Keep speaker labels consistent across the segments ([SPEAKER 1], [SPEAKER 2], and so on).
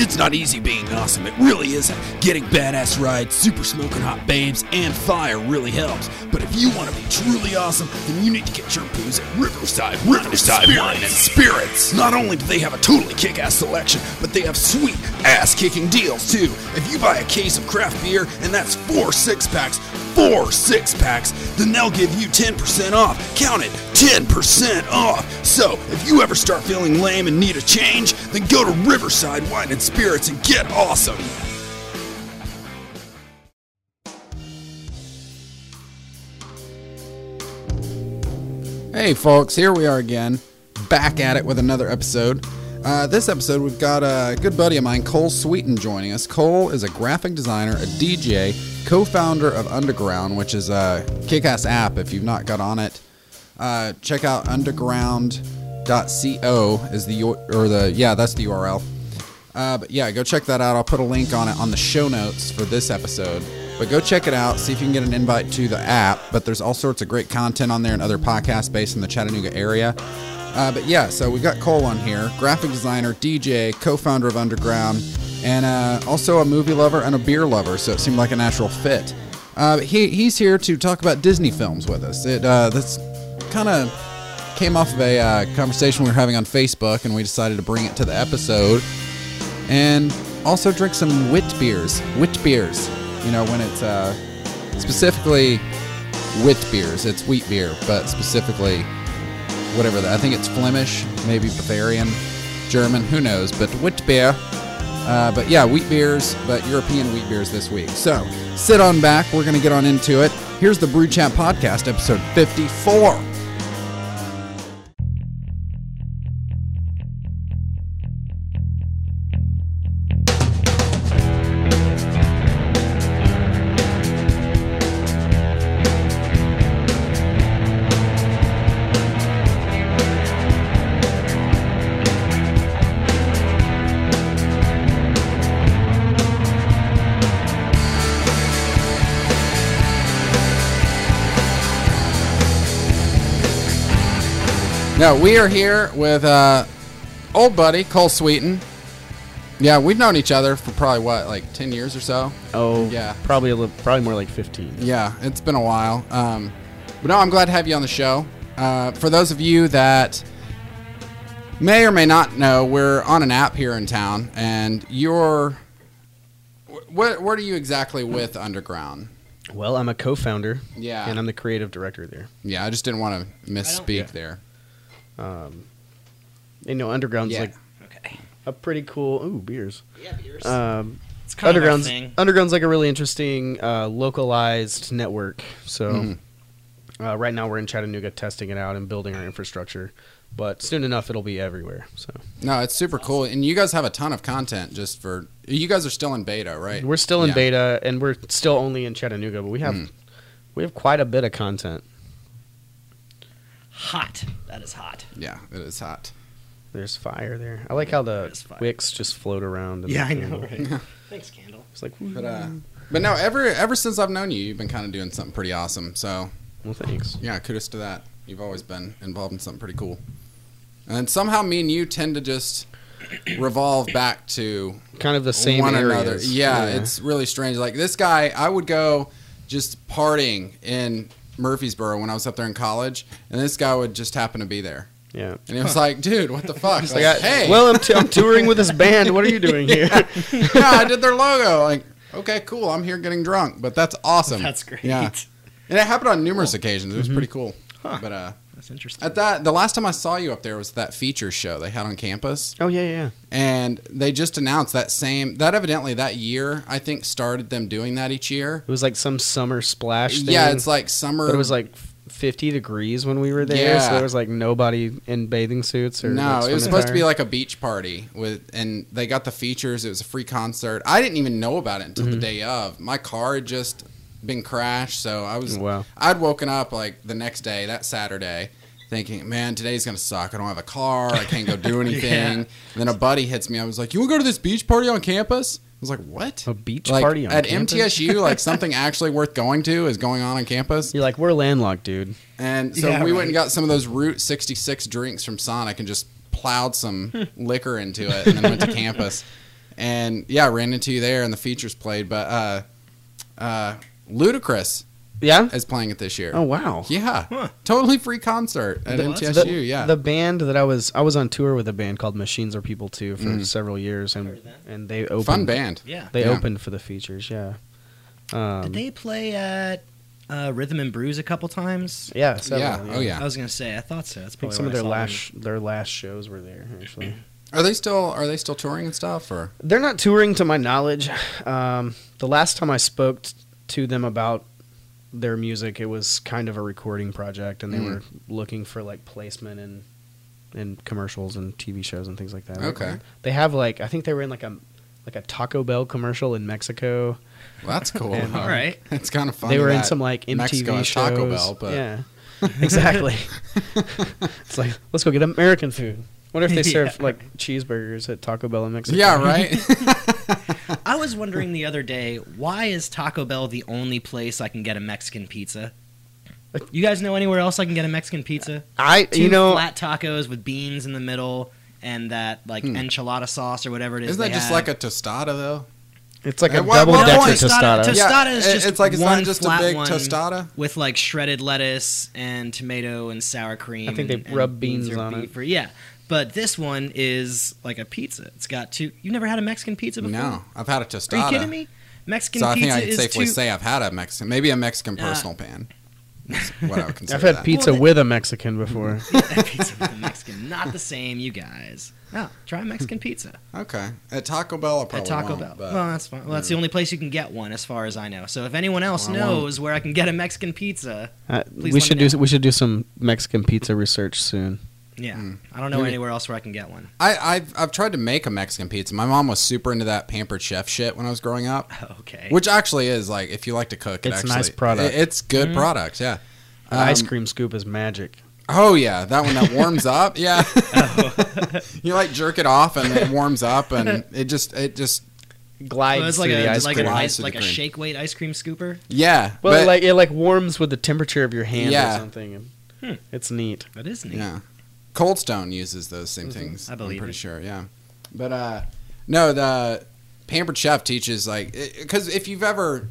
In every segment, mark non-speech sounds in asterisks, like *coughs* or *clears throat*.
[SPEAKER 1] It's not easy being awesome, it really isn't. Getting badass rides, super smoking hot babes, and fire really helps. But if you want to be truly awesome, then you need to get your booze at Riverside, Riverside Wine and Spirits. Not only do they have a totally kick ass selection, but they have sweet ass kicking deals too. If you buy a case of craft beer, and that's four six packs, four six packs, then they'll give you 10% off. Count it, 10% off. So if you ever start feeling lame and need a change, then go to Riverside Wine and Spirits and get awesome.
[SPEAKER 2] Hey, folks, here we are again, back at it with another episode. Uh, this episode, we've got a good buddy of mine, Cole Sweeten, joining us. Cole is a graphic designer, a DJ, co founder of Underground, which is a kick ass app. If you've not got on it, uh, check out underground.co, is the, U- or the, yeah, that's the URL. Uh, but yeah, go check that out. I'll put a link on it on the show notes for this episode. But go check it out. See if you can get an invite to the app. But there's all sorts of great content on there and other podcasts based in the Chattanooga area. Uh, but yeah, so we got Cole on here, graphic designer, DJ, co-founder of Underground, and uh, also a movie lover and a beer lover. So it seemed like a natural fit. Uh, but he, he's here to talk about Disney films with us. It uh, that's kind of came off of a uh, conversation we were having on Facebook, and we decided to bring it to the episode. And also drink some wit beers. Wit beers, you know, when it's uh, specifically wit beers. It's wheat beer, but specifically whatever. That, I think it's Flemish, maybe Bavarian, German. Who knows? But wit beer. Uh, but yeah, wheat beers, but European wheat beers this week. So sit on back. We're gonna get on into it. Here's the Brew Chat podcast, episode 54. Now we are here with uh, old buddy Cole Sweeten. Yeah, we've known each other for probably what, like ten years or so.
[SPEAKER 3] Oh,
[SPEAKER 2] Yeah.
[SPEAKER 3] Probably a little, probably more like 15.
[SPEAKER 2] Yeah, it's been a while. Um, but no, I'm glad to have you on the show. Uh, for those of you that may or may not know, we're on an app here in town, and you're. wh- What what are you exactly with Underground?
[SPEAKER 3] Well, I'm a co-founder.
[SPEAKER 2] Yeah.
[SPEAKER 3] And I'm the creative director there.
[SPEAKER 2] Yeah, I just didn't want to misspeak
[SPEAKER 3] yeah.
[SPEAKER 2] there.
[SPEAKER 3] You know, Underground's
[SPEAKER 2] Yeah.
[SPEAKER 3] like
[SPEAKER 4] Okay.
[SPEAKER 3] a pretty cool. Ooh, beers.
[SPEAKER 4] Yeah, beers.
[SPEAKER 3] Um,
[SPEAKER 4] it's kind
[SPEAKER 3] Underground's
[SPEAKER 4] of our thing.
[SPEAKER 3] Underground's like a really interesting uh, localized network. So uh, right now we're in Chattanooga testing it out and building our infrastructure, but soon enough it'll be everywhere. So
[SPEAKER 2] No, it's super cool, and you guys have a ton of content just for. You guys are still in beta, right?
[SPEAKER 3] we're still in
[SPEAKER 2] Yeah.
[SPEAKER 3] beta and we're still only in Chattanooga, but we have we have quite a bit of content.
[SPEAKER 4] Hot. That is hot.
[SPEAKER 2] Yeah, it is hot.
[SPEAKER 3] There's fire there. I like how
[SPEAKER 4] There's
[SPEAKER 3] the
[SPEAKER 4] fire.
[SPEAKER 3] wicks just float around. and- uh,
[SPEAKER 4] right? Thanks, Candle.
[SPEAKER 3] *laughs* It's like,
[SPEAKER 2] But uh, but no, ever ever since I've known you, you've been kind of doing something pretty awesome. So
[SPEAKER 3] well, thanks.
[SPEAKER 2] yeah, kudos to that. You've always been involved in something pretty cool. And somehow me and you tend to just *coughs* revolve back to
[SPEAKER 3] Kind of the same
[SPEAKER 2] one
[SPEAKER 3] areas.
[SPEAKER 2] another. Yeah, it's really strange. Like this guy, I would go just partying in Murfreesboro when I was up there in college, and this guy would just happen to be there.
[SPEAKER 3] yeah.
[SPEAKER 2] And it was like, dude,
[SPEAKER 3] *laughs*
[SPEAKER 2] what the fuck? Like,
[SPEAKER 3] Like, I-
[SPEAKER 2] hey,
[SPEAKER 3] well, I'm, t- I'm touring with this band. What are you doing here?
[SPEAKER 2] *laughs* yeah, I did their logo. Like, okay, cool. I'm here getting drunk, but
[SPEAKER 3] *laughs*
[SPEAKER 2] that's awesome.
[SPEAKER 4] *laughs* That's great.
[SPEAKER 2] Yeah. And it happened on numerous occasions. It was
[SPEAKER 3] Mm-hmm.
[SPEAKER 2] pretty cool. But uh,
[SPEAKER 4] That's interesting.
[SPEAKER 2] at that, the last time I saw you up there was that feature show they had on campus,
[SPEAKER 3] Oh yeah, yeah.
[SPEAKER 2] and they just announced that same that evidently that year I think started them doing that each year.
[SPEAKER 3] It was like some summer splash. Thing,
[SPEAKER 2] Yeah, it's like summer.
[SPEAKER 3] But it was like 50 degrees when we were there,
[SPEAKER 2] Yeah.
[SPEAKER 3] so there was like nobody in bathing suits or
[SPEAKER 2] no,
[SPEAKER 3] like,
[SPEAKER 2] it was
[SPEAKER 3] swim
[SPEAKER 2] supposed to be
[SPEAKER 3] attire.
[SPEAKER 2] like a beach party with, and they got the features. It was a free concert. I didn't even know about it until
[SPEAKER 3] Mm-hmm.
[SPEAKER 2] the day of. My car had just been crashed, so I was,
[SPEAKER 3] Wow.
[SPEAKER 2] I'd woken up like the next day, that Saturday, thinking, man, today's gonna suck. I don't have a car. I can't go
[SPEAKER 3] *laughs*
[SPEAKER 2] do anything. And then a buddy hits me. I was like, you wanna go to this beach party on campus? I was like, what?
[SPEAKER 3] A beach
[SPEAKER 2] Like,
[SPEAKER 3] party on
[SPEAKER 2] at
[SPEAKER 3] campus?
[SPEAKER 2] MTSU, like something *laughs* actually worth going to is going on on campus.
[SPEAKER 3] You're like we're landlocked, dude.
[SPEAKER 2] And so
[SPEAKER 4] Yeah,
[SPEAKER 2] we went and got some of those Route
[SPEAKER 3] *laughs*
[SPEAKER 2] 66 drinks from Sonic and just plowed some liquor into it and then went to campus. And yeah, I ran into you there and the features played, but uh, uh, Ludacris
[SPEAKER 3] Yeah.
[SPEAKER 2] is playing it this year.
[SPEAKER 3] Oh wow.
[SPEAKER 2] Yeah,
[SPEAKER 5] Huh.
[SPEAKER 2] totally free concert at
[SPEAKER 5] Well, that's-
[SPEAKER 2] MTSU.
[SPEAKER 3] the,
[SPEAKER 2] yeah,
[SPEAKER 3] the band that I was I was on tour with a band called Machines Are People Too for several years, and
[SPEAKER 4] Heard that.
[SPEAKER 3] and they opened
[SPEAKER 2] Mm. fun band.
[SPEAKER 4] Yeah.
[SPEAKER 3] They
[SPEAKER 2] Yeah.
[SPEAKER 3] opened for the features. Yeah. Um,
[SPEAKER 4] Did they play at uh, Rhythm and Brews a couple times?
[SPEAKER 3] yeah. Several,
[SPEAKER 2] yeah. Oh yeah.
[SPEAKER 4] I was gonna say, I thought so. That's
[SPEAKER 3] I think
[SPEAKER 4] probably
[SPEAKER 3] some of
[SPEAKER 4] where I
[SPEAKER 3] their
[SPEAKER 4] saw them.
[SPEAKER 3] last sh- their last shows were there actually.
[SPEAKER 2] Are they still Are they still touring and stuff? Or
[SPEAKER 3] They're not touring to my knowledge. Um, the last time I spoke t- to them about their music, it was kind of a recording project, and they
[SPEAKER 2] Mm.
[SPEAKER 3] were looking for like placement and and commercials and TV shows and things like that.
[SPEAKER 2] Okay.
[SPEAKER 3] They have like I think they were in like a like a Taco Bell commercial in Mexico.
[SPEAKER 2] well, that's cool.
[SPEAKER 3] And-
[SPEAKER 2] huh?
[SPEAKER 3] *laughs*
[SPEAKER 4] All right.
[SPEAKER 2] *laughs* It's kind of funny.
[SPEAKER 3] they were in
[SPEAKER 2] that
[SPEAKER 3] some like MTV
[SPEAKER 2] Mexico has
[SPEAKER 3] shows.
[SPEAKER 2] Taco Bell, but
[SPEAKER 3] Yeah,
[SPEAKER 2] *laughs*
[SPEAKER 3] exactly. it's like let's go get American food.
[SPEAKER 2] *laughs*
[SPEAKER 3] Wonder if they serve
[SPEAKER 4] Yeah.
[SPEAKER 3] like cheeseburgers at Taco Bell in Mexico.
[SPEAKER 2] yeah, right. *laughs*
[SPEAKER 4] I was wondering the other day, why is Taco Bell the only place I can get a Mexican pizza? You guys know anywhere else I can get a Mexican pizza?
[SPEAKER 3] *laughs* I
[SPEAKER 4] Two
[SPEAKER 3] you know
[SPEAKER 4] flat tacos with beans in the middle and that like
[SPEAKER 3] Hmm.
[SPEAKER 4] enchilada sauce or whatever it is.
[SPEAKER 2] Isn't that just like a tostada though?
[SPEAKER 3] it's like a
[SPEAKER 2] At what-
[SPEAKER 3] double
[SPEAKER 2] what
[SPEAKER 3] decker
[SPEAKER 2] point-
[SPEAKER 3] tostada.
[SPEAKER 4] Tostada is
[SPEAKER 2] it-
[SPEAKER 4] just
[SPEAKER 2] it's like it's
[SPEAKER 4] one
[SPEAKER 2] not just a
[SPEAKER 4] flat
[SPEAKER 2] big
[SPEAKER 4] one.
[SPEAKER 2] tostada.
[SPEAKER 4] with like shredded lettuce and tomato and sour cream.
[SPEAKER 3] I think they
[SPEAKER 4] and- and
[SPEAKER 3] rub beans
[SPEAKER 4] or
[SPEAKER 3] on it.
[SPEAKER 4] beef or- yeah, but this one is like a pizza. It's got two. You've never had a Mexican pizza before?
[SPEAKER 2] No, I've had a tostada.
[SPEAKER 4] Are you kidding me? Mexican
[SPEAKER 2] So I think
[SPEAKER 4] pizza
[SPEAKER 2] I can
[SPEAKER 4] is
[SPEAKER 2] safely
[SPEAKER 4] two.
[SPEAKER 2] say I've had a Mexican, maybe a Mexican
[SPEAKER 4] Uh,
[SPEAKER 2] personal pan. That's what I would consider.
[SPEAKER 3] *laughs* I've had
[SPEAKER 2] that.
[SPEAKER 3] pizza
[SPEAKER 4] Well, they-
[SPEAKER 3] with a Mexican
[SPEAKER 4] *laughs*
[SPEAKER 3] before.
[SPEAKER 4] *laughs*
[SPEAKER 2] *laughs*
[SPEAKER 4] pizza with the Mexican, not the same. You guys, no, try Mexican pizza
[SPEAKER 2] Okay, at Taco Bell, I probably
[SPEAKER 4] at Taco
[SPEAKER 2] won't,
[SPEAKER 4] Bell.
[SPEAKER 2] but-
[SPEAKER 4] well, that's fine. Well, that's the only place you can get one, as far as I know. So if anyone else
[SPEAKER 2] I won't.
[SPEAKER 4] knows where I can get a Mexican pizza,
[SPEAKER 3] Uh,
[SPEAKER 4] Please
[SPEAKER 3] we
[SPEAKER 4] let
[SPEAKER 3] should
[SPEAKER 4] me
[SPEAKER 3] do we should do some Mexican pizza research soon.
[SPEAKER 4] yeah,
[SPEAKER 2] Hmm.
[SPEAKER 4] I don't know
[SPEAKER 2] Maybe-
[SPEAKER 4] anywhere else where I can get one. *laughs*
[SPEAKER 2] I, I've I've tried to make a Mexican pizza. My mom was super into that pampered chef shit when I was growing up,
[SPEAKER 4] Okay,
[SPEAKER 2] which actually is like if you like to cook, it
[SPEAKER 3] It's a
[SPEAKER 2] actually,
[SPEAKER 3] nice product.
[SPEAKER 2] it- it's
[SPEAKER 4] Mm-hmm.
[SPEAKER 2] good product. Yeah.
[SPEAKER 3] The ice
[SPEAKER 4] Um,
[SPEAKER 3] cream scoop is magic.
[SPEAKER 4] *laughs*
[SPEAKER 2] Oh yeah, that one that warms up. Yeah. *laughs* you like jerk it off and it warms up
[SPEAKER 3] *laughs*
[SPEAKER 2] and it just it just
[SPEAKER 3] Glides
[SPEAKER 4] Well, it's
[SPEAKER 3] through
[SPEAKER 4] like
[SPEAKER 3] the
[SPEAKER 4] a
[SPEAKER 3] ice
[SPEAKER 4] like,
[SPEAKER 3] cream.
[SPEAKER 4] an
[SPEAKER 2] Glides
[SPEAKER 4] ice,
[SPEAKER 2] through
[SPEAKER 4] like
[SPEAKER 2] the
[SPEAKER 4] a
[SPEAKER 2] cream.
[SPEAKER 4] shake weight ice cream scooper.
[SPEAKER 2] yeah.
[SPEAKER 3] well,
[SPEAKER 2] but-
[SPEAKER 3] it like it like warms with the temperature of your hand
[SPEAKER 2] Yeah.
[SPEAKER 3] or something. And
[SPEAKER 4] Hmm.
[SPEAKER 3] It's neat.
[SPEAKER 4] That is neat.
[SPEAKER 2] Yeah. Cold Stone uses those same things.
[SPEAKER 4] I
[SPEAKER 2] am
[SPEAKER 4] believe
[SPEAKER 2] pretty
[SPEAKER 4] it.
[SPEAKER 2] sure, yeah. But uh no, the Pampered Chef teaches like cuz if you've ever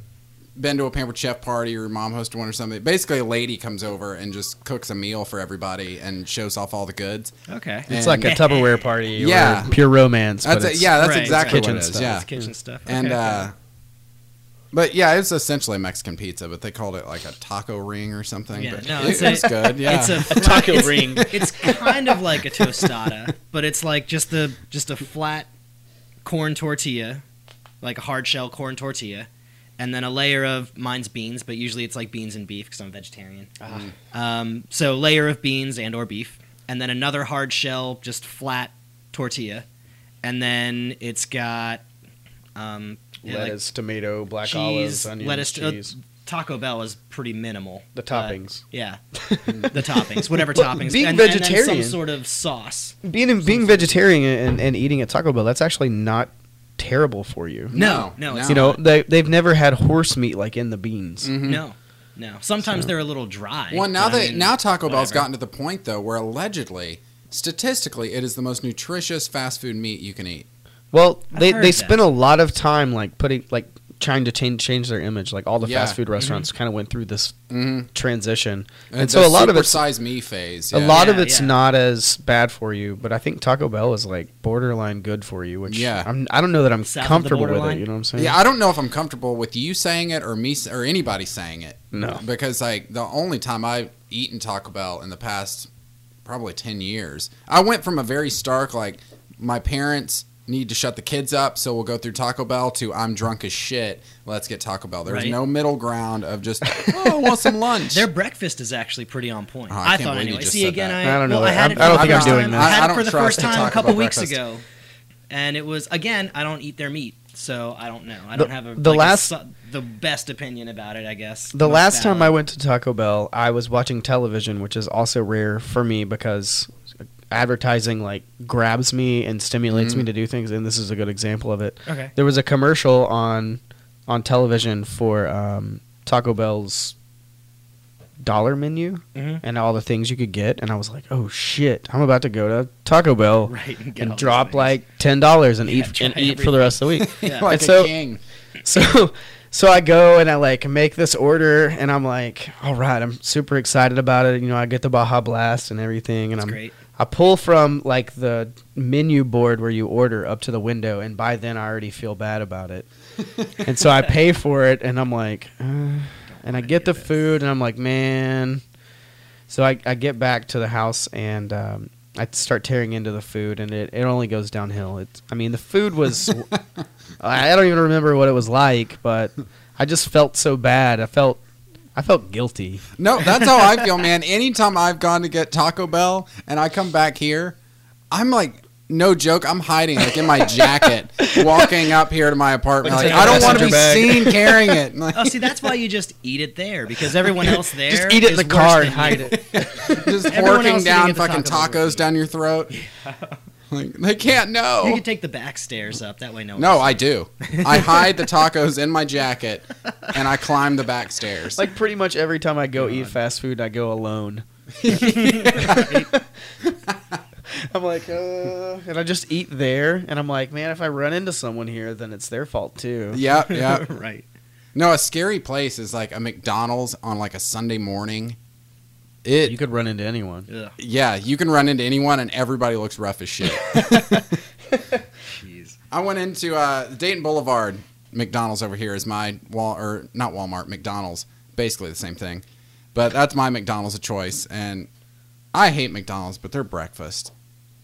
[SPEAKER 2] been to a Pampered Chef party or your mom hosted one or something, basically a lady comes over and just cooks a meal for everybody and shows off all the goods.
[SPEAKER 4] Okay,
[SPEAKER 2] Yeah.
[SPEAKER 3] It's like a *laughs*
[SPEAKER 4] And-
[SPEAKER 3] Tupperware party.
[SPEAKER 2] Yeah.
[SPEAKER 3] or pure romance.
[SPEAKER 2] That's it.
[SPEAKER 3] but it's-
[SPEAKER 2] yeah, that's
[SPEAKER 4] Right,
[SPEAKER 2] exactly what
[SPEAKER 4] right.
[SPEAKER 3] Kitchen
[SPEAKER 2] it is.
[SPEAKER 3] stuff.
[SPEAKER 2] Yeah.
[SPEAKER 4] it's kitchen stuff. Okay,
[SPEAKER 2] And
[SPEAKER 4] okay.
[SPEAKER 2] uh but yeah, it's essentially Mexican pizza, but they called it like a taco ring or something.
[SPEAKER 4] Yeah,
[SPEAKER 2] but
[SPEAKER 4] no,
[SPEAKER 2] it-
[SPEAKER 4] it's a-
[SPEAKER 2] it's good. Yeah,
[SPEAKER 4] *laughs*
[SPEAKER 2] *laughs*
[SPEAKER 4] it's a,
[SPEAKER 3] a
[SPEAKER 4] flat,
[SPEAKER 3] taco ring.
[SPEAKER 4] it's kind of like a tostada, but it's like just the just a flat corn tortilla, like a hard shell corn tortilla, and then a layer of mine's beans, but usually it's like beans and beef because I'm a vegetarian.
[SPEAKER 3] Ah.
[SPEAKER 2] Mm.
[SPEAKER 4] Um, so layer of beans and or beef, and then another hard shell, just flat tortilla, and then it's got um, yeah, like
[SPEAKER 3] lettuce, tomato, black
[SPEAKER 4] cheese,
[SPEAKER 3] olives, onions,
[SPEAKER 4] lettuce. uh,
[SPEAKER 3] cheese.
[SPEAKER 4] Taco Bell is pretty minimal.
[SPEAKER 3] the
[SPEAKER 4] but-
[SPEAKER 3] toppings. *laughs*
[SPEAKER 4] yeah, the toppings, whatever
[SPEAKER 3] Well,
[SPEAKER 4] toppings,
[SPEAKER 3] being
[SPEAKER 4] and, and then
[SPEAKER 3] vegetarian-
[SPEAKER 4] some sort of sauce.
[SPEAKER 3] Being being vegetarian and, and eating at Taco Bell, that's actually not terrible for you.
[SPEAKER 4] No,
[SPEAKER 2] No, no.
[SPEAKER 4] no,
[SPEAKER 2] Mm.
[SPEAKER 4] it's
[SPEAKER 3] You know, they they've never had horse meat like in the beans.
[SPEAKER 4] no, no. Sometimes they're a little dry.
[SPEAKER 2] Well, now
[SPEAKER 4] but I
[SPEAKER 2] that
[SPEAKER 4] mean,
[SPEAKER 2] now Taco Bell's
[SPEAKER 4] whatever.
[SPEAKER 2] gotten to the point though where allegedly, statistically, it is the most nutritious fast food meat you can eat.
[SPEAKER 3] Well,
[SPEAKER 4] I've
[SPEAKER 3] they
[SPEAKER 4] heard
[SPEAKER 3] they
[SPEAKER 4] that.
[SPEAKER 3] spent a lot of time like putting like trying to change change their image. Like all the
[SPEAKER 2] Yeah.
[SPEAKER 3] fast
[SPEAKER 4] Mm-hmm.
[SPEAKER 3] food restaurants kind of went through this
[SPEAKER 2] Mhm.
[SPEAKER 3] transition, and, so a lot of it's
[SPEAKER 2] size Uh, me phase.
[SPEAKER 3] a lot of
[SPEAKER 4] Yeah,
[SPEAKER 3] it's
[SPEAKER 4] yeah.
[SPEAKER 3] not as bad for you. But I think Taco Bell is like borderline good for you, which
[SPEAKER 2] Yeah.
[SPEAKER 3] I'm, I don't know that I'm
[SPEAKER 4] South of the
[SPEAKER 3] comfortable with it.
[SPEAKER 4] borderline?
[SPEAKER 3] You know what I'm saying?
[SPEAKER 2] Yeah, I don't know if I'm comfortable with you saying it or me s- or anybody saying it.
[SPEAKER 3] No.
[SPEAKER 2] because like the only time I've eaten Taco Bell in the past probably ten years, I went from a very stark like my parents need to shut the kids up, so we'll go through Taco Bell to I'm drunk as shit. Let's get Taco Bell. There's
[SPEAKER 4] Right.
[SPEAKER 2] no middle ground of
[SPEAKER 4] *laughs*
[SPEAKER 2] just oh, I want some lunch.
[SPEAKER 4] Their breakfast is actually pretty on point.
[SPEAKER 2] Oh, I
[SPEAKER 4] I,
[SPEAKER 2] can't
[SPEAKER 4] thought
[SPEAKER 2] believe you
[SPEAKER 4] anyway.
[SPEAKER 2] just
[SPEAKER 4] See
[SPEAKER 2] said
[SPEAKER 4] again,
[SPEAKER 2] that.
[SPEAKER 4] I,
[SPEAKER 3] I don't know
[SPEAKER 4] Well, I
[SPEAKER 3] that.
[SPEAKER 4] had it.
[SPEAKER 3] I don't
[SPEAKER 4] for
[SPEAKER 3] think
[SPEAKER 4] the
[SPEAKER 3] I'm
[SPEAKER 4] first
[SPEAKER 3] doing
[SPEAKER 4] time-
[SPEAKER 3] that.
[SPEAKER 4] I
[SPEAKER 2] I- I
[SPEAKER 4] had it for
[SPEAKER 2] don't
[SPEAKER 4] the
[SPEAKER 2] trust
[SPEAKER 4] first
[SPEAKER 2] to
[SPEAKER 4] time
[SPEAKER 2] talk
[SPEAKER 4] a couple
[SPEAKER 2] about
[SPEAKER 4] weeks
[SPEAKER 2] breakfast.
[SPEAKER 4] ago, and it was again. I don't eat their meat, so I don't know. I
[SPEAKER 3] The-
[SPEAKER 4] don't have a,
[SPEAKER 3] the
[SPEAKER 4] like a
[SPEAKER 3] last-
[SPEAKER 4] su- the best opinion about it. I guess
[SPEAKER 3] The
[SPEAKER 4] Most
[SPEAKER 3] last time I
[SPEAKER 4] valid.
[SPEAKER 3] went to Taco Bell, I was watching television, which is also rare for me because advertising like grabs me and stimulates me to do things, and this is a good example of it.
[SPEAKER 4] Mm-hmm. Okay.
[SPEAKER 3] There was a commercial on on television for um, Taco Bell's dollar menu and all the things you could get, and I was like, oh shit, I'm about to go to Taco Bell
[SPEAKER 4] *laughs* Right, and
[SPEAKER 3] and,
[SPEAKER 4] get all these
[SPEAKER 3] drop
[SPEAKER 4] things.
[SPEAKER 3] like ten dollars and
[SPEAKER 4] Yeah,
[SPEAKER 3] eat
[SPEAKER 4] try
[SPEAKER 3] and eat for the rest of the week.
[SPEAKER 4] *laughs*
[SPEAKER 3] *laughs*
[SPEAKER 4] Yeah.
[SPEAKER 2] like
[SPEAKER 3] And
[SPEAKER 2] a
[SPEAKER 3] so-
[SPEAKER 2] king.
[SPEAKER 3] so *laughs* so I go and I like make this order and I'm like, all right, I'm super excited about it. You know, I get the Baja Blast and everything, and
[SPEAKER 4] That's
[SPEAKER 3] I'm
[SPEAKER 4] great.
[SPEAKER 3] I pull from like the menu board where you order up to the window, and by then I already feel bad about
[SPEAKER 4] *laughs*
[SPEAKER 3] it, and so I pay for it, and I'm like, uh, and I get the food, and I'm like, man. So I, I get back to the house and um, I start tearing into the food, and it, it only goes downhill. It, I mean, the food
[SPEAKER 4] *laughs*
[SPEAKER 3] was I I don't even remember what it was like, but I just felt so bad. I felt I felt guilty.
[SPEAKER 2] No, that's how I feel, man. Anytime I've gone to get Taco Bell and I come back here, I'm like, no joke, I'm hiding like in my jacket, walking up here to my apartment.
[SPEAKER 3] Like,
[SPEAKER 2] Like,
[SPEAKER 3] take a
[SPEAKER 2] I don't want to be
[SPEAKER 3] messenger
[SPEAKER 2] seen carrying it. Like,
[SPEAKER 4] *laughs* Oh, see, that's why you just eat it there because everyone else there
[SPEAKER 3] *laughs* Just eat it in
[SPEAKER 4] is
[SPEAKER 3] the
[SPEAKER 4] worse
[SPEAKER 3] car
[SPEAKER 4] than
[SPEAKER 3] and hide
[SPEAKER 4] you.
[SPEAKER 3] it.
[SPEAKER 2] just
[SPEAKER 4] Everyone else
[SPEAKER 2] forking
[SPEAKER 4] eating
[SPEAKER 2] down
[SPEAKER 4] at the
[SPEAKER 2] fucking
[SPEAKER 4] Taco Bell
[SPEAKER 2] tacos
[SPEAKER 4] with
[SPEAKER 2] down your throat. *laughs* Like they can't
[SPEAKER 4] You
[SPEAKER 2] know.
[SPEAKER 4] can take the back stairs up. That way, no.
[SPEAKER 2] No,
[SPEAKER 4] one
[SPEAKER 2] I do. I hide the tacos in my jacket and I climb the back stairs.
[SPEAKER 3] Like pretty much every time I go eat fast food, I
[SPEAKER 2] *laughs*
[SPEAKER 3] go alone. I'm like, uh, and I just eat there, and I'm like, man, if I run into someone here, then it's their fault too.
[SPEAKER 2] Yep, yep.
[SPEAKER 4] sees. *laughs* right.
[SPEAKER 2] No, a scary place is like a McDonald's on like a Sunday morning. It
[SPEAKER 3] You could run into anyone.
[SPEAKER 4] Ugh,
[SPEAKER 2] Yeah, you can run into anyone and everybody looks rough as shit.
[SPEAKER 4] jeez.
[SPEAKER 2] I went into uh, Dayton Boulevard. McDonald's over here is my wall or not Walmart, McDonald's, basically the same thing. But that's my McDonald's of choice and I hate McDonald's, but their breakfast.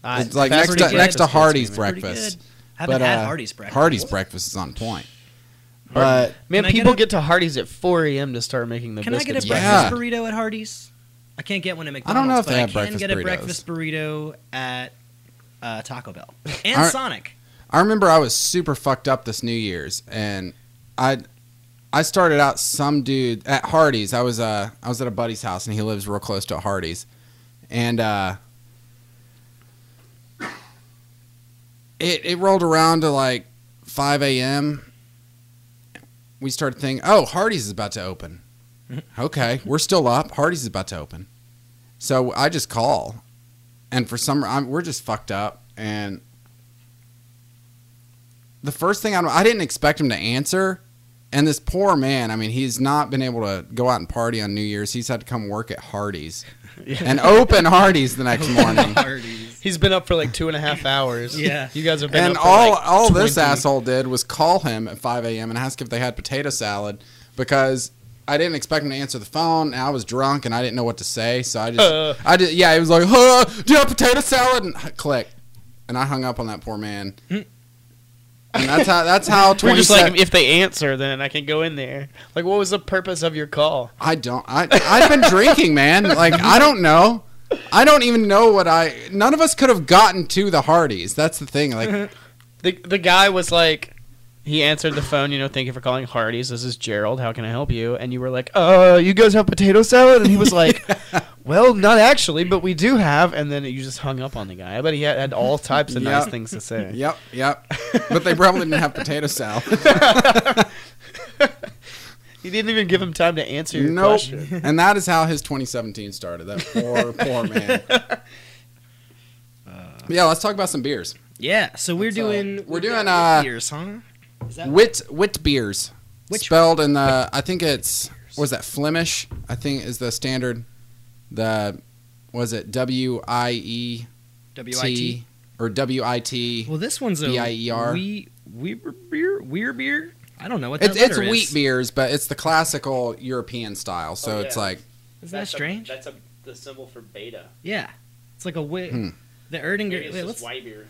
[SPEAKER 3] I-
[SPEAKER 2] it's like
[SPEAKER 3] fast
[SPEAKER 2] next
[SPEAKER 3] food
[SPEAKER 2] to,
[SPEAKER 3] gets-
[SPEAKER 2] next to
[SPEAKER 3] gets me,
[SPEAKER 2] Hardy's
[SPEAKER 3] man.
[SPEAKER 4] Pretty
[SPEAKER 2] breakfast.
[SPEAKER 4] good. Haven't
[SPEAKER 2] But,
[SPEAKER 4] had
[SPEAKER 2] uh,
[SPEAKER 4] Hardy's breakfast.
[SPEAKER 2] Hardy's breakfast is on point. But
[SPEAKER 3] Man,
[SPEAKER 4] Can I get
[SPEAKER 3] people
[SPEAKER 4] a-
[SPEAKER 3] get, to Hardee's at 4 a.m. to start making the
[SPEAKER 4] Can I
[SPEAKER 3] biscuits.
[SPEAKER 4] get a breakfast
[SPEAKER 2] breakfast. Yeah.
[SPEAKER 4] burrito at Hardee's? I can't get one at McDonald's.
[SPEAKER 2] don't know if
[SPEAKER 4] but
[SPEAKER 2] they have
[SPEAKER 4] I can
[SPEAKER 2] breakfast
[SPEAKER 4] get a
[SPEAKER 2] burritos.
[SPEAKER 4] breakfast burrito at uh, Taco Bell
[SPEAKER 2] *laughs*
[SPEAKER 4] and
[SPEAKER 2] Aren't-
[SPEAKER 4] Sonic.
[SPEAKER 2] I remember I was super fucked up this New Year's, and I I started out some dude at Hardee's. I was uh I was at a buddy's house, and he lives real close to Hardee's, and uh, it it rolled around to like 5 a.m. We started thinking, oh, Hardee's is about to open. Okay, we're still up. Hardee's is about to open, so I just call, and for some I'm, we're just fucked up, and the first thing I, I didn't expect him to answer. And this poor man, I mean, he's not been able to go out and party on New Year's. He's had to come work at Hardee's and open Hardee's the next
[SPEAKER 4] *laughs*
[SPEAKER 2] morning.
[SPEAKER 4] Hardee's.
[SPEAKER 3] He's been up for like two and a half hours.
[SPEAKER 4] Yeah.
[SPEAKER 3] You guys have been
[SPEAKER 2] And
[SPEAKER 3] up for
[SPEAKER 2] all
[SPEAKER 3] like
[SPEAKER 2] all this
[SPEAKER 3] 20.
[SPEAKER 2] asshole did was call him at 5 a.m. and ask if they had potato salad because I didn't expect him to answer the phone. And I was drunk and I didn't know what to say, so I just
[SPEAKER 3] Uh.
[SPEAKER 2] I did. Yeah, he was like, "Huh? Do you have potato salad?" And I- click, and I hung up on that poor man. and that's how that's how
[SPEAKER 3] *laughs* We're
[SPEAKER 2] 20
[SPEAKER 3] just like, if they answer, then I can go in there. Like, what was the purpose of your call?
[SPEAKER 2] I don't. I I've been drinking, man. Like I don't know. I don't even know what I. None of us could have gotten to the Hardys. That's the thing.
[SPEAKER 3] *laughs*
[SPEAKER 2] Like
[SPEAKER 3] The the guy was like, he answered the phone. You know, thank you for calling Hardee's. This is Gerald. How can I help you? And you were like, uh, you guys have potato salad? And he
[SPEAKER 2] *laughs*
[SPEAKER 3] was like, well, not actually, but we do have. And then you just hung up on the guy. I bet he had, had all types of nice
[SPEAKER 2] Yeah.
[SPEAKER 3] things to say.
[SPEAKER 2] yep, yep. But they probably didn't have potato salad.
[SPEAKER 3] *laughs* You didn't even give him time to answer your
[SPEAKER 2] nope. *laughs*
[SPEAKER 3] question.
[SPEAKER 2] And that is how his 2017 started. That poor poor man. Uh, yeah, let's talk about some beers.
[SPEAKER 4] Yeah. So we're
[SPEAKER 2] That's, uh,
[SPEAKER 4] doing
[SPEAKER 2] we're
[SPEAKER 4] we've
[SPEAKER 2] doing,
[SPEAKER 4] got
[SPEAKER 2] uh,
[SPEAKER 4] beers, huh? Is that
[SPEAKER 2] Wit wit beers.
[SPEAKER 4] Which-
[SPEAKER 2] spelled in the I think it's was that Flemish? I think is the standard. The was it W I E
[SPEAKER 4] W I T?
[SPEAKER 2] or W I T.
[SPEAKER 4] Well, this one's a
[SPEAKER 2] B-I-E-R.
[SPEAKER 4] We we beer weir beer. I don't know what that
[SPEAKER 2] It's, it's
[SPEAKER 4] letter
[SPEAKER 2] wheat
[SPEAKER 4] is.
[SPEAKER 2] beers, but it's the classical European style. So
[SPEAKER 5] Oh,
[SPEAKER 2] it's
[SPEAKER 5] yeah.
[SPEAKER 2] like
[SPEAKER 4] Isn't that strange?
[SPEAKER 5] that's a, the symbol for beta.
[SPEAKER 4] yeah, it's like a wheat.
[SPEAKER 2] Hmm.
[SPEAKER 4] The
[SPEAKER 5] Maybe
[SPEAKER 4] Erdinger.
[SPEAKER 5] it's
[SPEAKER 4] Wait,
[SPEAKER 5] just
[SPEAKER 4] what's,
[SPEAKER 5] white beer.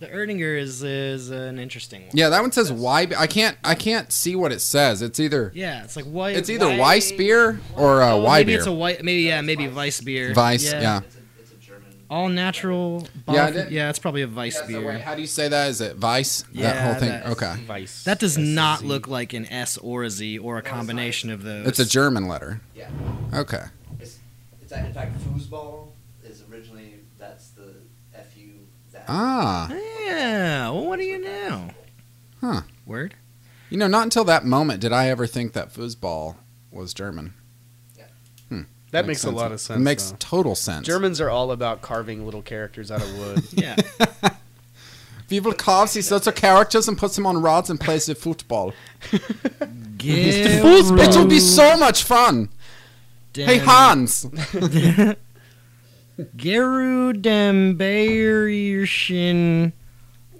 [SPEAKER 4] the Erdinger is is an interesting one.
[SPEAKER 2] yeah, that one says why. I can't I can't see what it says. It's either
[SPEAKER 4] Yeah, it's like white.
[SPEAKER 2] it's either
[SPEAKER 5] why-
[SPEAKER 2] Weiss beer or uh,
[SPEAKER 4] Oh,
[SPEAKER 2] why
[SPEAKER 4] maybe
[SPEAKER 2] beer.
[SPEAKER 4] it's a white. Maybe yeah.
[SPEAKER 5] it's
[SPEAKER 4] Maybe
[SPEAKER 5] Weiss.
[SPEAKER 4] Weiss beer.
[SPEAKER 2] Weiss, yeah.
[SPEAKER 5] It's a, it's a German.
[SPEAKER 4] All natural.
[SPEAKER 2] Yeah, I
[SPEAKER 4] Boff-
[SPEAKER 2] did-
[SPEAKER 4] yeah. It's probably a Weiss
[SPEAKER 2] Yeah, so
[SPEAKER 4] beer.
[SPEAKER 2] wait, how do you say that? Is it Vice? that
[SPEAKER 4] Yeah,
[SPEAKER 2] whole thing.
[SPEAKER 4] that-
[SPEAKER 2] okay,
[SPEAKER 3] Vice.
[SPEAKER 4] that does
[SPEAKER 3] S-Z.
[SPEAKER 4] not look like an S or a Z or a combination of those.
[SPEAKER 2] it's a German letter.
[SPEAKER 6] Yeah.
[SPEAKER 2] Okay.
[SPEAKER 6] It's, it's in fact foosball is originally that's the fu that.
[SPEAKER 2] Ah,
[SPEAKER 4] Yeah. Well, what do you know?
[SPEAKER 2] Huh. *laughs*
[SPEAKER 4] Word.
[SPEAKER 2] you know, not until that moment did I ever think that foosball was German.
[SPEAKER 6] Yeah.
[SPEAKER 3] That makes, a
[SPEAKER 2] sense.
[SPEAKER 3] lot of sense.
[SPEAKER 2] It makes
[SPEAKER 3] though.
[SPEAKER 2] total sense.
[SPEAKER 3] Germans are all about carving little characters out of
[SPEAKER 2] *laughs*
[SPEAKER 3] wood.
[SPEAKER 4] Yeah.
[SPEAKER 2] People carves these little characters and puts them on rods and plays the football. It would be so much fun. Hey Hans,
[SPEAKER 4] Gerudembayerischen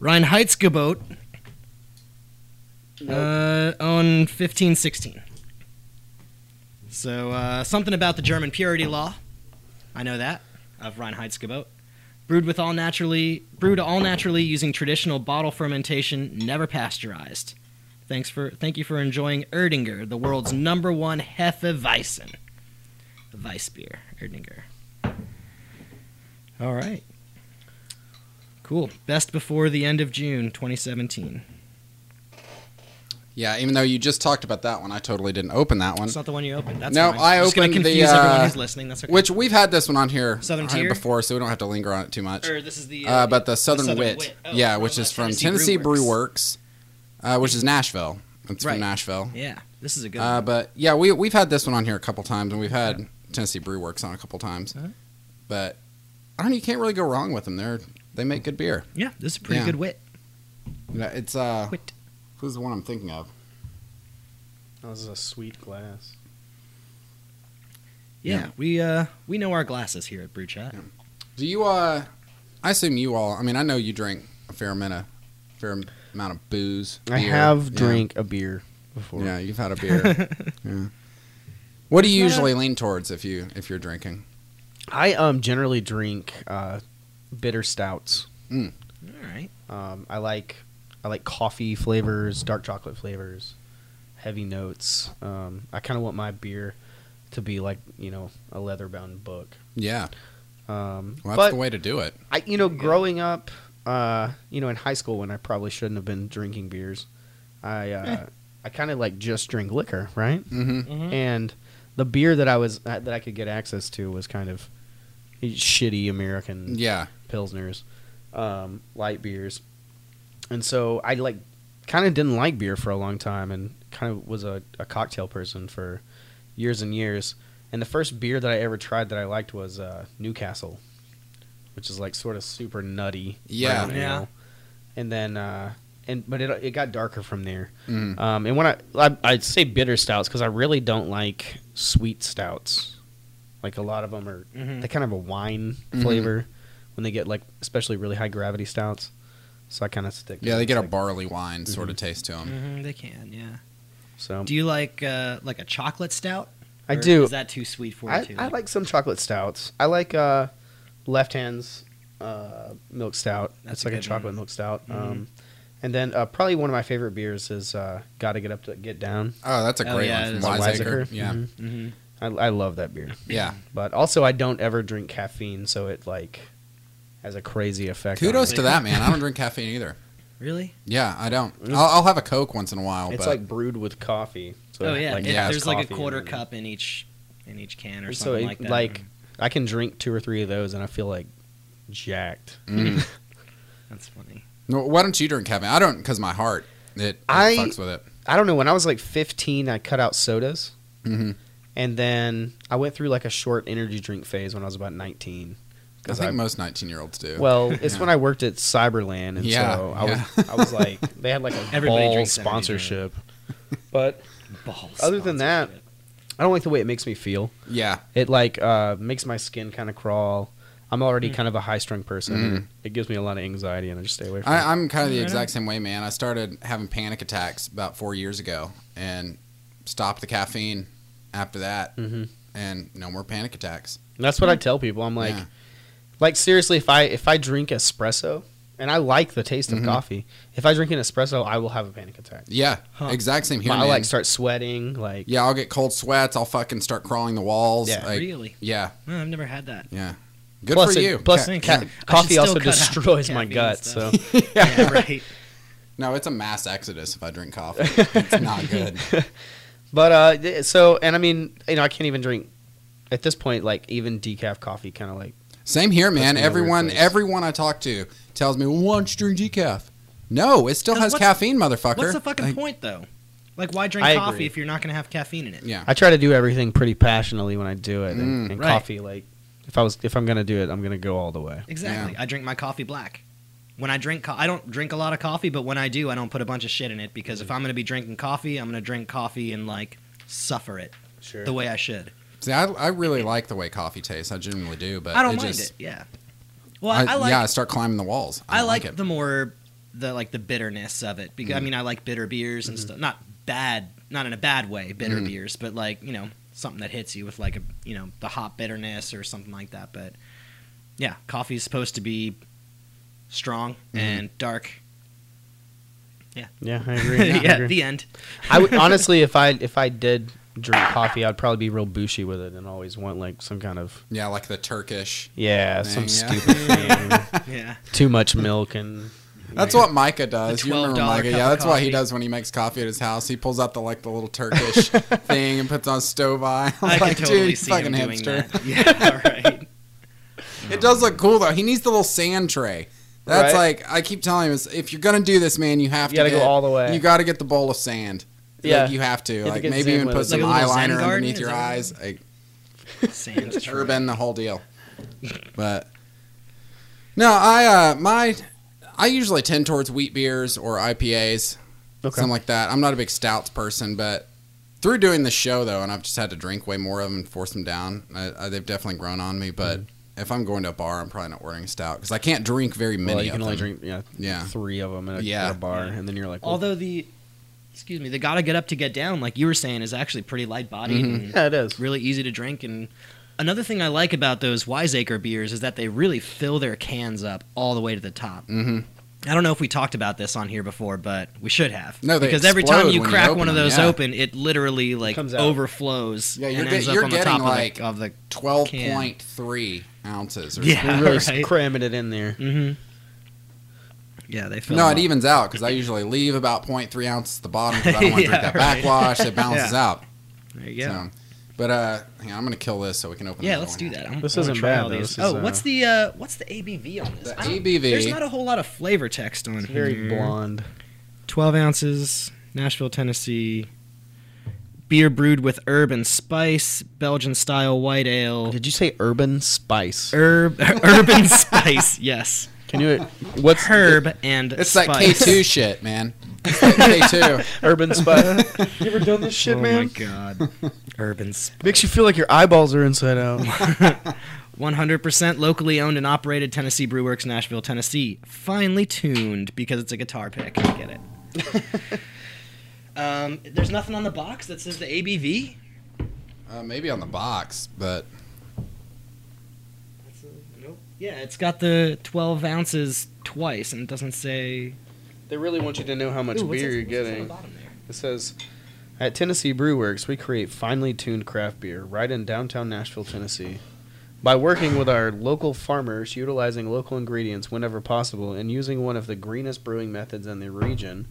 [SPEAKER 4] Reinheitsgebot uh, on 1516. So, uh, something about the German purity law. I know that, of Reinheitsgebot. Brewed with all naturally, brewed all naturally using traditional bottle fermentation, never pasteurized. Thanks for, thank you for enjoying Erdinger, the world's number one Hefeweizen. Weissbier, Erdinger. All right. Cool. Best before the end of June 2017.
[SPEAKER 2] Yeah, even though you just talked about that one, I totally didn't open that one.
[SPEAKER 4] It's not the one you opened. That's
[SPEAKER 2] No,
[SPEAKER 4] fine.
[SPEAKER 2] I
[SPEAKER 4] I'm just gonna
[SPEAKER 2] opened the,
[SPEAKER 4] confuse everyone
[SPEAKER 2] uh,
[SPEAKER 4] who's listening. That's okay.
[SPEAKER 2] Which we've had this one on here
[SPEAKER 4] Southern
[SPEAKER 2] on here
[SPEAKER 4] Tier?
[SPEAKER 2] before, so we don't have to linger on it too much.
[SPEAKER 4] Or this is the
[SPEAKER 2] uh, but the Southern, Wit,
[SPEAKER 4] Oh,
[SPEAKER 2] yeah, which is
[SPEAKER 4] uh,
[SPEAKER 2] from Tennessee
[SPEAKER 4] Brewworks.
[SPEAKER 2] Brew Works, uh, which is Nashville. It's
[SPEAKER 4] Right.
[SPEAKER 2] from Nashville.
[SPEAKER 4] Yeah, this is a good.
[SPEAKER 2] Uh,
[SPEAKER 4] one.
[SPEAKER 2] but yeah, we we've had this one on here a couple times, and we've had Tennessee Brew Works on a couple times.
[SPEAKER 4] Alright.
[SPEAKER 2] But I don't know. You can't really go wrong with them. They're they make good beer.
[SPEAKER 4] Yeah, this is a pretty
[SPEAKER 2] yeah.
[SPEAKER 4] good wit.
[SPEAKER 2] Yeah, It's uh,
[SPEAKER 4] Wit.
[SPEAKER 2] who's the one I'm thinking of?
[SPEAKER 3] That was a sweet glass.
[SPEAKER 4] Yeah,
[SPEAKER 2] Yeah.
[SPEAKER 4] we uh we know our glasses here at Brew Chat.
[SPEAKER 2] Do you uh? I assume you all. I mean, I know you drink a fair amount of fair amount of booze.
[SPEAKER 3] I
[SPEAKER 2] beer.
[SPEAKER 3] have
[SPEAKER 2] Yeah.
[SPEAKER 3] drank a beer before.
[SPEAKER 2] Yeah, you've had a
[SPEAKER 3] *laughs*
[SPEAKER 2] beer. yeah. What do you usually lean towards if you if you're drinking?
[SPEAKER 3] I um generally drink uh, bitter stouts.
[SPEAKER 4] All right.
[SPEAKER 3] Um, I like I like coffee flavors, dark chocolate flavors, heavy notes. Um, I kind of want my beer to be like you know a leather bound book.
[SPEAKER 2] Yeah,
[SPEAKER 3] Um,
[SPEAKER 2] well, that's
[SPEAKER 3] but
[SPEAKER 2] the way to do it.
[SPEAKER 3] I, you know, growing up, uh, you know, in high school when I probably shouldn't have been drinking beers, I
[SPEAKER 2] Eh.
[SPEAKER 3] uh, I kind of like just drink liquor, right?
[SPEAKER 2] Mm-hmm.
[SPEAKER 3] And the beer that I was uh, that I could get access to was kind of shitty American
[SPEAKER 2] Yeah,
[SPEAKER 3] pilsners, um, light beers, and so I like kind of didn't like beer for a long time, and kind of was a, a cocktail person for years and years. And the first beer that I ever tried that I liked was uh, Newcastle, which is like sort of super nutty.
[SPEAKER 2] Yeah.
[SPEAKER 3] brown
[SPEAKER 4] Yeah.
[SPEAKER 3] ale. And then uh, and but it it got darker from there.
[SPEAKER 2] Mm.
[SPEAKER 3] Um, and when I, I I say bitter stouts because I really don't like sweet stouts. Like a lot of them are
[SPEAKER 4] Mhm.
[SPEAKER 3] they kind of have a wine
[SPEAKER 2] Mhm.
[SPEAKER 3] flavor when they get like especially really high gravity stouts. So I kind of stick. to
[SPEAKER 2] yeah. They
[SPEAKER 3] those,
[SPEAKER 2] get a
[SPEAKER 3] like-
[SPEAKER 2] barley wine sort of taste to
[SPEAKER 3] Mm-hmm.
[SPEAKER 2] them.
[SPEAKER 4] hmm they can. Yeah.
[SPEAKER 3] So
[SPEAKER 4] Do you like uh like a chocolate stout?
[SPEAKER 3] I
[SPEAKER 4] Or
[SPEAKER 3] do.
[SPEAKER 4] Is that too sweet for you?
[SPEAKER 3] I,
[SPEAKER 4] Too?
[SPEAKER 3] I like some chocolate stouts. I like uh, Left Hand's uh, milk stout.
[SPEAKER 4] That's
[SPEAKER 3] That's
[SPEAKER 4] a
[SPEAKER 3] like a,
[SPEAKER 4] good
[SPEAKER 3] chocolate
[SPEAKER 4] one. Mm-hmm.
[SPEAKER 3] milk stout. Um, and then uh, probably one of my favorite beers is uh, "Gotta Get Up to Get Down."
[SPEAKER 2] Oh, that's a
[SPEAKER 4] Oh,
[SPEAKER 2] great
[SPEAKER 4] yeah,
[SPEAKER 2] one
[SPEAKER 4] it's
[SPEAKER 2] from
[SPEAKER 4] a
[SPEAKER 2] Weizsäcker. Yeah,
[SPEAKER 3] Mhm.
[SPEAKER 4] hmm
[SPEAKER 3] I, I love that beer.
[SPEAKER 2] yeah.
[SPEAKER 3] But also, I don't ever drink caffeine, so it like has a crazy effect.
[SPEAKER 2] Kudos
[SPEAKER 3] on
[SPEAKER 2] to that man. I don't drink caffeine either.
[SPEAKER 4] Really?
[SPEAKER 2] Yeah, I don't. I'll, I'll have a Coke once in a while,
[SPEAKER 3] me. It's
[SPEAKER 2] but
[SPEAKER 3] like brewed with coffee. So
[SPEAKER 4] oh
[SPEAKER 3] it,
[SPEAKER 4] yeah.
[SPEAKER 3] like,
[SPEAKER 4] It-
[SPEAKER 2] yeah,
[SPEAKER 3] has
[SPEAKER 4] there's like
[SPEAKER 3] coffee
[SPEAKER 4] a
[SPEAKER 3] in
[SPEAKER 4] quarter
[SPEAKER 3] it.
[SPEAKER 4] cup in each in each can or
[SPEAKER 3] And
[SPEAKER 4] something
[SPEAKER 3] so it,
[SPEAKER 4] like that. mm,
[SPEAKER 3] like I can drink two or three of those, and I feel like jacked.
[SPEAKER 2] mm.
[SPEAKER 4] that's funny.
[SPEAKER 2] No, why don't you drink caffeine? I don't because my heart it, it
[SPEAKER 3] I-
[SPEAKER 2] fucks with it.
[SPEAKER 3] I don't know. When I was like 15, I cut out sodas.
[SPEAKER 2] Mm-hmm.
[SPEAKER 3] And then I went through like a short energy drink phase when I was about 19.
[SPEAKER 2] I
[SPEAKER 3] Because
[SPEAKER 2] think
[SPEAKER 3] I,
[SPEAKER 2] most 19 year olds do. *laughs*
[SPEAKER 3] well, it's when I worked at Cyberland, and
[SPEAKER 2] Yeah,
[SPEAKER 3] so I
[SPEAKER 2] yeah.
[SPEAKER 3] was I was like they had like a
[SPEAKER 4] *laughs* Everybody
[SPEAKER 3] ball
[SPEAKER 4] drinks energy drink.
[SPEAKER 3] sponsorship. But
[SPEAKER 4] Balls.
[SPEAKER 3] Other than that,
[SPEAKER 4] sponsorship.
[SPEAKER 3] I don't like the way it makes me feel.
[SPEAKER 2] yeah,
[SPEAKER 3] It like uh, makes my skin kind of crawl. I'm already
[SPEAKER 4] Mm.
[SPEAKER 3] kind of a high strung person.
[SPEAKER 2] Mm.
[SPEAKER 3] And it gives me a lot of anxiety, and I just stay away from it.
[SPEAKER 2] I, I'm kind of the exact same way, man. I started having panic attacks about four years ago and stopped the caffeine after that,
[SPEAKER 4] Mm-hmm.
[SPEAKER 3] Mhm.
[SPEAKER 2] and no more panic attacks.
[SPEAKER 3] And that's what I tell people. I'm like,
[SPEAKER 2] Yeah.
[SPEAKER 3] like seriously, if I if I drink espresso, and I like the taste
[SPEAKER 2] Mhm.
[SPEAKER 3] of coffee, if I drink an espresso, I will have a panic attack.
[SPEAKER 2] Yeah,
[SPEAKER 4] Huh.
[SPEAKER 2] exact same here.
[SPEAKER 3] I
[SPEAKER 2] man.
[SPEAKER 3] like start sweating. Like
[SPEAKER 2] yeah, I'll get cold sweats. I'll fucking start crawling the walls.
[SPEAKER 3] Yeah.
[SPEAKER 2] like-
[SPEAKER 4] really?
[SPEAKER 2] Yeah,
[SPEAKER 4] No, I've never had that.
[SPEAKER 2] yeah. Good
[SPEAKER 3] plus
[SPEAKER 2] for
[SPEAKER 3] it-
[SPEAKER 2] you.
[SPEAKER 3] plus
[SPEAKER 2] Ca-
[SPEAKER 3] ca-
[SPEAKER 2] yeah.
[SPEAKER 3] coffee
[SPEAKER 4] still
[SPEAKER 3] also
[SPEAKER 4] cut out
[SPEAKER 3] destroys my
[SPEAKER 4] caffeine and
[SPEAKER 3] gut. So
[SPEAKER 4] stuff. *laughs*
[SPEAKER 2] *laughs*
[SPEAKER 4] Yeah, right.
[SPEAKER 2] no, it's a mass exodus if I drink coffee.
[SPEAKER 3] *laughs*
[SPEAKER 2] it's not good.
[SPEAKER 3] but uh, th- so and I mean you know I can't even drink at this point like even decaf coffee kind of like
[SPEAKER 2] Same here, man.
[SPEAKER 3] me in a weird
[SPEAKER 2] Everyone,
[SPEAKER 3] place.
[SPEAKER 2] everyone I talk to tells me, "Well, why don't you drink decaf?" No, it still
[SPEAKER 4] 'Cause
[SPEAKER 2] has
[SPEAKER 4] what's-
[SPEAKER 2] caffeine, motherfucker.
[SPEAKER 4] What's the fucking
[SPEAKER 2] Like,
[SPEAKER 4] point, though? Like, why drink
[SPEAKER 3] I
[SPEAKER 4] coffee
[SPEAKER 3] agree.
[SPEAKER 4] if you're not going to have caffeine in it?
[SPEAKER 2] Yeah.
[SPEAKER 3] I try to do everything pretty passionately when I do it, and,
[SPEAKER 2] Mm.
[SPEAKER 3] and
[SPEAKER 4] Right.
[SPEAKER 3] coffee like if I was if I'm gonna do it, I'm gonna go all the way.
[SPEAKER 4] Exactly. I drink my coffee black. When I drink, co- I don't drink a lot of coffee, but when I do, I don't put a bunch of shit in it because if I'm going to be drinking coffee, I'm going to drink coffee and like suffer it
[SPEAKER 3] Sure.
[SPEAKER 4] the way I should.
[SPEAKER 2] See, I, I really like the way coffee tastes. I genuinely do, but
[SPEAKER 4] I don't
[SPEAKER 2] Uh, it
[SPEAKER 4] mind
[SPEAKER 2] just,
[SPEAKER 4] it. Yeah. Well, I, I like.
[SPEAKER 2] yeah, I start climbing the walls.
[SPEAKER 4] I,
[SPEAKER 2] don't
[SPEAKER 4] like,
[SPEAKER 2] it.
[SPEAKER 4] the more the like the bitterness of it because I mean I like bitter beers and stuff. Not bad, not in a bad way, bitter beers, but like you know something that hits you with like a you know the hot bitterness or something like that. But yeah, coffee is supposed to be strong and dark.
[SPEAKER 3] Yeah, *laughs* I agree.
[SPEAKER 4] *laughs* yeah,
[SPEAKER 3] I, agree.
[SPEAKER 4] the end.
[SPEAKER 3] I would honestly, if I if I did drink coffee, I'd probably be real bushy with it and always want like some kind of
[SPEAKER 2] yeah, like the Turkish.
[SPEAKER 3] yeah, some
[SPEAKER 2] Thing, yeah. *laughs*
[SPEAKER 3] stupid thing,
[SPEAKER 4] Yeah,
[SPEAKER 3] too much milk and
[SPEAKER 2] That's what Micah does.
[SPEAKER 4] The
[SPEAKER 2] You remember
[SPEAKER 4] $12
[SPEAKER 2] Micah?
[SPEAKER 4] cup
[SPEAKER 2] Yeah,
[SPEAKER 4] of
[SPEAKER 2] that's what he
[SPEAKER 4] coffee.
[SPEAKER 2] does when he makes coffee at his house. He pulls out the like the little
[SPEAKER 4] *laughs*
[SPEAKER 2] Turkish thing and puts on stove eye. I'm
[SPEAKER 4] I
[SPEAKER 2] like,
[SPEAKER 4] can totally
[SPEAKER 2] dude,
[SPEAKER 4] see
[SPEAKER 2] fucking
[SPEAKER 4] him doing
[SPEAKER 2] hipster.
[SPEAKER 4] that. Yeah, right.
[SPEAKER 2] It does look cool though. He needs the little sand tray. That's
[SPEAKER 3] Right.
[SPEAKER 2] like I keep telling him, is if you're gonna do this, man, you have
[SPEAKER 3] You
[SPEAKER 2] to
[SPEAKER 3] gotta go
[SPEAKER 2] get-
[SPEAKER 3] all the way.
[SPEAKER 2] You gotta get the bowl of sand.
[SPEAKER 3] Yeah.
[SPEAKER 2] like, you have to.
[SPEAKER 3] have to
[SPEAKER 2] like
[SPEAKER 3] get
[SPEAKER 2] maybe
[SPEAKER 3] sand
[SPEAKER 2] even
[SPEAKER 3] with
[SPEAKER 2] put
[SPEAKER 3] it.
[SPEAKER 2] some
[SPEAKER 4] Like a little sand
[SPEAKER 2] eyeliner
[SPEAKER 4] garden,
[SPEAKER 2] underneath
[SPEAKER 4] is
[SPEAKER 2] your
[SPEAKER 4] that what it
[SPEAKER 2] eyes, like
[SPEAKER 4] Sand is true.
[SPEAKER 2] turban, the whole deal. But no, I uh my I usually tend towards wheat beers or IPAs, something like that. I'm not a big stouts person, but through doing the show though, and I've just had to drink way more of them and force them down. I, I, they've definitely grown on me, but. If I'm going to a bar, I'm probably not ordering a stout because I can't drink very many.
[SPEAKER 3] Mm-hmm. well, you
[SPEAKER 2] of
[SPEAKER 3] can only
[SPEAKER 2] them.
[SPEAKER 3] drink yeah,
[SPEAKER 2] Yeah.
[SPEAKER 3] three of them at a,
[SPEAKER 2] Yeah.
[SPEAKER 3] at a bar,
[SPEAKER 4] Yeah.
[SPEAKER 3] and then you're like, well,
[SPEAKER 4] Although the excuse me, the gotta get up to get down, like you were saying, is actually pretty light bodied. and
[SPEAKER 3] Mm-hmm. yeah, it is. *laughs*
[SPEAKER 4] It's really easy to drink and another thing i like about those wiseacre beers is that they really fill their cans up all the way to the top mm-hmm. i don't know if we talked about this on here before but we should have
[SPEAKER 2] No, they
[SPEAKER 4] because every time
[SPEAKER 2] explode
[SPEAKER 4] you
[SPEAKER 2] when you
[SPEAKER 4] crack
[SPEAKER 2] open
[SPEAKER 4] one of
[SPEAKER 2] them,
[SPEAKER 4] those
[SPEAKER 2] yeah.
[SPEAKER 4] open it literally like
[SPEAKER 3] comes out.
[SPEAKER 4] overflows
[SPEAKER 2] Yeah, you're
[SPEAKER 4] and
[SPEAKER 2] get-
[SPEAKER 4] ends
[SPEAKER 2] you're
[SPEAKER 4] up on the
[SPEAKER 2] getting,
[SPEAKER 4] top
[SPEAKER 2] like, *laughs*
[SPEAKER 4] of, the, of
[SPEAKER 2] twelve
[SPEAKER 4] Can.
[SPEAKER 2] point three ounces. Or
[SPEAKER 4] the
[SPEAKER 2] something.
[SPEAKER 4] yeah
[SPEAKER 3] *laughs* We're really
[SPEAKER 4] right.
[SPEAKER 3] cramming it in there.
[SPEAKER 4] mm-hmm. yeah they fill
[SPEAKER 2] No,
[SPEAKER 4] them
[SPEAKER 2] it
[SPEAKER 4] up.
[SPEAKER 2] evens out because I usually leave about 0.3 ounces at the bottom because I don't
[SPEAKER 3] *laughs*
[SPEAKER 2] want to
[SPEAKER 4] Yeah,
[SPEAKER 2] drink that
[SPEAKER 4] right.
[SPEAKER 2] backwash. It balances out.
[SPEAKER 4] there you go
[SPEAKER 2] So, but uh, hang on, I'm gonna kill this so we can open.
[SPEAKER 4] yeah
[SPEAKER 2] the
[SPEAKER 4] let's
[SPEAKER 2] other
[SPEAKER 4] do
[SPEAKER 2] one.
[SPEAKER 4] that I'm,
[SPEAKER 3] This
[SPEAKER 4] I wanna
[SPEAKER 3] isn't
[SPEAKER 4] try
[SPEAKER 3] bad,
[SPEAKER 4] all
[SPEAKER 3] though.
[SPEAKER 4] these.
[SPEAKER 3] This is,
[SPEAKER 4] oh
[SPEAKER 3] uh,
[SPEAKER 4] what's the uh what's the abv on this
[SPEAKER 2] The
[SPEAKER 4] I don't-
[SPEAKER 2] ABV.
[SPEAKER 4] there's not a whole lot of flavor text on
[SPEAKER 3] It's very
[SPEAKER 4] here.
[SPEAKER 3] blonde.
[SPEAKER 4] 12 ounces, Nashville, Tennessee. Beer brewed with herb and spice, Belgian style white ale.
[SPEAKER 3] Did you say urban spice?
[SPEAKER 4] Herb, *laughs* urban spice, yes.
[SPEAKER 3] Can you? *laughs* What's
[SPEAKER 4] Herb and
[SPEAKER 2] It's
[SPEAKER 4] spice.
[SPEAKER 2] that K
[SPEAKER 4] *laughs*
[SPEAKER 2] two shit, man. It's like K two.
[SPEAKER 3] urban spice? *laughs* you ever done this shit,
[SPEAKER 4] Oh
[SPEAKER 2] *laughs*
[SPEAKER 4] my god. urban spice.
[SPEAKER 3] Makes you feel like your eyeballs are inside out.
[SPEAKER 4] 100% locally owned and operated Tennessee Brewworks, Nashville, Tennessee. Finely tuned because it's a guitar pick. I get it.
[SPEAKER 2] *laughs*
[SPEAKER 4] um, there's nothing on the box that says the ABV.
[SPEAKER 2] Uh, maybe on the box, but
[SPEAKER 4] That's a- nope. Yeah, it's got the 12 ounces twice, and it doesn't say
[SPEAKER 3] they really want you to know how much
[SPEAKER 4] Ooh, what's
[SPEAKER 3] beer
[SPEAKER 4] that-
[SPEAKER 3] you're
[SPEAKER 4] what's that on the
[SPEAKER 3] getting.
[SPEAKER 4] bottom there?
[SPEAKER 3] It says, at Tennessee Brew Works, we create finely tuned craft beer right in downtown Nashville, Tennessee. By working with our local farmers, utilizing local ingredients whenever possible, and using one of the greenest brewing methods in the region,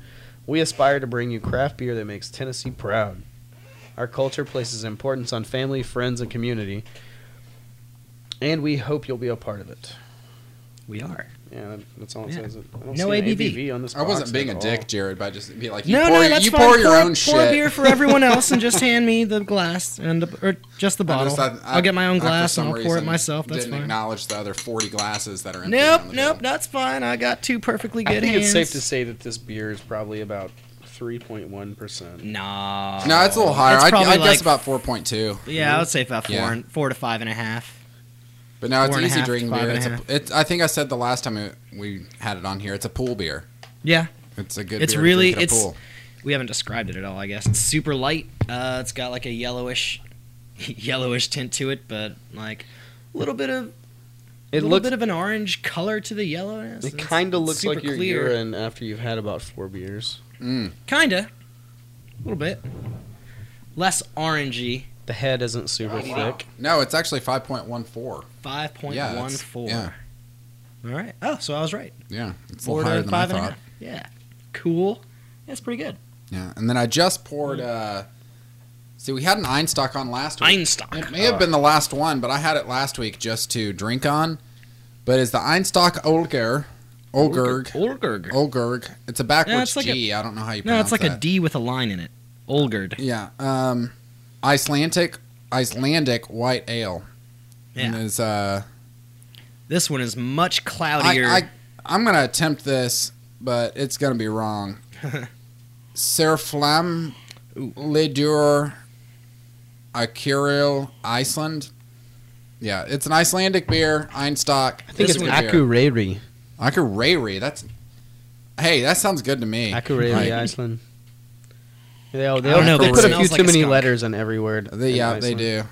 [SPEAKER 3] we aspire to bring you craft beer that makes Tennessee proud. Our culture places importance on family, friends, and community, and we hope you'll be a part of it.
[SPEAKER 4] We are.
[SPEAKER 3] Yeah, that- that's all it
[SPEAKER 4] Yeah.
[SPEAKER 3] says. I don't
[SPEAKER 4] No
[SPEAKER 3] see an
[SPEAKER 4] ABV.
[SPEAKER 3] ABV on this.
[SPEAKER 2] I wasn't
[SPEAKER 3] box
[SPEAKER 2] being
[SPEAKER 3] at
[SPEAKER 2] a
[SPEAKER 3] all.
[SPEAKER 2] dick, Jared. By just be like, you
[SPEAKER 4] No,
[SPEAKER 2] pour,
[SPEAKER 4] no,
[SPEAKER 2] your-
[SPEAKER 4] that's
[SPEAKER 2] you
[SPEAKER 4] fine.
[SPEAKER 2] pour your
[SPEAKER 4] pour,
[SPEAKER 2] own
[SPEAKER 4] Pour
[SPEAKER 2] shit.
[SPEAKER 4] beer for everyone else, and just
[SPEAKER 2] *laughs*
[SPEAKER 4] hand me the glass and the, or just the
[SPEAKER 2] I
[SPEAKER 4] bottle.
[SPEAKER 2] just thought- I-
[SPEAKER 4] I'll get my
[SPEAKER 2] I,
[SPEAKER 4] own
[SPEAKER 2] for
[SPEAKER 4] glass
[SPEAKER 2] some
[SPEAKER 4] and I'll pour it
[SPEAKER 2] reason,
[SPEAKER 4] myself. That's
[SPEAKER 2] didn't
[SPEAKER 4] fine.
[SPEAKER 2] acknowledge the other forty glasses that are empty.
[SPEAKER 4] Nope,
[SPEAKER 2] on the
[SPEAKER 4] nope,
[SPEAKER 2] table.
[SPEAKER 4] that's fine. I got two perfectly good
[SPEAKER 3] I think
[SPEAKER 4] hands.
[SPEAKER 3] it's safe to say that this beer is probably about 3.1%.
[SPEAKER 4] No.
[SPEAKER 2] No, it's a little higher.
[SPEAKER 4] It's
[SPEAKER 2] I,
[SPEAKER 4] probably
[SPEAKER 2] I
[SPEAKER 4] like-
[SPEAKER 2] guess about four point two.
[SPEAKER 4] Yeah, I would say about four,
[SPEAKER 2] Yeah.
[SPEAKER 4] and, four to five and a half.
[SPEAKER 2] But no, it's
[SPEAKER 4] Four and a
[SPEAKER 2] easy
[SPEAKER 4] half to
[SPEAKER 2] drinking
[SPEAKER 4] five
[SPEAKER 2] beer.
[SPEAKER 4] and a
[SPEAKER 2] It's a,
[SPEAKER 4] half.
[SPEAKER 2] it's, I think I said the last time it, we had it on here. It's a pool beer.
[SPEAKER 4] Yeah,
[SPEAKER 2] It's a good.
[SPEAKER 4] It's
[SPEAKER 2] beer
[SPEAKER 4] really-
[SPEAKER 2] to drink at a
[SPEAKER 4] it's-
[SPEAKER 2] pool.
[SPEAKER 4] we haven't described it at all. I guess it's super light. Uh, it's got like a yellowish, *laughs* yellowish tint to it, but like a little bit of
[SPEAKER 3] It
[SPEAKER 4] a little
[SPEAKER 3] looks.
[SPEAKER 4] bit of an orange color to the yellowness.
[SPEAKER 3] It
[SPEAKER 4] It's-
[SPEAKER 3] kind of
[SPEAKER 4] it's
[SPEAKER 3] looks
[SPEAKER 4] super
[SPEAKER 3] like your urine after you've had about four beers.
[SPEAKER 2] Mm.
[SPEAKER 4] Kinda, a little bit less orangey.
[SPEAKER 3] The head isn't super
[SPEAKER 6] Oh, wow.
[SPEAKER 3] thick.
[SPEAKER 2] No, it's actually five point one four.
[SPEAKER 4] Five point
[SPEAKER 2] Yeah,
[SPEAKER 4] one
[SPEAKER 2] it's-
[SPEAKER 4] four.
[SPEAKER 2] yeah.
[SPEAKER 4] All right. Oh, so I was right.
[SPEAKER 2] Yeah, it's a
[SPEAKER 4] Four
[SPEAKER 2] little higher
[SPEAKER 4] to
[SPEAKER 2] than
[SPEAKER 4] five
[SPEAKER 2] I
[SPEAKER 4] and a
[SPEAKER 2] thought.
[SPEAKER 4] half. Yeah. Cool. That's pretty good.
[SPEAKER 2] Yeah, and then I just poured. Uh, see, we had an Einstock on last week.
[SPEAKER 4] Einstock.
[SPEAKER 2] It may have been the last one, but I had it last week just to drink on. But it's the Einstock Olger, Olgerg,
[SPEAKER 4] Olgerg.
[SPEAKER 2] Olgerg. It's a backwards
[SPEAKER 4] like a-
[SPEAKER 2] G. I I don't know how you
[SPEAKER 4] No,
[SPEAKER 2] pronounce
[SPEAKER 4] it's like a
[SPEAKER 2] that.
[SPEAKER 4] D with a line in it. Olgerd.
[SPEAKER 2] Yeah. Um, Icelandic Icelandic white ale. And
[SPEAKER 4] Yeah.
[SPEAKER 2] is uh,
[SPEAKER 4] This one is much
[SPEAKER 2] I,
[SPEAKER 4] cloudier.
[SPEAKER 2] I I'm gonna attempt this, but it's gonna be
[SPEAKER 4] *laughs*
[SPEAKER 2] wrong. Serflam Lidur Akiril Iceland. Yeah, it's an Icelandic beer, Einstock.
[SPEAKER 3] I think
[SPEAKER 4] This
[SPEAKER 3] it's
[SPEAKER 4] one-
[SPEAKER 3] Akureyri.
[SPEAKER 2] Akureyri. That's hey, that sounds good to me.
[SPEAKER 3] Akureyri,
[SPEAKER 2] Right.
[SPEAKER 3] Iceland. They, all- they,
[SPEAKER 4] I don't
[SPEAKER 3] all-
[SPEAKER 4] know,
[SPEAKER 3] they
[SPEAKER 4] but
[SPEAKER 3] put
[SPEAKER 4] it
[SPEAKER 3] a few
[SPEAKER 4] smells
[SPEAKER 3] too
[SPEAKER 4] like a
[SPEAKER 3] many
[SPEAKER 4] skunk.
[SPEAKER 3] letters in every word.
[SPEAKER 2] They-
[SPEAKER 3] in
[SPEAKER 2] yeah, they
[SPEAKER 3] Iceland.
[SPEAKER 2] do.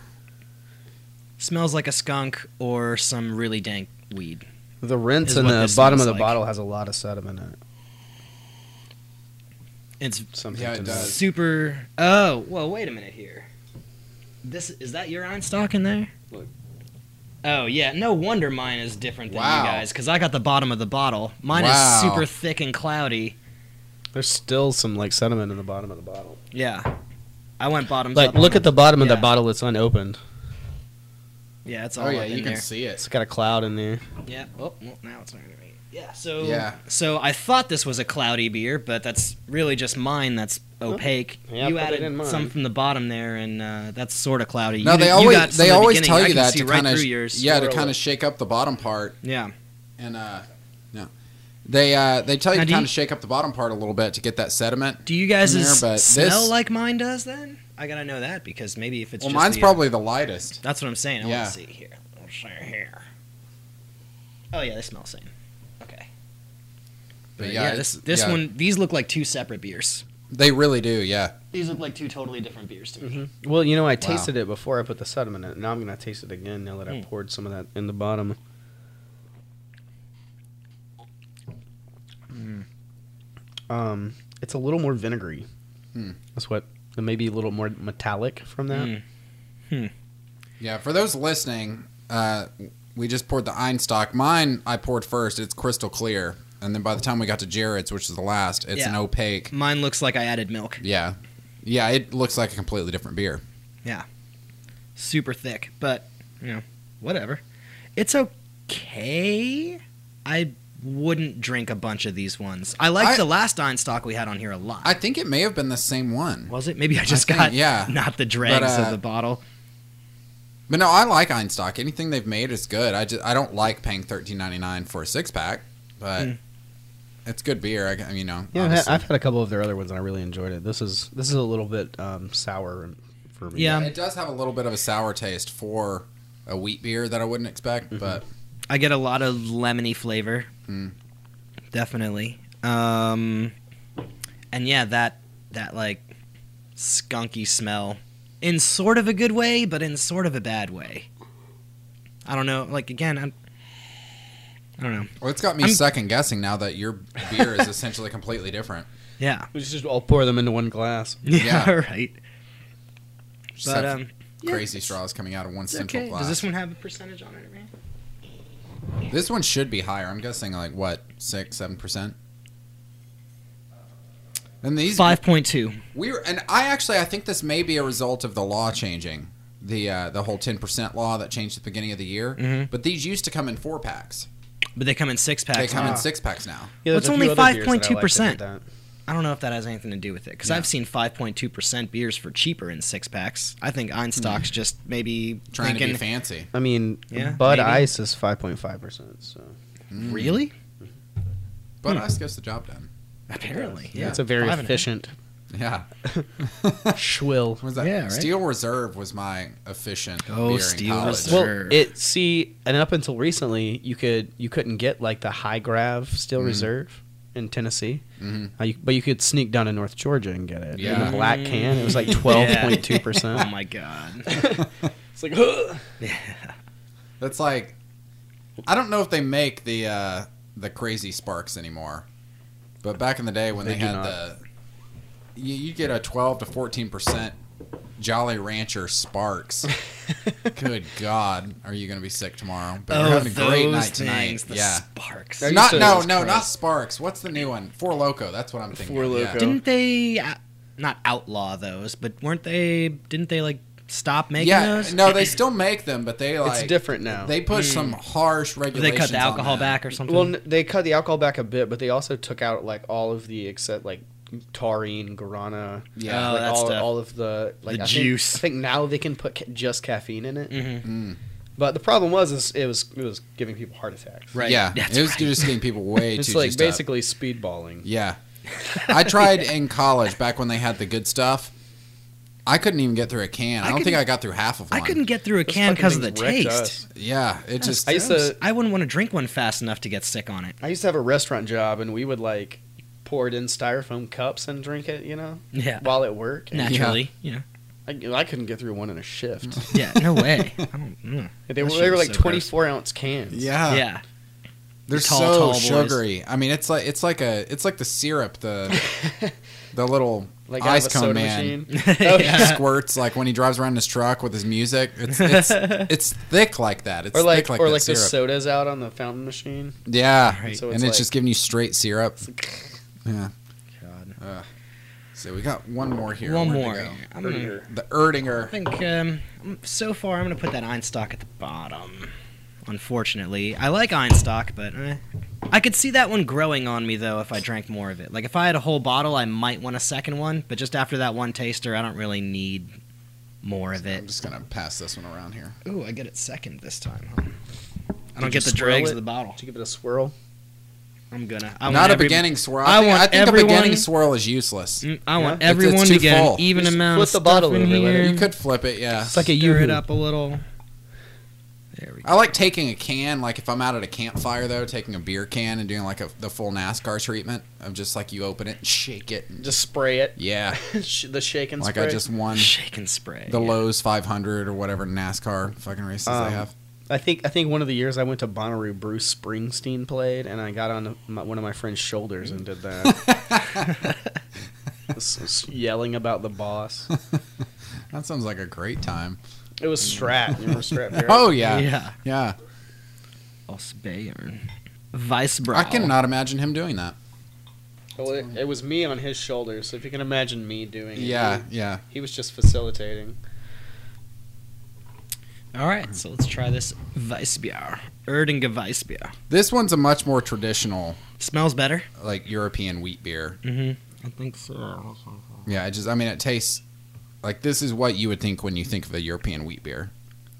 [SPEAKER 4] Smells like a skunk or some really dank weed.
[SPEAKER 3] The rinse
[SPEAKER 4] Is
[SPEAKER 3] in
[SPEAKER 4] what
[SPEAKER 3] the
[SPEAKER 4] this
[SPEAKER 3] bottom of
[SPEAKER 4] sounds
[SPEAKER 3] the
[SPEAKER 4] like.
[SPEAKER 3] bottle has a lot of sediment in it.
[SPEAKER 4] It's
[SPEAKER 3] Something
[SPEAKER 2] Yeah, it
[SPEAKER 3] to
[SPEAKER 2] does.
[SPEAKER 3] note.
[SPEAKER 4] super. Oh, well, wait a minute here. This is that your Einstock in there?
[SPEAKER 5] Look.
[SPEAKER 4] Oh yeah, no wonder mine is different than
[SPEAKER 2] Wow.
[SPEAKER 4] you guys because I got the bottom of the bottle. Mine
[SPEAKER 2] Wow.
[SPEAKER 4] is super thick and cloudy.
[SPEAKER 3] There's still some like sediment in the bottom of the bottle.
[SPEAKER 4] Yeah, I went bottoms
[SPEAKER 3] Like,
[SPEAKER 4] up on
[SPEAKER 3] look at the bottom of the
[SPEAKER 4] Yeah.
[SPEAKER 3] bottle that's unopened.
[SPEAKER 4] Yeah, it's all
[SPEAKER 2] Oh yeah,
[SPEAKER 4] up in
[SPEAKER 2] you
[SPEAKER 4] there.
[SPEAKER 2] can see it.
[SPEAKER 3] It's got a cloud in there.
[SPEAKER 4] Yeah. Oh, well, now it's not gonna be. Yeah. So.
[SPEAKER 2] Yeah.
[SPEAKER 4] So I thought this was a cloudy beer, but that's really just mine. That's opaque.
[SPEAKER 3] yeah,
[SPEAKER 4] you
[SPEAKER 3] put it
[SPEAKER 4] added
[SPEAKER 3] in mine.
[SPEAKER 4] some from the bottom there, and uh, that's sort of cloudy.
[SPEAKER 2] No,
[SPEAKER 4] you,
[SPEAKER 2] they
[SPEAKER 4] did-
[SPEAKER 2] always
[SPEAKER 4] you got some
[SPEAKER 2] they
[SPEAKER 4] in the
[SPEAKER 2] always
[SPEAKER 4] beginning.
[SPEAKER 2] tell
[SPEAKER 4] I
[SPEAKER 2] you
[SPEAKER 4] can
[SPEAKER 2] that
[SPEAKER 4] see
[SPEAKER 2] to
[SPEAKER 4] right
[SPEAKER 2] kind of
[SPEAKER 4] through yours.
[SPEAKER 2] yeah to
[SPEAKER 3] Swirl
[SPEAKER 2] kind
[SPEAKER 3] it.
[SPEAKER 2] of shake up the bottom part
[SPEAKER 4] Yeah.
[SPEAKER 2] and uh no they uh they tell you
[SPEAKER 4] Now,
[SPEAKER 2] to
[SPEAKER 4] do
[SPEAKER 2] kind
[SPEAKER 4] you-
[SPEAKER 2] of shake up the bottom part a little bit to get that sediment.
[SPEAKER 4] Do you guys
[SPEAKER 2] In there, but
[SPEAKER 4] smell
[SPEAKER 2] this-
[SPEAKER 4] like mine does then? I gotta know that because maybe if it's
[SPEAKER 2] well,
[SPEAKER 4] just
[SPEAKER 2] mine's
[SPEAKER 4] the- uh,
[SPEAKER 2] probably the lightest.
[SPEAKER 4] That's what I'm saying. I
[SPEAKER 2] Yeah.
[SPEAKER 4] want to see here. Let's see here. Oh yeah, they smell the same. Okay.
[SPEAKER 2] But
[SPEAKER 4] But
[SPEAKER 2] yeah,
[SPEAKER 4] yeah,
[SPEAKER 2] it's-
[SPEAKER 4] this this
[SPEAKER 2] yeah.
[SPEAKER 4] one these look like two separate beers.
[SPEAKER 2] They really do. Yeah.
[SPEAKER 4] These look like two totally different beers to me.
[SPEAKER 2] Mm-hmm.
[SPEAKER 3] Well, you know, I tasted it before I put the sediment in it. Now I'm gonna taste it again. Now that I
[SPEAKER 4] Hmm.
[SPEAKER 3] poured some of that in the bottom. Um, it's a little more vinegary. That's what. and Maybe a little more metallic from that.
[SPEAKER 4] Hmm.
[SPEAKER 2] Yeah. For those listening, uh, we just poured the Einstock. Mine I poured first. It's crystal clear, and then by the time we got to Jared's, which is the last, it's
[SPEAKER 4] Yeah.
[SPEAKER 2] an opaque.
[SPEAKER 4] Mine looks like I added milk.
[SPEAKER 2] Yeah. Yeah. It looks like a completely different beer.
[SPEAKER 4] Super thick, but you know, whatever. It's okay. I wouldn't drink a bunch of these ones. I liked
[SPEAKER 2] I-
[SPEAKER 4] the last Einstock we had on here a lot.
[SPEAKER 2] I think it may have been the same one.
[SPEAKER 4] was it? Maybe I just
[SPEAKER 2] think-
[SPEAKER 4] got
[SPEAKER 2] yeah.
[SPEAKER 4] *laughs* not the dregs
[SPEAKER 2] uh,
[SPEAKER 4] of the bottle.
[SPEAKER 2] But no, I like Einstock. Anything they've made is good. I just I don't like paying thirteen ninety nine for a six pack, but it's good beer. I, I mean, you know,
[SPEAKER 3] Yeah, I've had,
[SPEAKER 2] obviously.
[SPEAKER 3] I've had a couple of their other ones and I really enjoyed it. This is this is a little bit um, sour for me.
[SPEAKER 4] Yeah.
[SPEAKER 2] it does have a little bit of a sour taste for a wheat beer that I wouldn't expect. But
[SPEAKER 4] I get a lot of lemony flavor. Definitely. Um and yeah, that that like skunky smell in sort of a good way, but in sort of a bad way. I don't know, like again, I'm I don't know.
[SPEAKER 2] well, it's got me
[SPEAKER 4] I'm-
[SPEAKER 2] second guessing now that your beer is essentially completely
[SPEAKER 4] *laughs*
[SPEAKER 2] different.
[SPEAKER 4] Yeah.
[SPEAKER 3] We should just all pour them into one glass.
[SPEAKER 2] Yeah.
[SPEAKER 4] Yeah, *laughs* right.
[SPEAKER 2] Just
[SPEAKER 4] But
[SPEAKER 2] have
[SPEAKER 4] um yeah,
[SPEAKER 2] crazy
[SPEAKER 4] it's-
[SPEAKER 2] straws coming out of one
[SPEAKER 4] it's
[SPEAKER 2] central
[SPEAKER 4] okay.
[SPEAKER 2] glass.
[SPEAKER 4] Does this one have a percentage on it, man?
[SPEAKER 2] This one should be higher. I'm guessing like what six, seven percent. And these
[SPEAKER 4] 5.2.
[SPEAKER 2] We were, and I actually I think this may be a result of the law changing, the uh, the whole ten percent law that changed at the beginning of the year.
[SPEAKER 4] Mm-hmm.
[SPEAKER 2] But these used to come in four packs.
[SPEAKER 4] But they come in six
[SPEAKER 2] They
[SPEAKER 4] packs.
[SPEAKER 2] come
[SPEAKER 4] now.
[SPEAKER 2] in six packs now.
[SPEAKER 3] Yeah,
[SPEAKER 4] Well, it's
[SPEAKER 3] there's a
[SPEAKER 4] only
[SPEAKER 3] few other beers that I like that
[SPEAKER 4] 5.2%.
[SPEAKER 3] did that.
[SPEAKER 4] I don't know if that has anything to do with it because I've seen 5.2% beers for cheaper in six packs. I think Einstock's just maybe
[SPEAKER 2] Hmm. Trying to
[SPEAKER 4] thinking,
[SPEAKER 2] be fancy.
[SPEAKER 3] I mean,
[SPEAKER 4] Yeah,
[SPEAKER 3] Bud
[SPEAKER 4] maybe.
[SPEAKER 3] Ice is 5.5%, so
[SPEAKER 2] Hmm.
[SPEAKER 4] really?
[SPEAKER 2] But
[SPEAKER 4] Hmm.
[SPEAKER 2] us gets the job done.
[SPEAKER 4] Apparently,
[SPEAKER 3] yeah,
[SPEAKER 4] yeah.
[SPEAKER 3] it's a very
[SPEAKER 4] Five and a half.
[SPEAKER 3] efficient
[SPEAKER 2] Yeah.
[SPEAKER 3] schwill.
[SPEAKER 2] What was that?
[SPEAKER 4] Yeah, right.
[SPEAKER 2] Steel Reserve was my efficient
[SPEAKER 4] Oh,
[SPEAKER 2] beer
[SPEAKER 4] Steel
[SPEAKER 2] in college.
[SPEAKER 4] Reserve.
[SPEAKER 3] Well,
[SPEAKER 4] Reserve.
[SPEAKER 3] it see, and up until recently, you could you couldn't get like the high grav
[SPEAKER 2] Mm-hmm.
[SPEAKER 3] Steel Reserve in Tennessee,
[SPEAKER 2] Mhm.
[SPEAKER 3] Uh, you- but you could sneak down to North Georgia and get it in
[SPEAKER 2] Yeah.
[SPEAKER 3] the black can. It was like twelve point
[SPEAKER 2] *laughs*
[SPEAKER 3] two
[SPEAKER 4] Oh
[SPEAKER 3] percent.
[SPEAKER 4] my god. *laughs*
[SPEAKER 3] It's like, "Ugh."
[SPEAKER 2] That's like, I don't know if they make the uh, the crazy sparks anymore, but back in the day when they,
[SPEAKER 3] They do
[SPEAKER 2] had
[SPEAKER 3] not.
[SPEAKER 2] the, you, you get a twelve to fourteen percent Jolly Rancher
[SPEAKER 4] *laughs*
[SPEAKER 2] sparks. Good God, are you gonna be sick tomorrow? But
[SPEAKER 4] oh,
[SPEAKER 2] you're having
[SPEAKER 4] those
[SPEAKER 2] a great night
[SPEAKER 4] things,
[SPEAKER 2] tonight.
[SPEAKER 4] the
[SPEAKER 2] yeah.
[SPEAKER 4] sparks.
[SPEAKER 3] They're
[SPEAKER 2] Not
[SPEAKER 3] used to
[SPEAKER 2] no
[SPEAKER 3] those
[SPEAKER 2] no not
[SPEAKER 3] crap.
[SPEAKER 2] sparks. What's the new one? Four Loco. That's what I'm thinking.
[SPEAKER 3] Four
[SPEAKER 2] of, yeah.
[SPEAKER 3] Loko.
[SPEAKER 4] Didn't they uh, not outlaw those, but weren't they? Didn't they like stop making
[SPEAKER 2] Yeah,
[SPEAKER 4] those?
[SPEAKER 2] no, they still make them, but they like
[SPEAKER 3] it's different now.
[SPEAKER 2] They push some harsh
[SPEAKER 4] Did
[SPEAKER 2] regulations.
[SPEAKER 4] Hmm. they cut the
[SPEAKER 2] on
[SPEAKER 4] alcohol
[SPEAKER 2] that.
[SPEAKER 4] back or something?
[SPEAKER 3] well, n- they cut the alcohol back a bit, but they also took out like all of the except like taurine, guarana.
[SPEAKER 4] Yeah. Oh,
[SPEAKER 3] like
[SPEAKER 4] that
[SPEAKER 3] all,
[SPEAKER 4] stuff.
[SPEAKER 3] all of the like
[SPEAKER 4] The
[SPEAKER 3] I think-
[SPEAKER 4] juice.
[SPEAKER 3] I think now they can put ca- just caffeine in it.
[SPEAKER 4] Mm-hmm.
[SPEAKER 2] Mm.
[SPEAKER 3] But the problem was is it was it was giving people heart attacks.
[SPEAKER 4] Right.
[SPEAKER 2] Yeah,
[SPEAKER 4] That's
[SPEAKER 2] it was
[SPEAKER 4] right.
[SPEAKER 2] just getting people
[SPEAKER 4] *laughs*
[SPEAKER 2] way
[SPEAKER 3] It's
[SPEAKER 2] too uh,
[SPEAKER 3] like
[SPEAKER 2] juiced up.
[SPEAKER 3] basically speedballing. *laughs*
[SPEAKER 2] Yeah. I tried in college back when they had the good stuff. I couldn't even get through a can. I,
[SPEAKER 4] I
[SPEAKER 2] don't think
[SPEAKER 4] couldn't-
[SPEAKER 2] I got through half of
[SPEAKER 4] I
[SPEAKER 2] one.
[SPEAKER 4] couldn't get through a
[SPEAKER 3] Those fucking
[SPEAKER 4] can because of the
[SPEAKER 3] things wrecked
[SPEAKER 4] taste.
[SPEAKER 3] us.
[SPEAKER 2] Yeah, it just
[SPEAKER 3] I used
[SPEAKER 4] Gross.
[SPEAKER 3] to-
[SPEAKER 4] I wouldn't want to drink one fast enough to get sick on it.
[SPEAKER 3] I used to have a restaurant job and we would like pour it in styrofoam cups and drink it, you know,
[SPEAKER 4] Yeah.
[SPEAKER 3] while at work. And
[SPEAKER 4] Naturally. You know.
[SPEAKER 3] I, I couldn't get through one in a
[SPEAKER 2] *laughs*
[SPEAKER 3] shift.
[SPEAKER 4] Yeah. No way. *laughs* I don't, mm.
[SPEAKER 3] They
[SPEAKER 4] That
[SPEAKER 3] were,
[SPEAKER 4] shit
[SPEAKER 3] they were
[SPEAKER 4] was
[SPEAKER 3] like
[SPEAKER 4] so gross.
[SPEAKER 3] 24 ounce cans.
[SPEAKER 2] yeah.
[SPEAKER 4] Yeah.
[SPEAKER 2] They're
[SPEAKER 4] Tall,
[SPEAKER 2] so
[SPEAKER 4] tall boys.
[SPEAKER 2] sugary. I mean, it's like it's like a it's like the syrup the
[SPEAKER 3] *laughs*
[SPEAKER 2] the little
[SPEAKER 3] Like
[SPEAKER 2] ice
[SPEAKER 3] out of
[SPEAKER 2] cone
[SPEAKER 3] a soda
[SPEAKER 2] man *laughs*
[SPEAKER 3] machine. Oh, *laughs*
[SPEAKER 4] yeah.
[SPEAKER 2] squirts like when he drives around in his truck with his music. It's
[SPEAKER 3] *laughs*
[SPEAKER 2] it's, it's thick like that. It's
[SPEAKER 3] Or like,
[SPEAKER 2] thick like
[SPEAKER 3] or
[SPEAKER 2] that
[SPEAKER 3] like the
[SPEAKER 2] syrup.
[SPEAKER 3] sodas out on the fountain machine.
[SPEAKER 2] yeah,
[SPEAKER 4] Right.
[SPEAKER 3] So
[SPEAKER 2] and
[SPEAKER 3] it's
[SPEAKER 2] it's
[SPEAKER 3] like-
[SPEAKER 2] just giving you straight syrup. Yeah.
[SPEAKER 4] God.
[SPEAKER 2] So we got one more here.
[SPEAKER 4] One
[SPEAKER 2] Where'd it
[SPEAKER 4] more.
[SPEAKER 2] go?
[SPEAKER 4] I'm gonna,
[SPEAKER 2] The
[SPEAKER 4] I
[SPEAKER 2] Erdinger.
[SPEAKER 4] think um, I'm- so far I'm going to put that Einstock at the bottom. Unfortunately, I like Einstock, but eh. I could see that one growing on me though if I drank more of it. Like if I had a whole bottle, I might want a second one, but just after that one taster, I don't really need more of
[SPEAKER 2] I'm
[SPEAKER 4] it.
[SPEAKER 2] just gonna pass this one around here.
[SPEAKER 4] Ooh, I get it second this time. Huh? I don't
[SPEAKER 3] you
[SPEAKER 4] get the
[SPEAKER 3] swirl
[SPEAKER 4] dregs
[SPEAKER 3] it?
[SPEAKER 4] of the bottle.
[SPEAKER 3] Did you give it a swirl?
[SPEAKER 4] I'm gonna. I
[SPEAKER 2] Not
[SPEAKER 4] want
[SPEAKER 2] a
[SPEAKER 4] every-
[SPEAKER 2] beginning swirl.
[SPEAKER 4] I
[SPEAKER 2] I, think,
[SPEAKER 4] want
[SPEAKER 2] I think a beginning
[SPEAKER 4] everyone-
[SPEAKER 2] swirl is useless.
[SPEAKER 4] Mm,
[SPEAKER 3] Yeah.
[SPEAKER 4] I want
[SPEAKER 2] It's- it's
[SPEAKER 4] everyone
[SPEAKER 2] too
[SPEAKER 4] to get
[SPEAKER 2] full.
[SPEAKER 4] an even
[SPEAKER 3] Just
[SPEAKER 4] amount.
[SPEAKER 3] flip
[SPEAKER 4] of
[SPEAKER 3] the bottle
[SPEAKER 4] stuff in
[SPEAKER 3] over, let it-
[SPEAKER 4] here.
[SPEAKER 2] You could flip it, yeah.
[SPEAKER 3] It's like a
[SPEAKER 4] Stir it
[SPEAKER 3] yoo-hoo.
[SPEAKER 4] up a little. There we go.
[SPEAKER 2] I like taking a can, like if I'm out at a campfire though, taking a beer can and doing like a, the full NASCAR treatment of just like you open it, and shake it, and just
[SPEAKER 3] Just spray it. *laughs*
[SPEAKER 2] yeah,
[SPEAKER 3] Sh- the shake and
[SPEAKER 2] like
[SPEAKER 3] spray.
[SPEAKER 2] I just won
[SPEAKER 4] Shake and spray.
[SPEAKER 2] the
[SPEAKER 4] yeah.
[SPEAKER 2] Lowe's 500 or whatever NASCAR fucking races
[SPEAKER 3] Um,
[SPEAKER 2] they have.
[SPEAKER 3] I think I think one of the years I went to Bonnaroo, Bruce Springsteen played, and I got on my, one of my friend's shoulders and did that.
[SPEAKER 2] *laughs*
[SPEAKER 3] S- s- yelling about the boss.
[SPEAKER 2] That sounds like a great time.
[SPEAKER 3] It was Strat. You
[SPEAKER 2] *laughs*
[SPEAKER 3] remember Strat? Barrett?
[SPEAKER 2] Mm. Oh yeah, yeah.
[SPEAKER 4] Yeah. Os Bayern. Weissbrau.
[SPEAKER 2] I cannot imagine him doing that.
[SPEAKER 3] Well, it, it was me on his shoulders. So if you can imagine me doing it,
[SPEAKER 2] Yeah,
[SPEAKER 3] he-
[SPEAKER 2] yeah.
[SPEAKER 3] he was just facilitating.
[SPEAKER 4] All right, so let's try this Weissbier. Erdinger Weissbier.
[SPEAKER 2] This one's a much more traditional,
[SPEAKER 4] Smells better.
[SPEAKER 2] like European wheat beer.
[SPEAKER 4] Mm-hmm. I think so.
[SPEAKER 2] Yeah, it just I mean it tastes like this is what you would think when you think of a European wheat beer.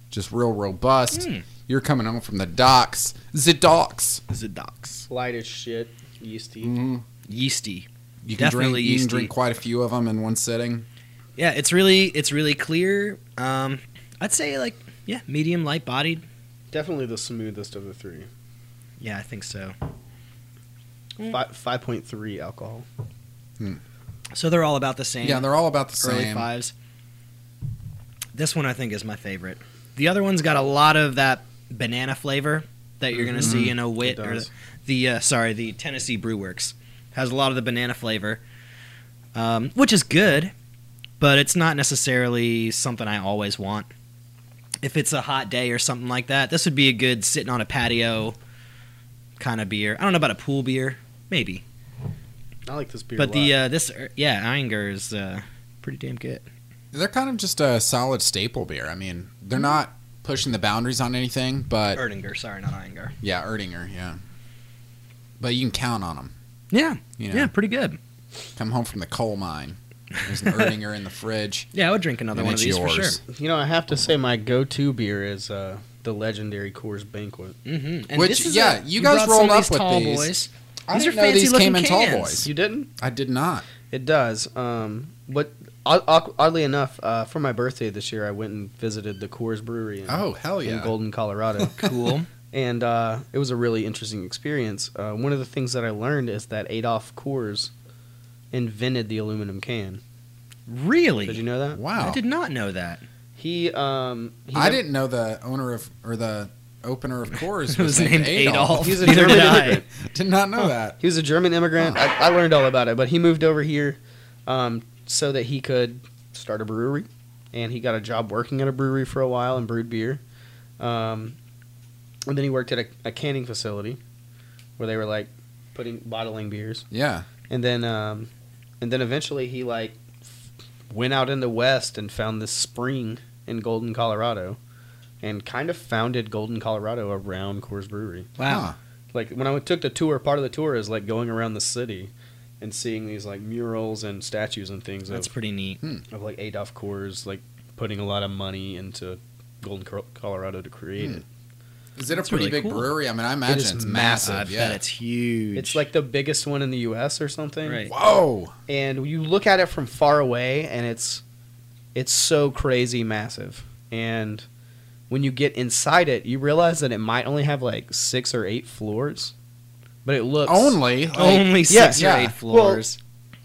[SPEAKER 2] Just real robust.
[SPEAKER 4] Mm.
[SPEAKER 2] You're coming home from the docks. The docks.
[SPEAKER 4] Zadox.
[SPEAKER 3] Light as shit, yeasty.
[SPEAKER 2] Mm.
[SPEAKER 4] Yeasty.
[SPEAKER 2] You can
[SPEAKER 4] Definitely
[SPEAKER 2] drink you can
[SPEAKER 4] yeasty.
[SPEAKER 2] drink quite a few of them in one sitting.
[SPEAKER 4] Yeah, it's really it's really clear. Um, I'd say like yeah, medium light bodied.
[SPEAKER 3] Definitely the smoothest of the three.
[SPEAKER 4] Yeah, I think so. Mm.
[SPEAKER 3] Fi- Five point three alcohol.
[SPEAKER 4] So they're all about the same.
[SPEAKER 2] Yeah, they're all about the
[SPEAKER 4] early
[SPEAKER 2] same.
[SPEAKER 4] fives. This one I think is my favorite. The other one's got a lot of that banana flavor that you're gonna see in a wit
[SPEAKER 3] It
[SPEAKER 4] or
[SPEAKER 3] does.
[SPEAKER 4] the uh, sorry the Tennessee Brew Works has a lot of the banana flavor, um, which is good, but it's not necessarily something I always want. If it's a hot day or something like that, this would be a good sitting on a patio kind of beer. I don't know about a pool beer, maybe,
[SPEAKER 3] I like this beer.
[SPEAKER 4] but
[SPEAKER 3] a
[SPEAKER 4] the
[SPEAKER 3] lot.
[SPEAKER 4] uh, this er, yeah Einger is uh, pretty damn good.
[SPEAKER 2] They're kind of just a solid staple beer. I mean,
[SPEAKER 4] Hmm.
[SPEAKER 2] they're not pushing the boundaries on anything, but
[SPEAKER 4] Erdinger, sorry, not Einger.
[SPEAKER 2] yeah, Erdinger, yeah. But you can count on them.
[SPEAKER 4] Yeah,
[SPEAKER 2] You know,
[SPEAKER 4] yeah, pretty good.
[SPEAKER 2] come home from the coal mine. There's an Erdinger in the fridge.
[SPEAKER 4] Yeah, I would drink another
[SPEAKER 2] and
[SPEAKER 4] one of
[SPEAKER 2] it's
[SPEAKER 4] these
[SPEAKER 2] yours.
[SPEAKER 4] for sure.
[SPEAKER 3] you know, I have to say my go-to beer is uh, the legendary Coors Banquet.
[SPEAKER 4] Mm-hmm.
[SPEAKER 2] Which, yeah, you guys rolled up with
[SPEAKER 4] tall
[SPEAKER 2] these.
[SPEAKER 4] boys.
[SPEAKER 2] I
[SPEAKER 4] These
[SPEAKER 2] didn't
[SPEAKER 4] are
[SPEAKER 2] know these
[SPEAKER 4] fancy-looking
[SPEAKER 2] came in tall
[SPEAKER 4] cans.
[SPEAKER 2] boys.
[SPEAKER 3] You didn't?
[SPEAKER 2] I did not.
[SPEAKER 3] It does. Um, but od- odd- oddly enough, uh, for my birthday this year, I went and visited the Coors Brewery. In,
[SPEAKER 2] Oh hell
[SPEAKER 3] in
[SPEAKER 2] yeah!
[SPEAKER 3] Golden,
[SPEAKER 2] *laughs*
[SPEAKER 3] Colorado.
[SPEAKER 4] *laughs* Cool.
[SPEAKER 3] and uh, it was a really interesting experience. Uh, one of the things that I learned is that Adolf Coors invented the aluminum can.
[SPEAKER 4] really?
[SPEAKER 3] Did you know that?
[SPEAKER 2] Wow.
[SPEAKER 4] I did not know that.
[SPEAKER 3] He um he
[SPEAKER 2] I
[SPEAKER 3] nev-
[SPEAKER 2] didn't know the owner of or the opener
[SPEAKER 3] *laughs*
[SPEAKER 2] of Coors was,
[SPEAKER 4] It was named Adolf.
[SPEAKER 3] He's a
[SPEAKER 4] Neither
[SPEAKER 3] German
[SPEAKER 4] did I.
[SPEAKER 3] immigrant.
[SPEAKER 2] Did not know that.
[SPEAKER 3] He was a German immigrant. I, I learned all about it, but he moved over here um, so that he could start a brewery, and he got a job working at a brewery for a while and brewed beer. Um, and then he worked at a, a canning facility where they were like putting bottling beers,
[SPEAKER 2] Yeah,
[SPEAKER 3] and then um, and then eventually he like went out in the west and found this spring in Golden, Colorado, and kind of founded Golden, Colorado around Coors Brewery
[SPEAKER 4] *laughs* Wow.
[SPEAKER 2] Huh.
[SPEAKER 3] like when I took the tour, part of the tour is like going around the city and seeing these like murals and statues and things
[SPEAKER 4] That's
[SPEAKER 3] of,
[SPEAKER 4] pretty neat.
[SPEAKER 2] Hmm.
[SPEAKER 3] of like Adolf Coors like putting a lot of money into Golden, Cor- Colorado to
[SPEAKER 4] Hmm.
[SPEAKER 3] create it.
[SPEAKER 2] Is it a
[SPEAKER 4] That's
[SPEAKER 2] pretty
[SPEAKER 4] really
[SPEAKER 2] big
[SPEAKER 4] cool.
[SPEAKER 2] brewery? I mean, I imagine it's massive.
[SPEAKER 4] I bet
[SPEAKER 2] yeah.
[SPEAKER 4] it's huge.
[SPEAKER 3] It's like the biggest one in the U.S. or something.
[SPEAKER 4] Right.
[SPEAKER 2] Whoa.
[SPEAKER 3] and you look at it from far away and it's it's so crazy massive and when you get inside it you realize that it might only have like six or eight floors but it looks
[SPEAKER 4] Oh,
[SPEAKER 2] Only.
[SPEAKER 3] oh
[SPEAKER 2] like-
[SPEAKER 4] only
[SPEAKER 3] Yeah,
[SPEAKER 4] six
[SPEAKER 2] Oh, yeah.
[SPEAKER 4] or eight
[SPEAKER 2] Well,
[SPEAKER 4] floors.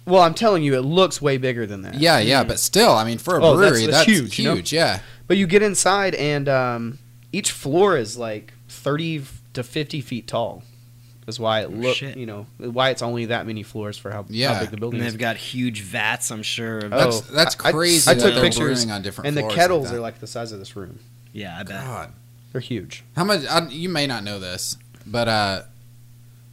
[SPEAKER 3] well i'm telling you it looks way bigger than that
[SPEAKER 2] yeah, yeah, but still, I mean, for a
[SPEAKER 3] Oh, that's-
[SPEAKER 2] brewery, that's,
[SPEAKER 3] that's
[SPEAKER 2] huge.
[SPEAKER 3] huge, you know?
[SPEAKER 2] yeah.
[SPEAKER 3] but you get inside and um, each floor is like 30 to 50 feet tall is why it looks
[SPEAKER 4] Oh, shit.
[SPEAKER 3] you know why it's only that many floors for how,
[SPEAKER 2] Yeah.
[SPEAKER 3] how big the building
[SPEAKER 4] and
[SPEAKER 3] is
[SPEAKER 4] they've got huge vats, I'm sure. Of,
[SPEAKER 3] Oh.
[SPEAKER 2] That's, that's
[SPEAKER 3] I- I-
[SPEAKER 2] crazy.
[SPEAKER 3] I
[SPEAKER 2] that
[SPEAKER 3] took
[SPEAKER 2] they're
[SPEAKER 3] pictures,
[SPEAKER 2] brewing on different
[SPEAKER 3] and the
[SPEAKER 2] floors
[SPEAKER 3] kettles
[SPEAKER 2] like
[SPEAKER 3] are like the size of this room
[SPEAKER 4] Yeah, I
[SPEAKER 2] that.
[SPEAKER 4] bet.
[SPEAKER 2] God.
[SPEAKER 3] they're huge
[SPEAKER 2] How much? I, you may not know this, but uh,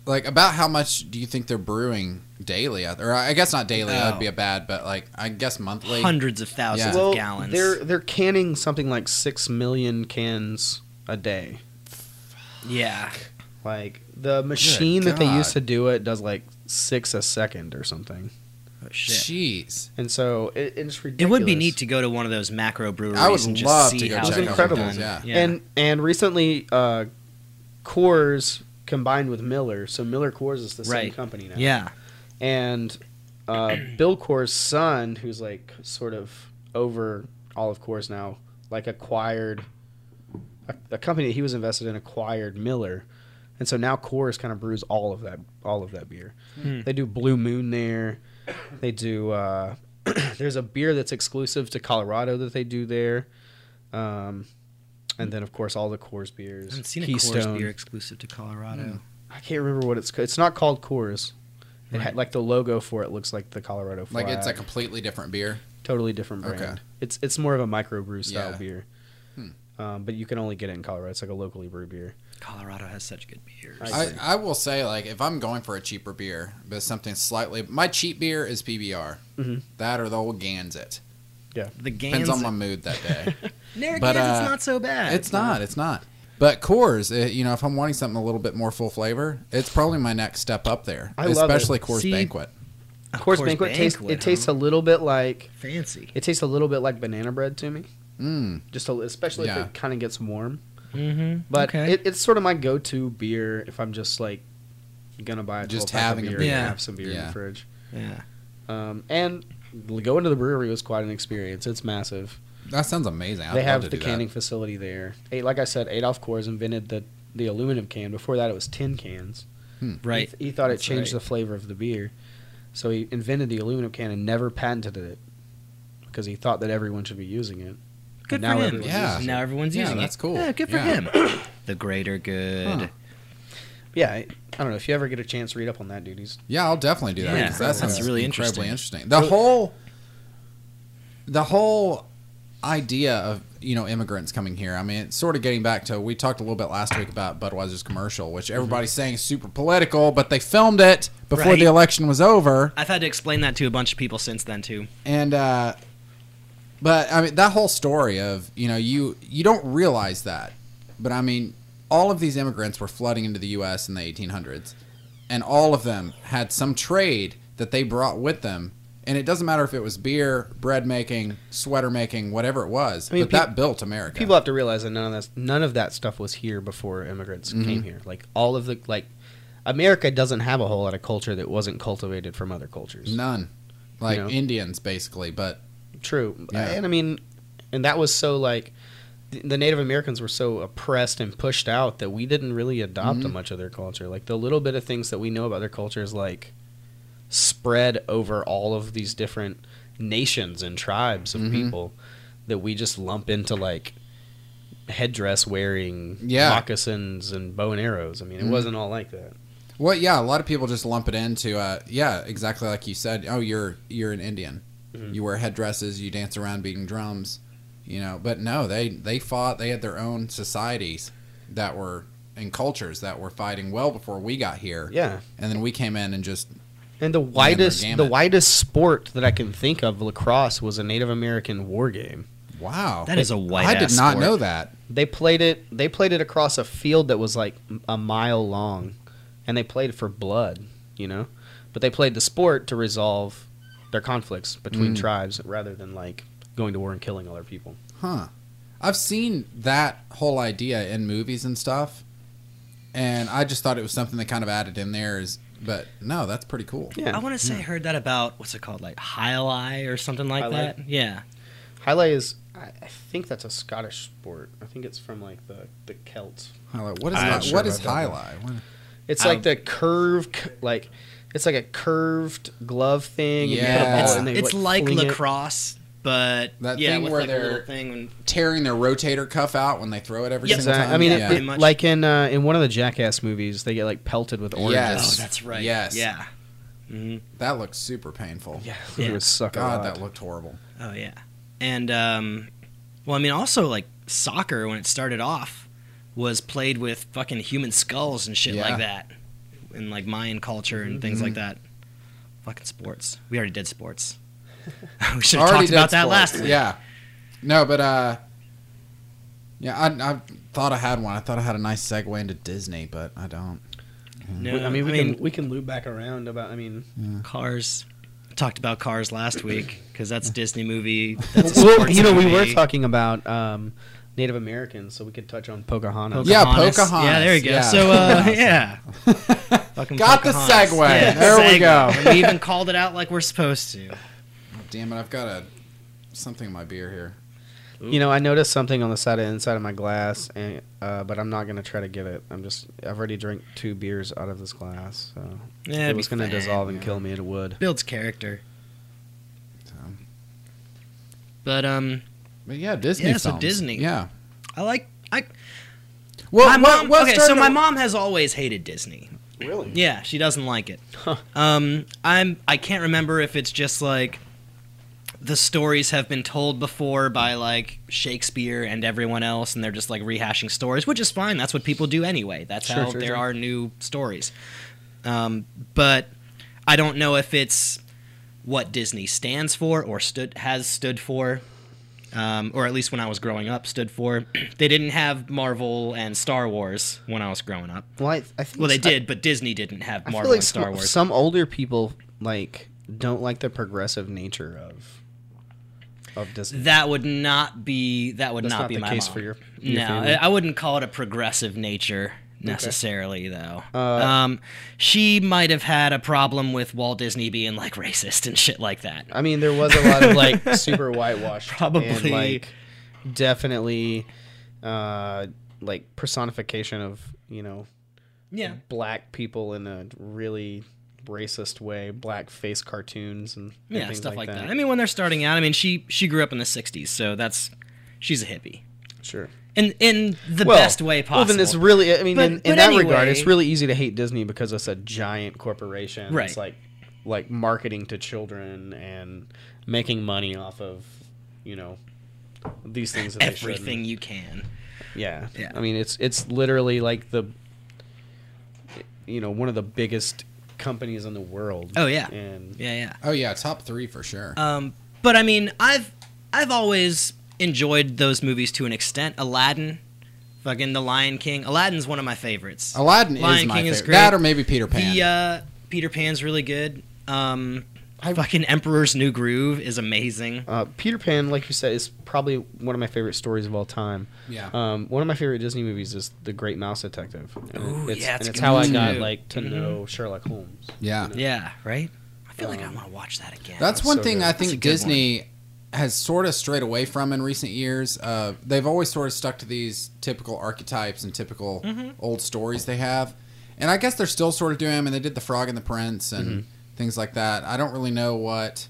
[SPEAKER 2] like about how much do you think they're brewing daily? out- Or I guess not daily. That'd
[SPEAKER 4] Oh.
[SPEAKER 2] be a bad, but like I guess monthly.
[SPEAKER 4] Hundreds of thousands
[SPEAKER 2] Yeah.
[SPEAKER 4] of gallons.
[SPEAKER 3] They're they're canning something like six million cans a day.
[SPEAKER 4] yeah.
[SPEAKER 3] Like the machine that they
[SPEAKER 2] God.
[SPEAKER 3] used to do it does like six a second or something.
[SPEAKER 4] Oh, shit.
[SPEAKER 2] Jeez.
[SPEAKER 3] And so it, it's ridiculous.
[SPEAKER 4] It would be neat to go to one of those macro breweries.
[SPEAKER 2] I would
[SPEAKER 4] and just
[SPEAKER 2] love
[SPEAKER 4] see
[SPEAKER 2] to go
[SPEAKER 4] how
[SPEAKER 2] check
[SPEAKER 4] they're
[SPEAKER 3] out one of
[SPEAKER 4] done.
[SPEAKER 2] those, yeah.
[SPEAKER 3] And and recently, uh, Coors combined with Miller, so Miller Coors is the same
[SPEAKER 4] Right.
[SPEAKER 3] company now.
[SPEAKER 4] yeah,
[SPEAKER 3] And uh, *clears throat* Bill Coors' son, who's like sort of over all of Coors now, like acquired a, a company that he was invested in acquired Miller, and so now Coors kind of brews all of that all of that beer.
[SPEAKER 4] Hmm.
[SPEAKER 3] They do Blue Moon there. They do. Uh, *clears throat* there's a beer that's exclusive to Colorado that they do there. Um, and then, of course, all the Coors beers.
[SPEAKER 4] I haven't seen a
[SPEAKER 3] Keystone.
[SPEAKER 4] Coors beer exclusive to Colorado.
[SPEAKER 3] I can't remember what it's. ca- It's not called Coors. It had, like the logo for it looks like the Colorado flag.
[SPEAKER 2] Like it's a completely different beer.
[SPEAKER 3] totally different brand.
[SPEAKER 2] Okay.
[SPEAKER 3] It's it's more of a microbrew style
[SPEAKER 2] Yeah. Hmm.
[SPEAKER 3] beer. Um, but you can only get it in Colorado. It's like a locally brewed beer.
[SPEAKER 4] Colorado has such good beers.
[SPEAKER 3] I
[SPEAKER 2] I,
[SPEAKER 3] agree.
[SPEAKER 2] I will say, like, if I'm going for a cheaper beer, but something slightly, my cheap beer is PBR.
[SPEAKER 3] Mhm.
[SPEAKER 2] That or the old Gansett.
[SPEAKER 4] the games,
[SPEAKER 2] Depends on my mood that
[SPEAKER 3] *laughs*
[SPEAKER 2] day. but,
[SPEAKER 4] but,
[SPEAKER 2] uh,
[SPEAKER 4] it's not so bad.
[SPEAKER 2] it's not. It's not. But Coors, eh, you know, if I'm wanting something a little bit more full flavor, it's probably my next step up there.
[SPEAKER 3] I love it.
[SPEAKER 2] especially Coors
[SPEAKER 4] See,
[SPEAKER 2] Banquet.
[SPEAKER 4] Of
[SPEAKER 3] Coors,
[SPEAKER 4] course,
[SPEAKER 3] Banquet, tastes.
[SPEAKER 4] Banquet,
[SPEAKER 3] It tastes
[SPEAKER 4] huh?
[SPEAKER 3] a little bit like
[SPEAKER 4] fancy.
[SPEAKER 3] it tastes a little bit like banana bread to me.
[SPEAKER 2] Mm.
[SPEAKER 3] Just a, li- especially
[SPEAKER 2] Yeah.
[SPEAKER 3] if it kind of gets warm.
[SPEAKER 4] Mm-hmm.
[SPEAKER 3] But
[SPEAKER 4] okay.
[SPEAKER 3] it, it's sort of my go-to beer if I'm just like gonna buy a
[SPEAKER 2] Just
[SPEAKER 3] 12-pack of
[SPEAKER 2] having a
[SPEAKER 3] beer
[SPEAKER 4] beer.
[SPEAKER 3] and
[SPEAKER 4] Yeah.
[SPEAKER 3] have some beer in
[SPEAKER 2] Yeah.
[SPEAKER 3] the fridge.
[SPEAKER 4] yeah.
[SPEAKER 3] Um, and going to the brewery was quite an experience. It's massive.
[SPEAKER 2] That sounds amazing. I'd
[SPEAKER 3] they
[SPEAKER 2] love
[SPEAKER 3] have
[SPEAKER 2] to
[SPEAKER 3] the
[SPEAKER 2] do
[SPEAKER 3] canning facility there. Hey, like I said, Adolf Coors invented the the aluminum can. Before that, it was tin cans. He,
[SPEAKER 4] Right.
[SPEAKER 3] th- he thought it
[SPEAKER 4] That's
[SPEAKER 3] changed
[SPEAKER 4] right.
[SPEAKER 3] the flavor of the beer, so he invented the aluminum can and never patented it because he thought that everyone should be using it.
[SPEAKER 4] Good
[SPEAKER 3] now
[SPEAKER 4] for him.
[SPEAKER 3] everyone's
[SPEAKER 2] Yeah.
[SPEAKER 3] using it.
[SPEAKER 4] Now everyone's
[SPEAKER 2] Yeah,
[SPEAKER 4] using
[SPEAKER 2] that's
[SPEAKER 4] it.
[SPEAKER 2] cool.
[SPEAKER 4] Yeah, good for
[SPEAKER 2] Yeah.
[SPEAKER 4] him.
[SPEAKER 2] *coughs*
[SPEAKER 4] the greater good.
[SPEAKER 2] Huh.
[SPEAKER 3] Yeah, I, I don't know if you ever get a chance, read up on that, dude. He's
[SPEAKER 2] that. Yeah, I'll definitely do that.
[SPEAKER 4] Yeah,
[SPEAKER 2] 'cause that
[SPEAKER 4] that's
[SPEAKER 2] sounds
[SPEAKER 4] really
[SPEAKER 2] incredibly
[SPEAKER 4] interesting.
[SPEAKER 2] interesting. The whole, the whole idea of you know immigrants coming here. I mean, it's sort of getting back to we talked a little bit last week about Budweiser's commercial, which everybody's saying is super political, but they filmed it before
[SPEAKER 4] Mm-hmm. Right.
[SPEAKER 2] the election was over.
[SPEAKER 4] I've had to explain that to a bunch of people since then too.
[SPEAKER 2] and uh but i mean that whole story of you know you you don't realize that but i mean all of these immigrants were flooding into the us in the 1800s and all of them had some trade that they brought with them and it doesn't matter if it was beer bread making sweater making whatever it was
[SPEAKER 3] I mean,
[SPEAKER 2] but
[SPEAKER 3] peop-
[SPEAKER 2] that built america
[SPEAKER 3] people have to realize that none of that none of that stuff was here before immigrants
[SPEAKER 2] Mm-hmm.
[SPEAKER 3] came here. Like all of the like, America doesn't have a whole lot of culture that wasn't cultivated from other cultures.
[SPEAKER 2] none like
[SPEAKER 3] You know?
[SPEAKER 2] indians basically but
[SPEAKER 3] True.
[SPEAKER 2] Yeah.
[SPEAKER 3] And I mean, and that was so like th- the Native Americans were so oppressed and pushed out that we didn't really adopt
[SPEAKER 2] Mm-hmm.
[SPEAKER 3] much of their culture. Like the little bit of things that we know about their culture is like spread over all of these different nations and tribes
[SPEAKER 2] Mm-hmm.
[SPEAKER 3] of people that we just lump into like headdress wearing
[SPEAKER 2] Yeah. Mm-hmm.
[SPEAKER 3] moccasins and bow and arrows. I mean, it wasn't all like that.
[SPEAKER 2] Well, yeah, a lot of people just lump it into, uh, yeah, exactly like you said. Oh, you're you're an Indian.
[SPEAKER 1] Mm-hmm.
[SPEAKER 2] You wear headdresses. You dance around beating drums. You know, but no, they they fought. They had their own societies that were and cultures that were fighting well before we got here.
[SPEAKER 3] Yeah.
[SPEAKER 2] and then we came in and just
[SPEAKER 3] And the widest the
[SPEAKER 2] gamut.
[SPEAKER 3] widest sport that I can think of lacrosse was a Native American war game.
[SPEAKER 2] wow.
[SPEAKER 4] That is a white.
[SPEAKER 2] I did
[SPEAKER 4] ass
[SPEAKER 2] not
[SPEAKER 4] sport.
[SPEAKER 2] know that.
[SPEAKER 3] They played it. They played it across a field that was like a mile long, and they played for blood. You know, but they played the sport to resolve their conflicts
[SPEAKER 2] Mm.
[SPEAKER 3] between tribes rather than like going to war and killing other people.
[SPEAKER 2] Huh. I've seen that whole idea in movies and stuff, and I just thought it was something they kind of added in there. Is but no, that's pretty cool.
[SPEAKER 3] Yeah.
[SPEAKER 4] I want to
[SPEAKER 2] Hmm.
[SPEAKER 4] say I heard that about what's it called, like Hylai or something like
[SPEAKER 3] Hylai?
[SPEAKER 4] that. Yeah,
[SPEAKER 3] Highlight is I, I think that's a Scottish sport. I think it's from like the the Celts.
[SPEAKER 2] Highlight. What is
[SPEAKER 1] I'm
[SPEAKER 2] hi-
[SPEAKER 1] not sure
[SPEAKER 2] what is
[SPEAKER 1] about that.
[SPEAKER 2] highlight? What-
[SPEAKER 3] It's
[SPEAKER 4] I
[SPEAKER 3] like the curved c- like it's like a curved glove thing.
[SPEAKER 2] Yeah.
[SPEAKER 3] and you put a ball
[SPEAKER 4] it's,
[SPEAKER 2] Oh,
[SPEAKER 3] and they,
[SPEAKER 4] it's
[SPEAKER 3] like,
[SPEAKER 4] like,
[SPEAKER 3] fling it.
[SPEAKER 4] lacrosse, but
[SPEAKER 2] That
[SPEAKER 4] yeah,
[SPEAKER 2] thing
[SPEAKER 4] with
[SPEAKER 2] where
[SPEAKER 4] like a little
[SPEAKER 2] they're-
[SPEAKER 4] thing and
[SPEAKER 2] Tearing their rotator cuff out when they throw it every
[SPEAKER 4] Yep.
[SPEAKER 2] single
[SPEAKER 3] Exact-
[SPEAKER 2] time.
[SPEAKER 3] I mean,
[SPEAKER 4] Yeah.
[SPEAKER 3] it-
[SPEAKER 4] pretty
[SPEAKER 3] it-
[SPEAKER 4] much.
[SPEAKER 3] like in uh, in one of the Jackass movies, they get like pelted with oranges.
[SPEAKER 2] Yes.
[SPEAKER 4] oh, that's right.
[SPEAKER 2] Yes.
[SPEAKER 4] Yeah. hmm
[SPEAKER 2] that looks super painful.
[SPEAKER 3] Yeah,
[SPEAKER 4] Yeah.
[SPEAKER 3] it would suck a
[SPEAKER 2] God,
[SPEAKER 3] lot.
[SPEAKER 2] that looked horrible.
[SPEAKER 4] Oh yeah. And um, well, I mean, also like soccer when it started off was played with fucking human skulls and shit
[SPEAKER 2] Yeah. Mm-hmm.
[SPEAKER 4] like that, and like Mayan culture and things like that. Fucking sports. We already did sports. *laughs*
[SPEAKER 2] *laughs*
[SPEAKER 4] we should have
[SPEAKER 2] Already
[SPEAKER 4] talked about
[SPEAKER 2] did
[SPEAKER 4] that
[SPEAKER 2] sports.
[SPEAKER 4] last week.
[SPEAKER 2] Yeah. No, but uh, yeah, I, I thought I had one. I thought I had a nice segue into Disney, but I don't.
[SPEAKER 4] No,
[SPEAKER 3] We- I mean, we can we can loop back around about. I
[SPEAKER 4] *laughs*
[SPEAKER 3] mean,
[SPEAKER 4] Cars. Talked about Cars last week because
[SPEAKER 2] *laughs*
[SPEAKER 4] that's a Disney movie. That's a
[SPEAKER 3] well,
[SPEAKER 4] sports
[SPEAKER 3] you know, we were
[SPEAKER 4] movie.
[SPEAKER 3] talking about um, Native Americans, so we could touch on Pocahontas.
[SPEAKER 2] Yeah,
[SPEAKER 4] Pocahontas. Yeah, there you go.
[SPEAKER 2] Pocahontas. *laughs*
[SPEAKER 4] So, uh, yeah. Fucking
[SPEAKER 2] Got the
[SPEAKER 4] Pocahontas.
[SPEAKER 2] segue. There we go.
[SPEAKER 4] And we even called it out like we're supposed to.
[SPEAKER 2] Damn it! I've got a something in my beer here.
[SPEAKER 3] You know, I noticed something on the side of inside of my glass, and uh, but I'm not gonna try to get it. I'm just I've already drank two beers out of this glass, so
[SPEAKER 4] Yeah,
[SPEAKER 3] it was gonna dissolve and kill me. It would.
[SPEAKER 4] Builds character.
[SPEAKER 2] Um,
[SPEAKER 4] But um,
[SPEAKER 2] But yeah, Disney.
[SPEAKER 4] Yeah, so
[SPEAKER 2] films.
[SPEAKER 4] Disney.
[SPEAKER 2] Yeah.
[SPEAKER 4] I like I.
[SPEAKER 2] Well,
[SPEAKER 4] my
[SPEAKER 2] well,
[SPEAKER 4] mom.
[SPEAKER 2] well,
[SPEAKER 4] okay, so
[SPEAKER 2] starting
[SPEAKER 4] my
[SPEAKER 2] to-
[SPEAKER 4] mom has always hated Disney. Really? Yeah, she doesn't like it. Um, I'm. I can't remember if it's just like the stories have been told before by like Shakespeare and everyone else, and they're just like rehashing stories, which is fine. That's what people do anyway. That's
[SPEAKER 3] Sure,
[SPEAKER 4] how
[SPEAKER 3] sure,
[SPEAKER 4] there
[SPEAKER 3] sure.
[SPEAKER 4] are new stories. Um, but I don't know if it's what Disney stands for or stood has stood for, um, or at least when I was growing up stood for. *clears throat* they didn't have Marvel and Star Wars when I was growing up.
[SPEAKER 3] Well, I, I think
[SPEAKER 4] Well, they
[SPEAKER 3] I-
[SPEAKER 4] did, but Disney didn't have
[SPEAKER 3] I
[SPEAKER 4] Marvel
[SPEAKER 3] feel like
[SPEAKER 4] and Star
[SPEAKER 3] some,
[SPEAKER 4] Wars.
[SPEAKER 3] some older people like don't like the progressive nature of of Disney.
[SPEAKER 4] that would not be that would
[SPEAKER 3] That's
[SPEAKER 4] not,
[SPEAKER 3] not
[SPEAKER 4] be
[SPEAKER 3] the
[SPEAKER 4] my
[SPEAKER 3] case
[SPEAKER 4] mom.
[SPEAKER 3] for your- your
[SPEAKER 4] no,
[SPEAKER 3] family.
[SPEAKER 4] I I wouldn't call it a progressive nature necessarily, though.
[SPEAKER 3] Uh,
[SPEAKER 4] um, she might have had a problem with Walt Disney being like racist and shit like that.
[SPEAKER 3] I mean, there was a lot of
[SPEAKER 4] *laughs*
[SPEAKER 3] like super whitewashed, and,
[SPEAKER 4] Probably.
[SPEAKER 3] like definitely uh, like personification of you know
[SPEAKER 4] Yeah,
[SPEAKER 3] black people in a really racist way, black face cartoons and, and
[SPEAKER 4] yeah,
[SPEAKER 3] things
[SPEAKER 4] stuff like, that.
[SPEAKER 3] that.
[SPEAKER 4] I mean, when they're starting out, I mean, she she grew up in the '60s, so that's she's a hippie.
[SPEAKER 3] sure.
[SPEAKER 4] In, in the best way possible.
[SPEAKER 3] Well, then it's really, I mean,
[SPEAKER 4] But-
[SPEAKER 3] in, in
[SPEAKER 4] but
[SPEAKER 3] that regard,
[SPEAKER 4] anyway-
[SPEAKER 3] it's really easy to hate Disney because it's a giant corporation.
[SPEAKER 4] Right.
[SPEAKER 3] It's like, like marketing to children and making money off of, you know, these things. That They shouldn't.
[SPEAKER 4] everything you can.
[SPEAKER 3] Yeah.
[SPEAKER 4] Yeah.
[SPEAKER 3] I mean, it's it's literally like the, you know, one of the biggest companies in the world.
[SPEAKER 4] Oh, yeah.
[SPEAKER 3] And
[SPEAKER 4] Yeah, yeah.
[SPEAKER 2] Oh yeah, top three for sure.
[SPEAKER 4] Um, but I mean, I've I've always enjoyed those movies to an extent. Aladdin, fucking The Lion King. Aladdin's one of my favorites.
[SPEAKER 2] Aladdin is
[SPEAKER 4] Lion
[SPEAKER 2] my
[SPEAKER 4] King
[SPEAKER 2] favorite.
[SPEAKER 4] is great.
[SPEAKER 2] That or maybe Peter Pan.
[SPEAKER 4] The uh, Peter Pan's really good. Um, fucking Emperor's New Groove is amazing.
[SPEAKER 3] Uh, Peter Pan, like you said, is probably one of my favorite stories of all time.
[SPEAKER 2] Yeah.
[SPEAKER 3] Um, one of my favorite Disney movies is The Great Mouse Detective. And
[SPEAKER 4] Ooh,
[SPEAKER 3] it's,
[SPEAKER 4] yeah,
[SPEAKER 3] and
[SPEAKER 4] it's
[SPEAKER 3] it's
[SPEAKER 4] good
[SPEAKER 3] how I
[SPEAKER 4] too.
[SPEAKER 3] got like to
[SPEAKER 4] Mhm.
[SPEAKER 3] know Sherlock Holmes.
[SPEAKER 2] yeah.
[SPEAKER 4] Yeah, right. I feel like I want to watch that again.
[SPEAKER 2] um, That's one
[SPEAKER 3] so
[SPEAKER 2] thing
[SPEAKER 3] good.
[SPEAKER 2] I
[SPEAKER 4] That's a
[SPEAKER 2] think
[SPEAKER 4] good one.
[SPEAKER 2] Disney has sort of strayed away from in recent years. Uh, they've always sort of stuck to these typical archetypes and typical
[SPEAKER 4] Mm-hmm.
[SPEAKER 2] old stories they have. And I guess they're still sort of doing them, and they did The Frog and the Prince and
[SPEAKER 4] Mm-hmm.
[SPEAKER 2] things like that. I don't really know what.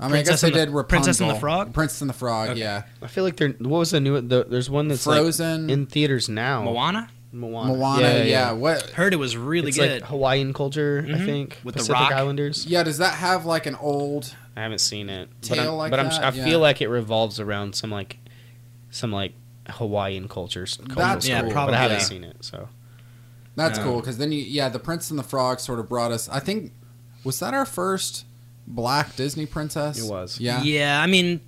[SPEAKER 2] I mean,
[SPEAKER 4] Princess
[SPEAKER 2] I guess
[SPEAKER 4] and
[SPEAKER 2] they
[SPEAKER 4] the-
[SPEAKER 2] did Rapunzel.
[SPEAKER 4] Princess and the Frog?
[SPEAKER 2] Princess and the Frog, yeah.
[SPEAKER 3] I feel like there. What was the new? The, there's one that's like,
[SPEAKER 2] Frozen.
[SPEAKER 3] in theaters now.
[SPEAKER 4] Moana.
[SPEAKER 3] Moana.
[SPEAKER 2] Moana, yeah. What?
[SPEAKER 4] Heard it was really
[SPEAKER 3] It's
[SPEAKER 4] good. Mm-hmm.
[SPEAKER 3] like
[SPEAKER 2] oh,
[SPEAKER 3] Hawaiian culture, I think.
[SPEAKER 4] With The
[SPEAKER 3] Pacific
[SPEAKER 4] Rock.
[SPEAKER 3] Islanders.
[SPEAKER 2] Yeah, does that have like an old.
[SPEAKER 3] I haven't seen it, but,
[SPEAKER 2] Tale
[SPEAKER 3] I'm,
[SPEAKER 2] like
[SPEAKER 3] but I'm,
[SPEAKER 2] that?
[SPEAKER 3] I
[SPEAKER 2] Yeah.
[SPEAKER 3] feel like it revolves around some like, some like Hawaiian cultures. cultural
[SPEAKER 2] That's
[SPEAKER 3] story,
[SPEAKER 4] Yeah,
[SPEAKER 3] but
[SPEAKER 4] probably.
[SPEAKER 3] I haven't
[SPEAKER 2] Yeah.
[SPEAKER 3] seen it, so
[SPEAKER 2] That's
[SPEAKER 4] Yeah.
[SPEAKER 2] cool because then you, yeah, the Prince and the Frog sort of brought us. I think was that our first black Disney princess?
[SPEAKER 3] It was.
[SPEAKER 2] Yeah.
[SPEAKER 4] I mean,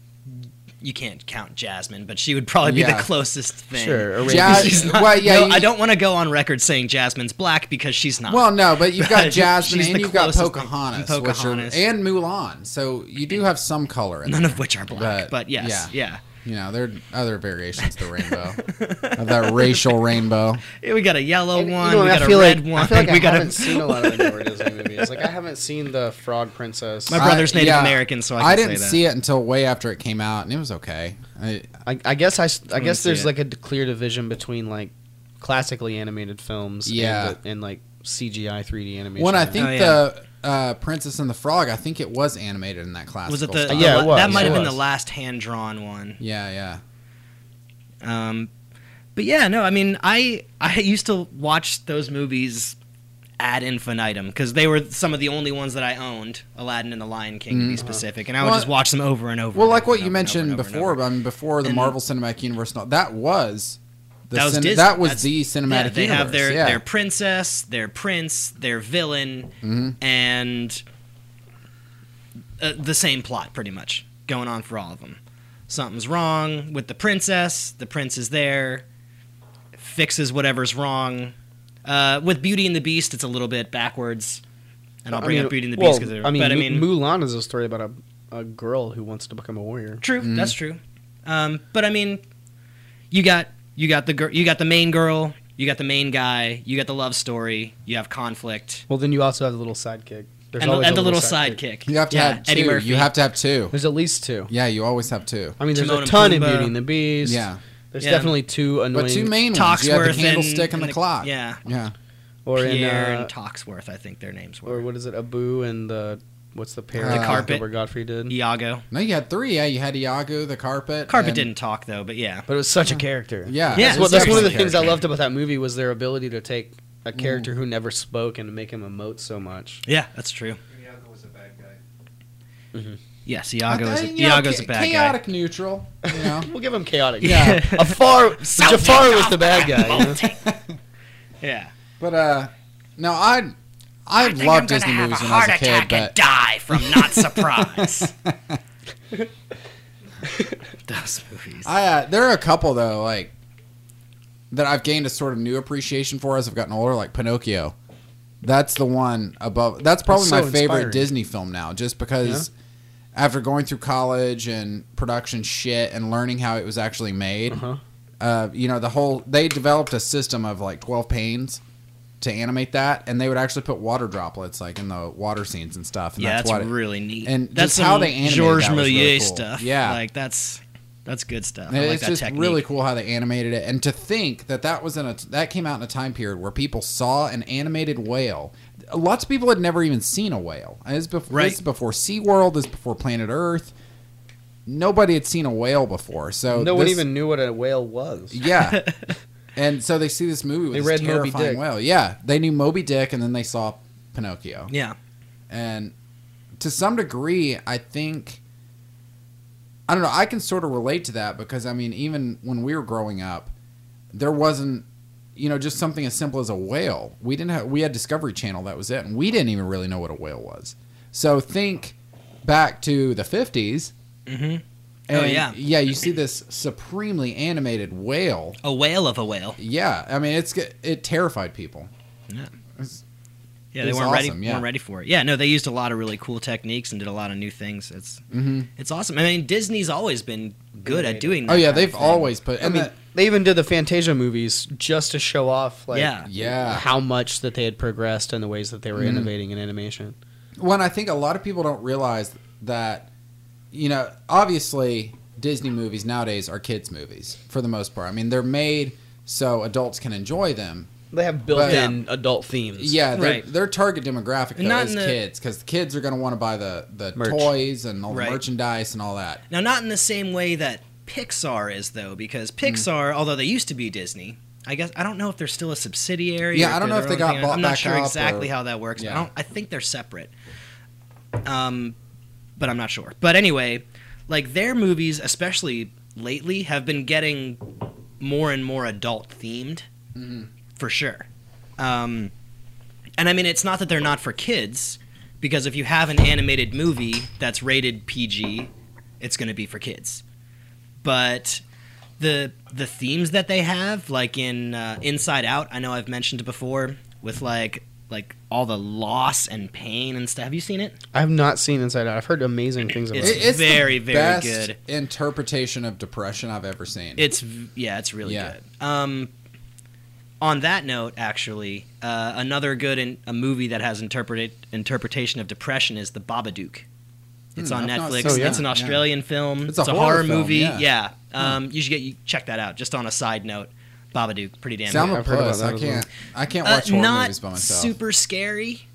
[SPEAKER 4] you can't count Jasmine, but she would probably be
[SPEAKER 2] Yeah.
[SPEAKER 4] the closest thing.
[SPEAKER 3] Sure, or
[SPEAKER 2] Ja-
[SPEAKER 3] maybe-
[SPEAKER 4] *laughs* She's not-
[SPEAKER 2] well, yeah,
[SPEAKER 4] no,
[SPEAKER 2] you-
[SPEAKER 4] I don't want to go on record saying Jasmine's black because she's not.
[SPEAKER 2] Well, no, but you've got Jasmine
[SPEAKER 4] *laughs* She's
[SPEAKER 2] and
[SPEAKER 4] the
[SPEAKER 2] you've got
[SPEAKER 4] closest thing.
[SPEAKER 2] Pocahontas,
[SPEAKER 4] And
[SPEAKER 2] which are-
[SPEAKER 4] Pocahontas.
[SPEAKER 2] and Mulan. So you do have some color in
[SPEAKER 4] none
[SPEAKER 2] there.
[SPEAKER 4] of which are black.
[SPEAKER 2] But,
[SPEAKER 4] But, yes, yeah.
[SPEAKER 2] You know, there are other variations of the
[SPEAKER 4] *laughs*
[SPEAKER 2] rainbow, of that racial rainbow.
[SPEAKER 4] Yeah, We got a yellow
[SPEAKER 3] And, you
[SPEAKER 4] one.
[SPEAKER 3] know,
[SPEAKER 4] we
[SPEAKER 3] I
[SPEAKER 4] got a
[SPEAKER 3] feel
[SPEAKER 4] red
[SPEAKER 3] like,
[SPEAKER 4] one.
[SPEAKER 3] I feel like
[SPEAKER 4] *laughs* we
[SPEAKER 3] I
[SPEAKER 4] got
[SPEAKER 3] haven't
[SPEAKER 4] a.
[SPEAKER 3] seen a lot of the Euro *laughs* Disney movies. Like I haven't seen the Frog Princess.
[SPEAKER 4] My brother's Native American, so I can say
[SPEAKER 2] didn't
[SPEAKER 4] that.
[SPEAKER 2] see it until way after it came out, and it was okay. I,
[SPEAKER 3] I, I guess I, s- I
[SPEAKER 4] me
[SPEAKER 3] guess
[SPEAKER 4] see
[SPEAKER 3] there's
[SPEAKER 4] it.
[SPEAKER 3] like a d- clear division between like classically animated films
[SPEAKER 2] Yeah.
[SPEAKER 3] and, the, and like CGI 3D animation.
[SPEAKER 2] when I think
[SPEAKER 4] Oh,
[SPEAKER 2] the uh, Princess and the Frog, I think it was animated in that classical.
[SPEAKER 4] Was it the?
[SPEAKER 2] style.
[SPEAKER 3] Yeah,
[SPEAKER 4] the-
[SPEAKER 3] it was,
[SPEAKER 4] That might
[SPEAKER 3] it
[SPEAKER 4] have been the
[SPEAKER 3] was.
[SPEAKER 4] last hand drawn one.
[SPEAKER 2] Yeah, yeah.
[SPEAKER 4] Um, but yeah, no, I mean, I I used to watch those movies ad infinitum because they were some of the only ones that I owned, Aladdin and the Lion King to be specific, and I would
[SPEAKER 2] Mm-hmm. Well,
[SPEAKER 4] just watch them over and over.
[SPEAKER 2] Well,
[SPEAKER 4] and
[SPEAKER 2] like
[SPEAKER 4] over
[SPEAKER 2] what
[SPEAKER 4] and
[SPEAKER 2] you
[SPEAKER 4] over and over and
[SPEAKER 2] mentioned
[SPEAKER 4] over and
[SPEAKER 2] before,
[SPEAKER 4] over.
[SPEAKER 2] I mean, before the
[SPEAKER 4] And-
[SPEAKER 2] Marvel Cinematic Universe, and all- that was the
[SPEAKER 4] that was
[SPEAKER 2] cin-
[SPEAKER 4] Disney.
[SPEAKER 2] that was
[SPEAKER 4] That's-
[SPEAKER 2] the cinematic
[SPEAKER 4] yeah, they
[SPEAKER 2] universe.
[SPEAKER 4] have their
[SPEAKER 2] yeah.
[SPEAKER 4] their princess, their prince, their villain,
[SPEAKER 2] Mm-hmm.
[SPEAKER 4] and uh, the same plot pretty much going on for all of them. Something's wrong with the princess. The prince is there, fixes whatever's wrong. Uh, with Beauty and the Beast, it's a little bit backwards, and I'll bring up Beauty and the Beast because
[SPEAKER 3] I mean,
[SPEAKER 4] but I
[SPEAKER 3] Mu-
[SPEAKER 4] mean,
[SPEAKER 3] Mulan is a story about a, a girl who wants to become a warrior.
[SPEAKER 4] True,
[SPEAKER 2] Mm-hmm.
[SPEAKER 4] that's true. Um, but I mean, you got you got the girl, you got the main girl, you got the main guy, you got the love story, you have conflict,
[SPEAKER 3] Well, then you also have the little sidekick. There's
[SPEAKER 4] and the,
[SPEAKER 3] always
[SPEAKER 4] and
[SPEAKER 3] a
[SPEAKER 4] the little sidekick.
[SPEAKER 2] You have to
[SPEAKER 4] Yeah,
[SPEAKER 2] have two.
[SPEAKER 4] Eddie Murphy.
[SPEAKER 2] You have to have two.
[SPEAKER 3] There's at least two.
[SPEAKER 2] Yeah, you always have two.
[SPEAKER 3] I mean, there's
[SPEAKER 4] Timon
[SPEAKER 3] a
[SPEAKER 4] and
[SPEAKER 3] ton in
[SPEAKER 4] Pumbaa.
[SPEAKER 3] Beauty and the Beast.
[SPEAKER 2] Yeah,
[SPEAKER 3] There's
[SPEAKER 4] Yeah.
[SPEAKER 3] definitely two annoying.
[SPEAKER 2] but two main ones. You have the
[SPEAKER 4] Toxworth
[SPEAKER 2] candlestick and,
[SPEAKER 4] and-
[SPEAKER 2] the,
[SPEAKER 4] and the-
[SPEAKER 2] clock.
[SPEAKER 4] yeah.
[SPEAKER 2] yeah.
[SPEAKER 3] or in,
[SPEAKER 4] Pierre
[SPEAKER 3] uh,
[SPEAKER 4] and Toxworth, I think their names
[SPEAKER 3] or
[SPEAKER 4] were.
[SPEAKER 3] what is it? Abu and the what's the pair?
[SPEAKER 2] The
[SPEAKER 3] that
[SPEAKER 4] carpet.
[SPEAKER 3] Gilbert Godfrey did.
[SPEAKER 4] Iago.
[SPEAKER 2] No, you had three. Yeah, you had Iago, the carpet.
[SPEAKER 4] Carpet
[SPEAKER 2] and-
[SPEAKER 4] didn't talk though, but yeah.
[SPEAKER 3] But it was such a character.
[SPEAKER 2] Yeah,
[SPEAKER 4] Yeah,
[SPEAKER 3] That's, what, that's one of the
[SPEAKER 4] Seriously.
[SPEAKER 3] things I loved about that movie was their ability to take a character who never spoke and make him emote so much.
[SPEAKER 4] Yeah, that's true.
[SPEAKER 6] Iago was a bad guy.
[SPEAKER 3] Mm-hmm.
[SPEAKER 4] Yes, Iago is a,
[SPEAKER 2] You know,
[SPEAKER 4] Iago's
[SPEAKER 2] Uh, cha-
[SPEAKER 4] a bad
[SPEAKER 2] chaotic neutral. You know,
[SPEAKER 3] We'll give him chaotic.
[SPEAKER 2] Yeah.
[SPEAKER 3] a far
[SPEAKER 4] Something
[SPEAKER 3] *laughs* Jafar was
[SPEAKER 4] off
[SPEAKER 3] the bad
[SPEAKER 4] my
[SPEAKER 3] guy. you know?
[SPEAKER 4] guy. Yeah.
[SPEAKER 2] but uh, no, I I, loved Disney movies when I was a kid, but
[SPEAKER 4] die from
[SPEAKER 2] *laughs*
[SPEAKER 4] not surprise. *laughs* Those movies.
[SPEAKER 2] I uh, there are a couple though, like that I've gained a sort of new appreciation for as I've gotten older, like Pinocchio. That's the one above. That's probably
[SPEAKER 3] so
[SPEAKER 2] my favorite
[SPEAKER 3] inspiring.
[SPEAKER 2] Disney film now, just because after going through college and production shit and learning how it was actually made,
[SPEAKER 3] Uh-huh.
[SPEAKER 2] uh you know, the whole they developed a system of like twelve panes to animate that, and they would actually put water droplets like in the water scenes and stuff. And
[SPEAKER 4] yeah,
[SPEAKER 2] that's,
[SPEAKER 4] that's,
[SPEAKER 2] what it-
[SPEAKER 4] really neat.
[SPEAKER 2] and
[SPEAKER 4] that's
[SPEAKER 2] just how
[SPEAKER 4] some
[SPEAKER 2] they animated
[SPEAKER 4] Georges
[SPEAKER 2] that was really
[SPEAKER 4] Méliès
[SPEAKER 2] cool.
[SPEAKER 4] stuff.
[SPEAKER 2] Yeah.
[SPEAKER 4] like that's that's good stuff. I
[SPEAKER 2] And
[SPEAKER 4] like
[SPEAKER 2] it's
[SPEAKER 4] that
[SPEAKER 2] just
[SPEAKER 4] technique.
[SPEAKER 2] really cool how they animated it, and to think that that was in a that came out in a time period where people saw an animated whale. Lots of people had never even seen a whale. And This is before,
[SPEAKER 4] Right.
[SPEAKER 2] this is before SeaWorld. This is before Planet Earth. Nobody had seen a whale before, so
[SPEAKER 3] No one
[SPEAKER 2] this-
[SPEAKER 3] even knew what a whale
[SPEAKER 2] *laughs*
[SPEAKER 3] was. *laughs*
[SPEAKER 2] yeah. and so they see this movie with
[SPEAKER 3] They
[SPEAKER 2] this
[SPEAKER 3] read Moby
[SPEAKER 2] terrifying
[SPEAKER 3] Dick.
[SPEAKER 2] whale. Yeah, they knew Moby Dick, and then they saw Pinocchio
[SPEAKER 4] Yeah,
[SPEAKER 2] and to some degree i think i don't know i can sort of relate to that because i mean even when we were growing up there wasn't you know just something as simple as a whale we didn't have we had discovery channel that was it and we didn't even really know what a whale was so think back to the 50s mm-hmm.
[SPEAKER 4] Oh, yeah.
[SPEAKER 2] yeah you see this supremely animated whale
[SPEAKER 4] a whale of a whale.
[SPEAKER 2] yeah i mean it's it terrified people
[SPEAKER 4] Yeah,
[SPEAKER 2] It
[SPEAKER 4] they
[SPEAKER 2] was
[SPEAKER 4] weren't
[SPEAKER 2] awesome,
[SPEAKER 4] ready.
[SPEAKER 2] yeah.
[SPEAKER 4] weren't ready for it. Yeah, no, they used a lot of really cool techniques and did a lot of new things. It's it's awesome. I mean, Disney's always been good at doing. that
[SPEAKER 2] Mm-hmm. oh yeah
[SPEAKER 4] kind of
[SPEAKER 2] they've
[SPEAKER 4] thing.
[SPEAKER 2] always put
[SPEAKER 3] I mean, they even did the Fantasia movies just to show off, like,
[SPEAKER 4] Yeah.
[SPEAKER 2] Yeah.
[SPEAKER 3] how much that they had progressed and the ways that they were innovating in animation.
[SPEAKER 2] when I think a lot of people don't realize that, you know, obviously Disney movies nowadays are kids' movies for the most part. I mean, they're made so adults can enjoy them.
[SPEAKER 3] They have built-in adult themes.
[SPEAKER 2] Yeah, their-
[SPEAKER 4] Right.
[SPEAKER 2] their target demographic though,
[SPEAKER 4] Not
[SPEAKER 2] is
[SPEAKER 4] in the-
[SPEAKER 2] kids because the kids are going to want to buy the the
[SPEAKER 3] Merch.
[SPEAKER 2] toys and all the
[SPEAKER 4] Right.
[SPEAKER 2] merchandise and all that.
[SPEAKER 4] Now, not in the same way that Pixar is, though,
[SPEAKER 2] Hmm.
[SPEAKER 4] because Pixar, although they used to be Disney, I guess I don't know if they're still a subsidiary.
[SPEAKER 2] Yeah,
[SPEAKER 4] or
[SPEAKER 2] I don't
[SPEAKER 4] they're
[SPEAKER 2] know if
[SPEAKER 4] their
[SPEAKER 2] they
[SPEAKER 4] own
[SPEAKER 2] got
[SPEAKER 4] thing.
[SPEAKER 2] bought
[SPEAKER 4] I'm not
[SPEAKER 2] back
[SPEAKER 4] sure
[SPEAKER 2] up
[SPEAKER 4] exactly
[SPEAKER 2] or-
[SPEAKER 4] how that works.
[SPEAKER 2] Yeah.
[SPEAKER 4] I, don't, I think they're separate. Um, but I'm not sure. But anyway, like their movies, especially lately, have been getting more and more adult themed, for sure. Um, and I mean, it's not that they're not for kids, because if you have an animated movie that's rated PG, it's going to be for kids. but the the themes that they have, like in uh, Inside Out, I know I've mentioned it before, with like like all the loss and pain and stuff. Have you seen it?
[SPEAKER 3] I have not seen Inside Out. I've heard amazing things about
[SPEAKER 4] It's-
[SPEAKER 3] it.
[SPEAKER 2] It-
[SPEAKER 4] very,
[SPEAKER 2] the
[SPEAKER 4] very
[SPEAKER 2] best
[SPEAKER 4] good.
[SPEAKER 2] interpretation of depression I've ever seen.
[SPEAKER 4] It's v- yeah, it's really
[SPEAKER 2] Yeah.
[SPEAKER 4] good. Um, on that note, actually, uh, another good in a movie that has interpreted interpretation of depression is The Babadook. It's
[SPEAKER 2] Hmm,
[SPEAKER 4] on
[SPEAKER 2] I've not
[SPEAKER 4] Netflix.
[SPEAKER 2] seen
[SPEAKER 4] it's
[SPEAKER 2] that,
[SPEAKER 4] an
[SPEAKER 2] yeah.
[SPEAKER 4] Australian film.
[SPEAKER 2] It's a horror film,
[SPEAKER 4] movie.
[SPEAKER 2] yeah. Hmm.
[SPEAKER 4] yeah. Um, you should get you check that out. Just on a side note, Babadook, pretty damn. good.
[SPEAKER 2] Sound
[SPEAKER 3] I've heard about
[SPEAKER 2] puss.
[SPEAKER 3] that
[SPEAKER 2] I
[SPEAKER 3] as well.
[SPEAKER 2] can't. I can't
[SPEAKER 4] Uh,
[SPEAKER 2] watch horror
[SPEAKER 4] not
[SPEAKER 2] movies by myself.
[SPEAKER 4] super scary,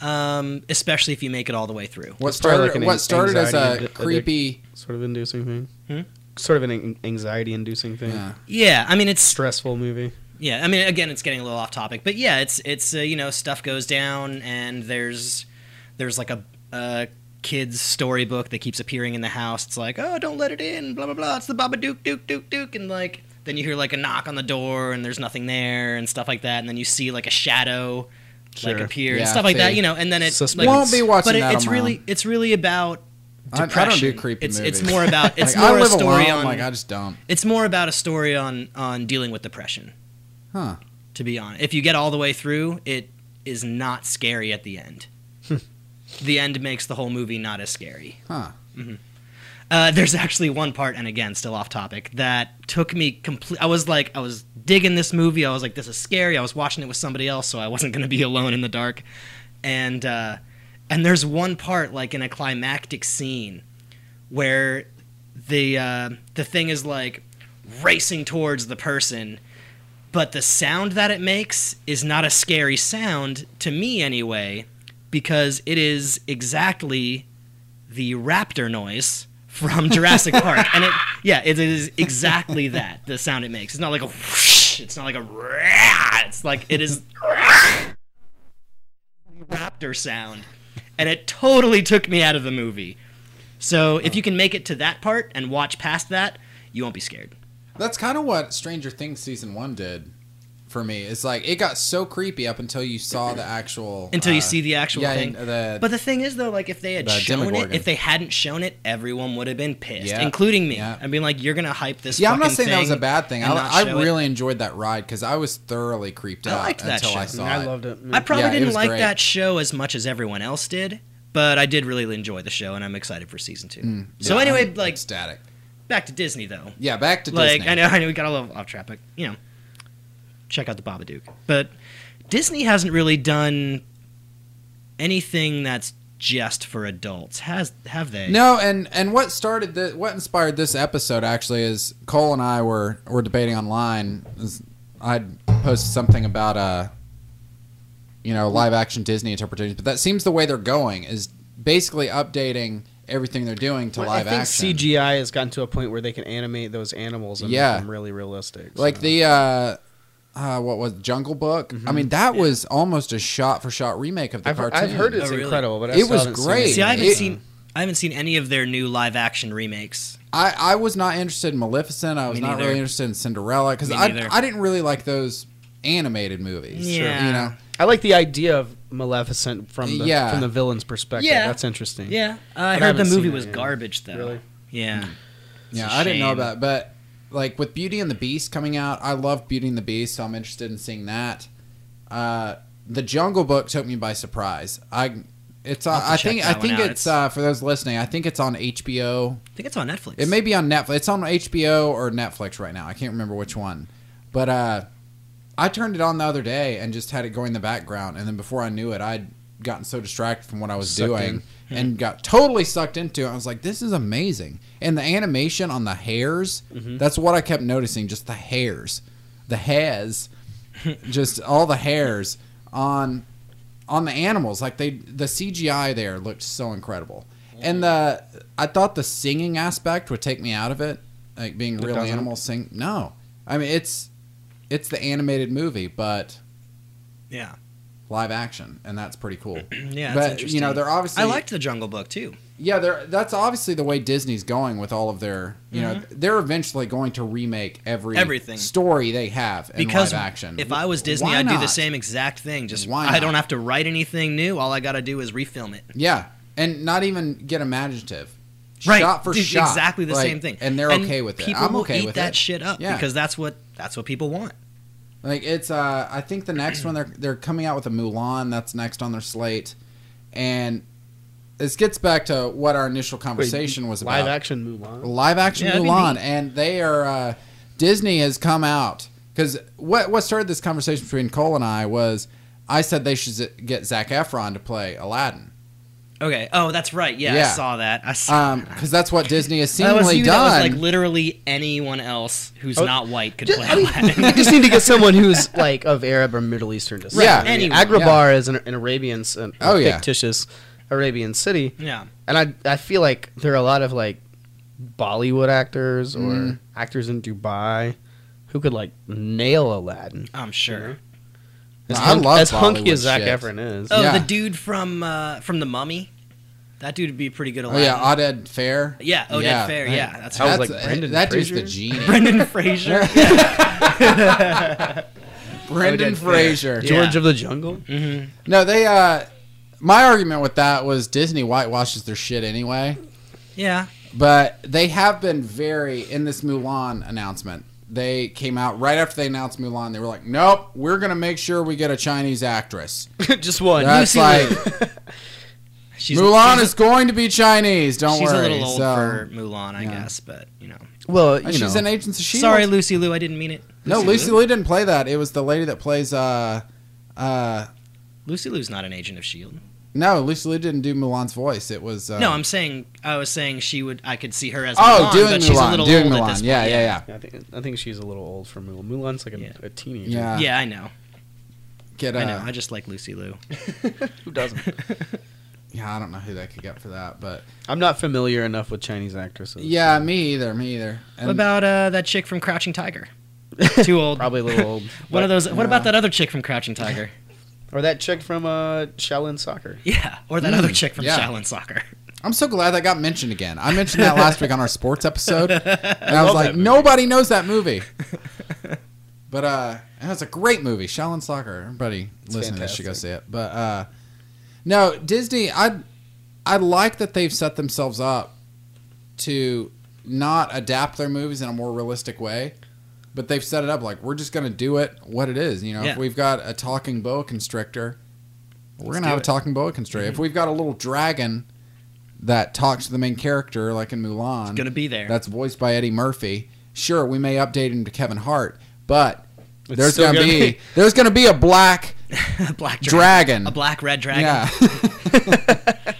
[SPEAKER 4] um, especially if you make it all the way through.
[SPEAKER 2] what
[SPEAKER 3] It's probably
[SPEAKER 2] started
[SPEAKER 3] like an
[SPEAKER 2] what started as
[SPEAKER 3] anxiety
[SPEAKER 2] a
[SPEAKER 3] addic-
[SPEAKER 2] creepy.
[SPEAKER 3] Sort of inducing thing.
[SPEAKER 4] Hmm?
[SPEAKER 3] Sort of an an anxiety-inducing thing.
[SPEAKER 2] Yeah.
[SPEAKER 4] Yeah, I mean it's
[SPEAKER 3] Stressful movie.
[SPEAKER 4] Yeah, I mean, again, it's getting a little off topic, but yeah, it's it's uh, you know stuff goes down, and there's there's like a, a kid's storybook that keeps appearing in the house. It's like, oh, don't let it in, blah blah blah. It's the Baba Duke Duke Duke Duke, and like then you hear like a knock on the door, and there's nothing there, and stuff like that, and then you see like a shadow
[SPEAKER 3] Sure.
[SPEAKER 4] like appear
[SPEAKER 2] Yeah,
[SPEAKER 4] and stuff like that,
[SPEAKER 2] see.
[SPEAKER 4] you know, and then it's
[SPEAKER 3] Suspense.
[SPEAKER 4] like,
[SPEAKER 2] Won't be watching
[SPEAKER 4] but it-
[SPEAKER 2] that on
[SPEAKER 4] it's
[SPEAKER 2] my
[SPEAKER 4] really
[SPEAKER 2] own.
[SPEAKER 4] it's really about
[SPEAKER 2] I- I don't do
[SPEAKER 4] depression.
[SPEAKER 2] creepy
[SPEAKER 4] it's, It's
[SPEAKER 2] movies.
[SPEAKER 4] more about
[SPEAKER 2] *laughs*
[SPEAKER 4] it's
[SPEAKER 2] like,
[SPEAKER 4] more
[SPEAKER 2] I live
[SPEAKER 4] a story
[SPEAKER 2] alone.
[SPEAKER 4] on
[SPEAKER 2] like I just don't.
[SPEAKER 4] it's more about a story on on dealing with depression
[SPEAKER 2] Huh.
[SPEAKER 4] to be honest. If you get all the way through, it is not scary at the end. the end makes the whole movie not as scary.
[SPEAKER 2] Huh.
[SPEAKER 4] Uh, there's actually one part, and again, still off topic, that took me complete. I was like, I was digging this movie. I was like, this is scary. I was watching it with somebody else, so I wasn't going to be alone in the dark. And uh, and there's one part, like in a climactic scene, where the uh, the thing is like racing towards the person, but the sound that it makes is not a scary sound to me anyway, because it is exactly the raptor noise from Jurassic Park, and it yeah, it is exactly that the sound it makes. It's not like a whoosh. It's not like a rah. It's like it is *laughs* raptor sound, and it totally took me out of the movie. So
[SPEAKER 2] Oh.
[SPEAKER 4] if you can make it to that part and watch past that, you won't be scared.
[SPEAKER 2] That's kind of what Stranger Things season one did for me. It's like it got so creepy up until you saw the actual.
[SPEAKER 4] until you
[SPEAKER 2] uh,
[SPEAKER 4] see the actual
[SPEAKER 2] yeah,
[SPEAKER 4] thing.
[SPEAKER 2] and the-
[SPEAKER 4] but the thing is, though, like if they had
[SPEAKER 2] The
[SPEAKER 4] shown it,
[SPEAKER 2] Demogorgon.
[SPEAKER 4] if they hadn't shown it, everyone would have been pissed,
[SPEAKER 2] Yeah.
[SPEAKER 4] including me.
[SPEAKER 2] Yeah.
[SPEAKER 4] I'd been like, "You're gonna hype this."
[SPEAKER 2] Yeah, I'm not
[SPEAKER 4] fucking
[SPEAKER 2] saying that was a
[SPEAKER 4] thing
[SPEAKER 2] bad thing. I,
[SPEAKER 4] and not
[SPEAKER 2] I
[SPEAKER 4] show it."
[SPEAKER 2] really enjoyed that ride because I was thoroughly creeped
[SPEAKER 4] I
[SPEAKER 2] out
[SPEAKER 4] liked that
[SPEAKER 2] until I
[SPEAKER 4] show.
[SPEAKER 2] saw
[SPEAKER 3] I
[SPEAKER 2] it.
[SPEAKER 3] loved it.
[SPEAKER 4] I probably
[SPEAKER 2] Mm-hmm. Yeah, it
[SPEAKER 4] didn't
[SPEAKER 2] was
[SPEAKER 4] like
[SPEAKER 2] great.
[SPEAKER 4] that show as much as everyone else did, but I did really enjoy the show, and I'm excited for season two. so
[SPEAKER 2] Mm, Yeah,
[SPEAKER 4] anyway,
[SPEAKER 2] I'm
[SPEAKER 4] like
[SPEAKER 2] static.
[SPEAKER 4] back to Disney though.
[SPEAKER 2] Yeah, back to
[SPEAKER 4] like
[SPEAKER 2] Disney.
[SPEAKER 4] I know, I know, we got a little off track, but you know, check out the Babadook. But Disney hasn't really done anything that's just for adults, has have they?
[SPEAKER 2] No, and and what started the what inspired this episode actually is Cole and I were were debating online. Is- I'd posted something about uh, you know, live action Disney interpretations, but that seems the way they're going is basically updating everything they're doing to
[SPEAKER 3] Well,
[SPEAKER 2] live
[SPEAKER 3] I think
[SPEAKER 2] action.
[SPEAKER 3] CGI has gotten to a point where they can animate those animals and
[SPEAKER 2] Yeah.
[SPEAKER 3] make them really realistic. so.
[SPEAKER 2] like the uh, uh, what was Jungle Book? I mean, that was almost a shot for shot remake of the
[SPEAKER 3] Mm-hmm. I've,
[SPEAKER 2] cartoon.
[SPEAKER 3] I've heard
[SPEAKER 4] Oh,
[SPEAKER 3] it's
[SPEAKER 4] really?
[SPEAKER 3] incredible, but I
[SPEAKER 2] It
[SPEAKER 3] still
[SPEAKER 2] was
[SPEAKER 3] haven't seen
[SPEAKER 2] great.
[SPEAKER 4] See, I haven't
[SPEAKER 2] It-
[SPEAKER 4] seen I haven't seen any of their new live action remakes.
[SPEAKER 2] I, I was not interested in Maleficent. I was
[SPEAKER 4] Me
[SPEAKER 2] not
[SPEAKER 4] neither.
[SPEAKER 2] really interested in Cinderella because
[SPEAKER 4] Me
[SPEAKER 2] I,
[SPEAKER 4] neither.
[SPEAKER 2] I didn't really like those animated movies.
[SPEAKER 4] Yeah.
[SPEAKER 2] You know?
[SPEAKER 3] I like the idea of Maleficent from the
[SPEAKER 2] Yeah.
[SPEAKER 3] from the villain's perspective.
[SPEAKER 4] Yeah.
[SPEAKER 3] that's interesting.
[SPEAKER 4] Yeah, I
[SPEAKER 3] But I
[SPEAKER 4] heard the
[SPEAKER 3] haven't
[SPEAKER 4] movie
[SPEAKER 3] seen it
[SPEAKER 4] was
[SPEAKER 3] yet.
[SPEAKER 4] garbage though.
[SPEAKER 3] Really?
[SPEAKER 4] Yeah, It's
[SPEAKER 2] Hmm. Yeah,
[SPEAKER 4] a
[SPEAKER 2] I didn't know
[SPEAKER 4] shame.
[SPEAKER 2] about But like with Beauty and the Beast coming out, I love Beauty and the Beast, so I'm interested in seeing that. Uh, the Jungle Book took me by surprise. I it's uh,
[SPEAKER 4] have to
[SPEAKER 2] I
[SPEAKER 4] check
[SPEAKER 2] think I
[SPEAKER 4] that one
[SPEAKER 2] think
[SPEAKER 4] out.
[SPEAKER 2] it's,
[SPEAKER 4] It's-
[SPEAKER 2] uh, for those listening, I think it's on HBO.
[SPEAKER 4] I think it's on Netflix.
[SPEAKER 2] It may be on Netflix. It's on HBO or Netflix right now. I can't remember which one. But uh, I turned it on the other day and just had it going in the background. And then before I knew it, I'd gotten so distracted from what I was
[SPEAKER 3] Sucked
[SPEAKER 2] doing and got totally sucked into it. I was like, this is amazing. And the animation on the hairs, that's what I kept noticing just the hairs, the hairs, just all the hairs on on the animals like they the cgi there looked so incredible and the i thought the singing aspect would take me out of it like being real
[SPEAKER 3] doesn't?
[SPEAKER 2] animals sing no i mean it's it's the animated movie but
[SPEAKER 4] yeah,
[SPEAKER 2] live action and that's pretty cool
[SPEAKER 4] *clears throat* yeah.
[SPEAKER 2] but
[SPEAKER 4] That's interesting.
[SPEAKER 2] you know they're obviously
[SPEAKER 4] I liked the Jungle Book too.
[SPEAKER 2] yeah they're that's obviously the way disney's going with all of their you know they're eventually going to remake every
[SPEAKER 4] Mm-hmm. Everything.
[SPEAKER 2] story they have in
[SPEAKER 4] Because
[SPEAKER 2] live action
[SPEAKER 4] if I was Disney,
[SPEAKER 2] Why
[SPEAKER 4] I'd do the
[SPEAKER 2] not?
[SPEAKER 4] same exact thing. Just
[SPEAKER 2] Why
[SPEAKER 4] I don't
[SPEAKER 2] not?
[SPEAKER 4] have to write anything new. All I got to do is refilm it.
[SPEAKER 2] yeah and not even get imaginative
[SPEAKER 4] Right,
[SPEAKER 2] shot for
[SPEAKER 4] dude,
[SPEAKER 2] shot.
[SPEAKER 4] exactly the
[SPEAKER 2] Like,
[SPEAKER 4] same thing,
[SPEAKER 2] and they're okay with it.
[SPEAKER 4] People
[SPEAKER 2] I'm
[SPEAKER 4] will
[SPEAKER 2] okay
[SPEAKER 4] eat
[SPEAKER 2] with
[SPEAKER 4] that
[SPEAKER 2] it.
[SPEAKER 4] shit up
[SPEAKER 2] Yeah.
[SPEAKER 4] because that's what that's what people want.
[SPEAKER 2] Like it's uh I think the next one they're they're coming out with a Mulan that's next on their slate. And this gets back to what our initial conversation was about.
[SPEAKER 3] Live action Mulan.
[SPEAKER 2] live action
[SPEAKER 4] Yeah, that'd be
[SPEAKER 2] Mulan,
[SPEAKER 4] neat.
[SPEAKER 2] and they are uh, Disney has come out because what what started this conversation between Cole and I was I said they should z- get Zach Efron to play Aladdin
[SPEAKER 4] Okay. Oh, that's right. Yeah,
[SPEAKER 2] Yeah.
[SPEAKER 4] I saw that. I saw.
[SPEAKER 2] because Um, that's what Disney has
[SPEAKER 4] *laughs* that was
[SPEAKER 2] seemingly
[SPEAKER 4] you. That was
[SPEAKER 2] done.
[SPEAKER 4] like literally anyone else
[SPEAKER 2] Oh,
[SPEAKER 4] who's not white could play.
[SPEAKER 3] I
[SPEAKER 2] *laughs*
[SPEAKER 3] mean, *laughs*
[SPEAKER 4] Aladdin.
[SPEAKER 3] you just need to get someone who's like of Arab or Middle Eastern descent.
[SPEAKER 2] Yeah.
[SPEAKER 3] I mean,
[SPEAKER 4] Anyone,
[SPEAKER 3] Agrabah is an, an Arabian, c- an
[SPEAKER 2] Oh, yeah.
[SPEAKER 3] fictitious Arabian city,
[SPEAKER 4] *laughs* yeah.
[SPEAKER 3] and I I feel like there are a lot of like Bollywood actors or
[SPEAKER 2] Mhm.
[SPEAKER 3] actors in Dubai who could like nail Aladdin.
[SPEAKER 4] I'm sure.
[SPEAKER 2] No, I love
[SPEAKER 3] as hunky as
[SPEAKER 2] Bollywood
[SPEAKER 3] Zac
[SPEAKER 2] shit.
[SPEAKER 3] Efron is.
[SPEAKER 4] Oh,
[SPEAKER 2] Yeah.
[SPEAKER 4] the dude from uh, from the Mummy. That dude would be a pretty good.
[SPEAKER 2] Oh
[SPEAKER 4] Aladdin.
[SPEAKER 2] yeah, Oded Fair.
[SPEAKER 4] Yeah, Oded Fair, yeah, that's
[SPEAKER 2] that
[SPEAKER 3] right.
[SPEAKER 2] was like
[SPEAKER 3] That was like Brendan
[SPEAKER 2] that dude's the
[SPEAKER 3] Fraser?
[SPEAKER 2] *laughs* genie.
[SPEAKER 4] *laughs*
[SPEAKER 2] *laughs* Brendan
[SPEAKER 4] Brendan Fraser.
[SPEAKER 3] Oded Fair.
[SPEAKER 2] Fraser.
[SPEAKER 4] Yeah.
[SPEAKER 3] George of the Jungle.
[SPEAKER 2] No, they. uh My argument with that was Disney whitewashes their shit anyway.
[SPEAKER 4] yeah.
[SPEAKER 2] But they have been very in this Mulan announcement. They came out right after they announced Mulan. They were like, "Nope, we're gonna make sure we get a Chinese actress."
[SPEAKER 3] *laughs* Just one.
[SPEAKER 2] Mm. That's
[SPEAKER 4] Lucy
[SPEAKER 2] like
[SPEAKER 4] She's
[SPEAKER 2] Mulan
[SPEAKER 4] she's,
[SPEAKER 2] is going to be Chinese. Don't
[SPEAKER 4] she's
[SPEAKER 2] worry.
[SPEAKER 4] a little old
[SPEAKER 2] so,
[SPEAKER 4] for Mulan, I
[SPEAKER 2] yeah.
[SPEAKER 4] guess, but you know.
[SPEAKER 3] well,
[SPEAKER 2] And
[SPEAKER 3] you
[SPEAKER 2] Oh, she's
[SPEAKER 3] know.
[SPEAKER 2] an agent. So she
[SPEAKER 4] Sorry, Lucy Lou, I didn't mean it.
[SPEAKER 2] no, Lucy Liu didn't play that. It was the lady that plays. uh uh
[SPEAKER 4] Lucy Lou's not an agent of Shield.
[SPEAKER 2] No, Lucy Liu didn't do Mulan's voice. It was. Uh,
[SPEAKER 4] E No, I'm saying I was saying she would. I could see her as
[SPEAKER 2] Oh,
[SPEAKER 4] Mulan,
[SPEAKER 2] doing
[SPEAKER 4] but
[SPEAKER 2] Mulan.
[SPEAKER 4] she's a little
[SPEAKER 2] doing
[SPEAKER 4] old
[SPEAKER 2] Mulan.
[SPEAKER 4] at this point.
[SPEAKER 2] yeah, yeah, yeah,
[SPEAKER 3] I think, I think she's a little old for Mulan. Mulan's like a,
[SPEAKER 4] Yeah.
[SPEAKER 3] a teenager.
[SPEAKER 2] yeah.
[SPEAKER 4] yeah, I know.
[SPEAKER 2] Get, uh,
[SPEAKER 4] I know. I just like Lucy Lou.
[SPEAKER 3] Who doesn't?
[SPEAKER 2] yeah, I don't know who they could get for that, but
[SPEAKER 3] I'm not familiar enough with Chinese actresses.
[SPEAKER 2] yeah, me either. Me either.
[SPEAKER 4] What
[SPEAKER 2] And-
[SPEAKER 4] about uh, that chick from Crouching Tiger? *laughs* Too old.
[SPEAKER 3] Probably a
[SPEAKER 4] *laughs*
[SPEAKER 3] little old.
[SPEAKER 4] One of those. What
[SPEAKER 2] Yeah.
[SPEAKER 4] about that other chick from
[SPEAKER 2] *laughs*
[SPEAKER 4] Crouching Tiger?
[SPEAKER 3] Or that chick from uh, Shaolin Soccer.
[SPEAKER 4] Yeah, or that other chick from
[SPEAKER 2] Mm, yeah.
[SPEAKER 4] Shaolin Soccer.
[SPEAKER 2] I'm so glad that got mentioned again. I mentioned that last week on our sports episode, and I, was
[SPEAKER 3] love
[SPEAKER 2] like,
[SPEAKER 3] that movie.
[SPEAKER 2] nobody knows that movie. But uh, and it's a great movie, Shaolin Soccer. Everybody listening to this should go see it. But uh, no, Disney, I I like that they've set themselves up to not adapt their movies in a more realistic way. But they've set it up like we're just gonna do it what it is. You know, if
[SPEAKER 4] Yeah.
[SPEAKER 2] we've got a talking boa constrictor, we're gonna
[SPEAKER 4] do
[SPEAKER 2] have a
[SPEAKER 4] it. Mm-hmm.
[SPEAKER 2] talking boa constrictor. If we've got a little dragon that talks to the main character, like in Mulan,
[SPEAKER 4] Gonna be there.
[SPEAKER 2] that's voiced by Eddie Murphy. Sure, we may update him to Kevin Hart, but
[SPEAKER 3] It's
[SPEAKER 2] there's
[SPEAKER 3] still
[SPEAKER 2] gonna,
[SPEAKER 3] gonna
[SPEAKER 2] be,
[SPEAKER 3] be-
[SPEAKER 2] *laughs* there's gonna be a black
[SPEAKER 4] a *laughs* black
[SPEAKER 2] dragon.
[SPEAKER 4] A black red dragon.
[SPEAKER 2] yeah.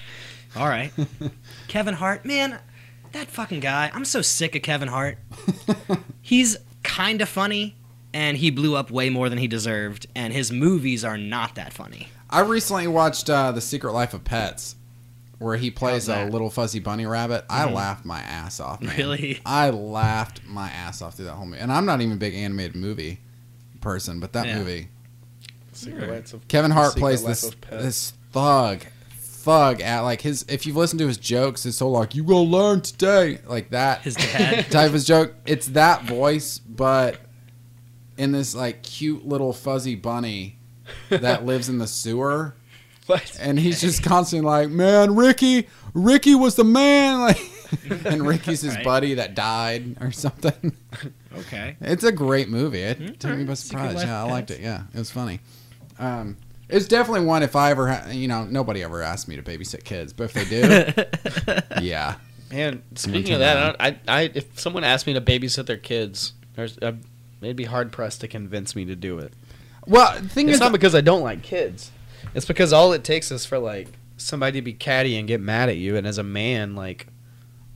[SPEAKER 4] All right. *laughs* Kevin Hart, man, that fucking guy. I'm so sick of
[SPEAKER 2] *laughs*
[SPEAKER 4] Kevin Hart. He's kind of funny, and he blew up way more than he deserved, and his movies are not that funny.
[SPEAKER 2] I recently watched uh, The Secret Life of Pets, where he plays
[SPEAKER 4] How's
[SPEAKER 2] a
[SPEAKER 4] that? Mm-hmm.
[SPEAKER 2] little fuzzy bunny rabbit. I laughed my ass off. Man.
[SPEAKER 4] Really?
[SPEAKER 2] I laughed my ass off through that whole movie. And I'm not even a big animated movie person, but that
[SPEAKER 4] Yeah.
[SPEAKER 2] movie.
[SPEAKER 3] Secret Lights of- *laughs*
[SPEAKER 2] Kevin Hart
[SPEAKER 3] Secret
[SPEAKER 2] plays
[SPEAKER 3] Life
[SPEAKER 2] this
[SPEAKER 3] of Pets.
[SPEAKER 2] this thug, thug at like his. If you've listened to his jokes, it's so like you gonna learn today, like that
[SPEAKER 4] His
[SPEAKER 2] *laughs*
[SPEAKER 4] dad.
[SPEAKER 2] type of joke. It's that voice, but in this like cute little fuzzy bunny
[SPEAKER 4] *laughs*
[SPEAKER 2] that lives in the sewer
[SPEAKER 3] What?
[SPEAKER 2] and he's just constantly like, "Man, Ricky, Ricky was the man." *laughs*
[SPEAKER 4] *laughs*
[SPEAKER 2] Like, and Ricky's his
[SPEAKER 4] Right.
[SPEAKER 2] buddy that died or something. *laughs*
[SPEAKER 4] *laughs* okay.
[SPEAKER 2] It's a great movie. It
[SPEAKER 4] Mm-hmm.
[SPEAKER 2] took me by surprise.
[SPEAKER 4] Life
[SPEAKER 2] Yeah, I liked it. Yeah, it was funny. Um, it's definitely one if I ever, ha- you know, nobody ever asked me to babysit kids, but if they
[SPEAKER 4] *laughs*
[SPEAKER 2] do, yeah,
[SPEAKER 3] Man, speaking
[SPEAKER 2] turn
[SPEAKER 3] of that, I, don't- I, I, if someone asked me to babysit their kids, there's, uh, it'd be hard pressed to convince me to do it.
[SPEAKER 2] well, the thing
[SPEAKER 3] It's
[SPEAKER 2] is,
[SPEAKER 3] not because I don't like kids. It's because all it takes is for like somebody to be catty and get mad at you, and as a man, like,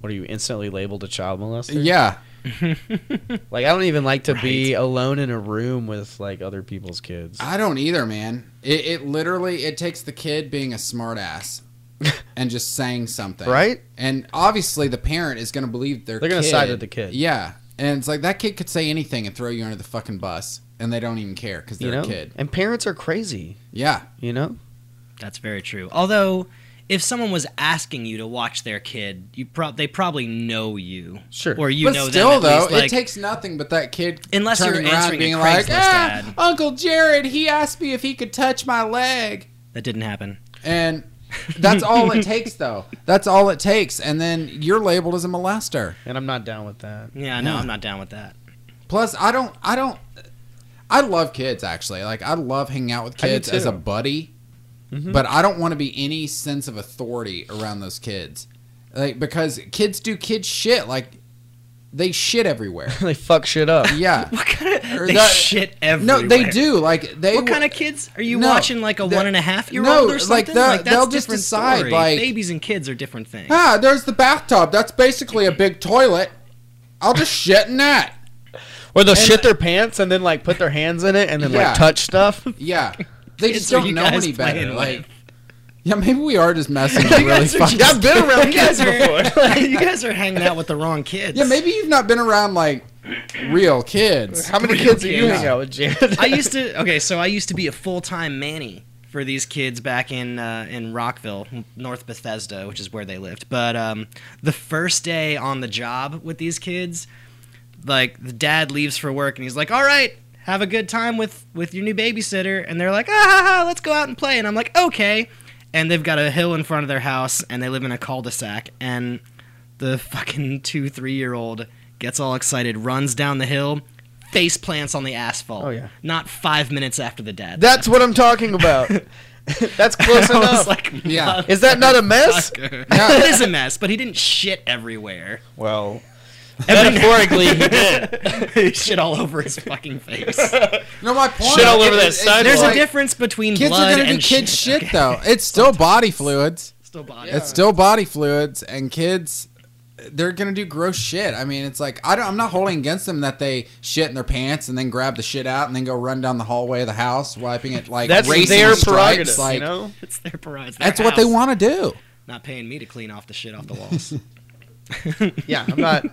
[SPEAKER 3] what are you instantly labeled a child molester?
[SPEAKER 2] yeah,
[SPEAKER 3] Like, I don't even like to be alone in a room with like other people's kids.
[SPEAKER 2] I don't either, man. It, it literally it takes the kid being a smartass
[SPEAKER 3] *laughs*
[SPEAKER 2] and just saying something,
[SPEAKER 3] Right?
[SPEAKER 2] And obviously, the parent is going to believe their
[SPEAKER 3] They're gonna
[SPEAKER 2] kid-
[SPEAKER 3] side with the kid.
[SPEAKER 2] Yeah, and it's like that kid could say anything and throw you under the fucking bus, and they don't even care because they're
[SPEAKER 3] you know,
[SPEAKER 2] a kid.
[SPEAKER 3] and parents are crazy.
[SPEAKER 2] Yeah,
[SPEAKER 3] You know,
[SPEAKER 4] That's very true. Although, if someone was asking you to watch their kid, you prob they probably know you.
[SPEAKER 3] Sure.
[SPEAKER 4] Or you
[SPEAKER 2] but
[SPEAKER 4] know
[SPEAKER 2] still
[SPEAKER 4] them. at
[SPEAKER 2] though,
[SPEAKER 4] least, like,
[SPEAKER 2] it takes nothing but that kid
[SPEAKER 4] Unless you're
[SPEAKER 2] turning around and
[SPEAKER 4] answering a
[SPEAKER 2] being like,
[SPEAKER 4] Craigslist
[SPEAKER 2] ah,
[SPEAKER 4] ad."
[SPEAKER 2] Uncle Jared, he asked me if he could touch my leg,
[SPEAKER 4] That didn't happen.
[SPEAKER 2] and That's all
[SPEAKER 4] *laughs*
[SPEAKER 2] it takes, though. That's all it takes, and then you're labeled as a molester.
[SPEAKER 3] and I'm not down with that. *laughs*
[SPEAKER 4] Yeah, no,
[SPEAKER 2] Yeah.
[SPEAKER 4] I'm not down with that.
[SPEAKER 2] Plus, I don't, I don't, I love kids actually. Like, I love hanging out with
[SPEAKER 3] I do
[SPEAKER 2] kids as
[SPEAKER 3] too.
[SPEAKER 2] a buddy,
[SPEAKER 4] Mm-hmm.
[SPEAKER 2] but I don't want to be any sense of authority around those kids, like because kids do kid shit. Like, they shit
[SPEAKER 4] *laughs*
[SPEAKER 2] everywhere.
[SPEAKER 3] they fuck
[SPEAKER 2] *laughs*
[SPEAKER 3] shit up.
[SPEAKER 2] Yeah.
[SPEAKER 4] What kind of
[SPEAKER 2] Or
[SPEAKER 4] they
[SPEAKER 2] that-
[SPEAKER 4] shit everywhere?
[SPEAKER 2] No, they do. Like they.
[SPEAKER 4] What kind of kids are you
[SPEAKER 2] No,
[SPEAKER 4] watching? Like a
[SPEAKER 2] the-
[SPEAKER 4] one and a half year
[SPEAKER 2] no,
[SPEAKER 4] old or
[SPEAKER 2] like,
[SPEAKER 4] something?
[SPEAKER 2] they'll-
[SPEAKER 4] that's
[SPEAKER 2] they'll just
[SPEAKER 4] different
[SPEAKER 2] decide,
[SPEAKER 4] story.
[SPEAKER 2] like-
[SPEAKER 4] babies and kids are
[SPEAKER 2] *laughs*
[SPEAKER 4] different things.
[SPEAKER 2] Ah, there's the bathtub. That's basically a big toilet. I'll just shit in that.
[SPEAKER 3] Or they'll shit their pants and then like put their hands in it and then
[SPEAKER 2] Yeah.
[SPEAKER 3] like touch stuff.
[SPEAKER 2] Yeah.
[SPEAKER 4] *laughs*
[SPEAKER 2] They just
[SPEAKER 4] Kids are
[SPEAKER 2] don't
[SPEAKER 4] you
[SPEAKER 2] know
[SPEAKER 4] guys
[SPEAKER 2] any better.
[SPEAKER 4] playing
[SPEAKER 2] Like,
[SPEAKER 4] with?
[SPEAKER 2] yeah, maybe we are just
[SPEAKER 4] *laughs*
[SPEAKER 2] messing up really
[SPEAKER 4] guys are
[SPEAKER 2] fucking.
[SPEAKER 4] just-
[SPEAKER 3] been around
[SPEAKER 4] you guys are *laughs* you guys are hanging out with the wrong kids.
[SPEAKER 2] Yeah, maybe you've not been around like real kids.
[SPEAKER 3] How many *laughs* kids are you hanging out with, *laughs* Jared?
[SPEAKER 4] I used to. Okay, so I used to be a full time manny for these kids back in uh, in Rockville, North Bethesda, which is where they lived. But um, the first day on the job with these kids, like the dad leaves for work and he's like, "All right." Have a good time with with your new babysitter, and they're like, ah, ha, ha, let's go out and play. And I'm like, okay. And they've got a hill in front of their house, and they live in a cul-de-sac. And the fucking two three year old gets all excited, runs down the hill, face plants on the asphalt.
[SPEAKER 3] Oh, yeah.
[SPEAKER 4] Not five minutes after the dad.
[SPEAKER 3] That's what I'm talking about. That's close
[SPEAKER 4] *laughs* I was
[SPEAKER 3] enough.
[SPEAKER 4] like,
[SPEAKER 2] Yeah.
[SPEAKER 3] Is that not a mess?
[SPEAKER 4] it is a mess, but he didn't shit everywhere.
[SPEAKER 3] Well, metaphorically, he did.
[SPEAKER 4] *laughs* He shit all over his fucking
[SPEAKER 2] *laughs*
[SPEAKER 4] face.
[SPEAKER 2] No, my point.
[SPEAKER 3] Shit all over
[SPEAKER 2] it-
[SPEAKER 3] that
[SPEAKER 2] it's
[SPEAKER 3] sidewalk.
[SPEAKER 4] There's
[SPEAKER 2] like,
[SPEAKER 4] a difference between
[SPEAKER 2] Kids
[SPEAKER 4] blood
[SPEAKER 2] are gonna do
[SPEAKER 4] and
[SPEAKER 2] kid shit,
[SPEAKER 4] shit.
[SPEAKER 2] though. It's still body fluids.
[SPEAKER 4] *laughs* Still body.
[SPEAKER 2] It's still body fluids, and kids, they're gonna do gross shit. I mean, it's like I don't. I'm not holding against them that they shit in their pants and then grab the shit out and then go run down the hallway of the house, wiping it like
[SPEAKER 3] That's
[SPEAKER 2] racing
[SPEAKER 3] their
[SPEAKER 2] stripes,
[SPEAKER 3] prerogative,
[SPEAKER 2] like, *laughs*
[SPEAKER 3] you know.
[SPEAKER 4] *laughs* It's their pariah. It's their
[SPEAKER 2] That's what they
[SPEAKER 4] house.
[SPEAKER 2] want to do.
[SPEAKER 4] Not paying me to clean off the shit
[SPEAKER 2] *laughs*
[SPEAKER 4] off the walls.
[SPEAKER 3] Yeah, I'm not.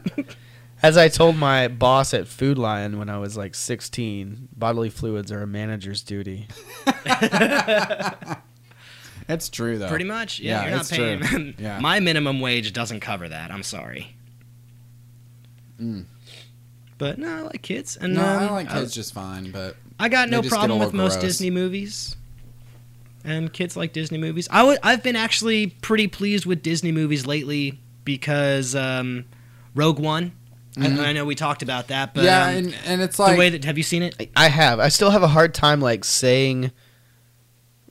[SPEAKER 3] As I told my boss at Food Lion when I was like 16, bodily fluids are a manager's duty.
[SPEAKER 2] That's true, though.
[SPEAKER 4] Pretty much. Yeah,
[SPEAKER 2] Yeah,
[SPEAKER 4] you're not
[SPEAKER 2] it's true.
[SPEAKER 4] paying.
[SPEAKER 2] Yeah.
[SPEAKER 4] My minimum wage doesn't cover that. I'm sorry.
[SPEAKER 2] Mm.
[SPEAKER 4] But no, I like kids, and
[SPEAKER 2] No, I
[SPEAKER 4] um,
[SPEAKER 2] like kids just fine, but
[SPEAKER 4] I got
[SPEAKER 2] They
[SPEAKER 4] no
[SPEAKER 2] just get
[SPEAKER 4] problem
[SPEAKER 2] all
[SPEAKER 4] with most
[SPEAKER 2] gross.
[SPEAKER 4] Disney movies. And kids like Disney movies. I would, I've been actually pretty pleased with Disney movies lately because um, Rogue One. I-
[SPEAKER 2] Mhm.
[SPEAKER 4] I, know we talked about that, but
[SPEAKER 2] yeah,
[SPEAKER 4] um,
[SPEAKER 2] and, and it's
[SPEAKER 4] the
[SPEAKER 2] like
[SPEAKER 4] way that have you seen it?
[SPEAKER 3] I have. I still have a hard time like saying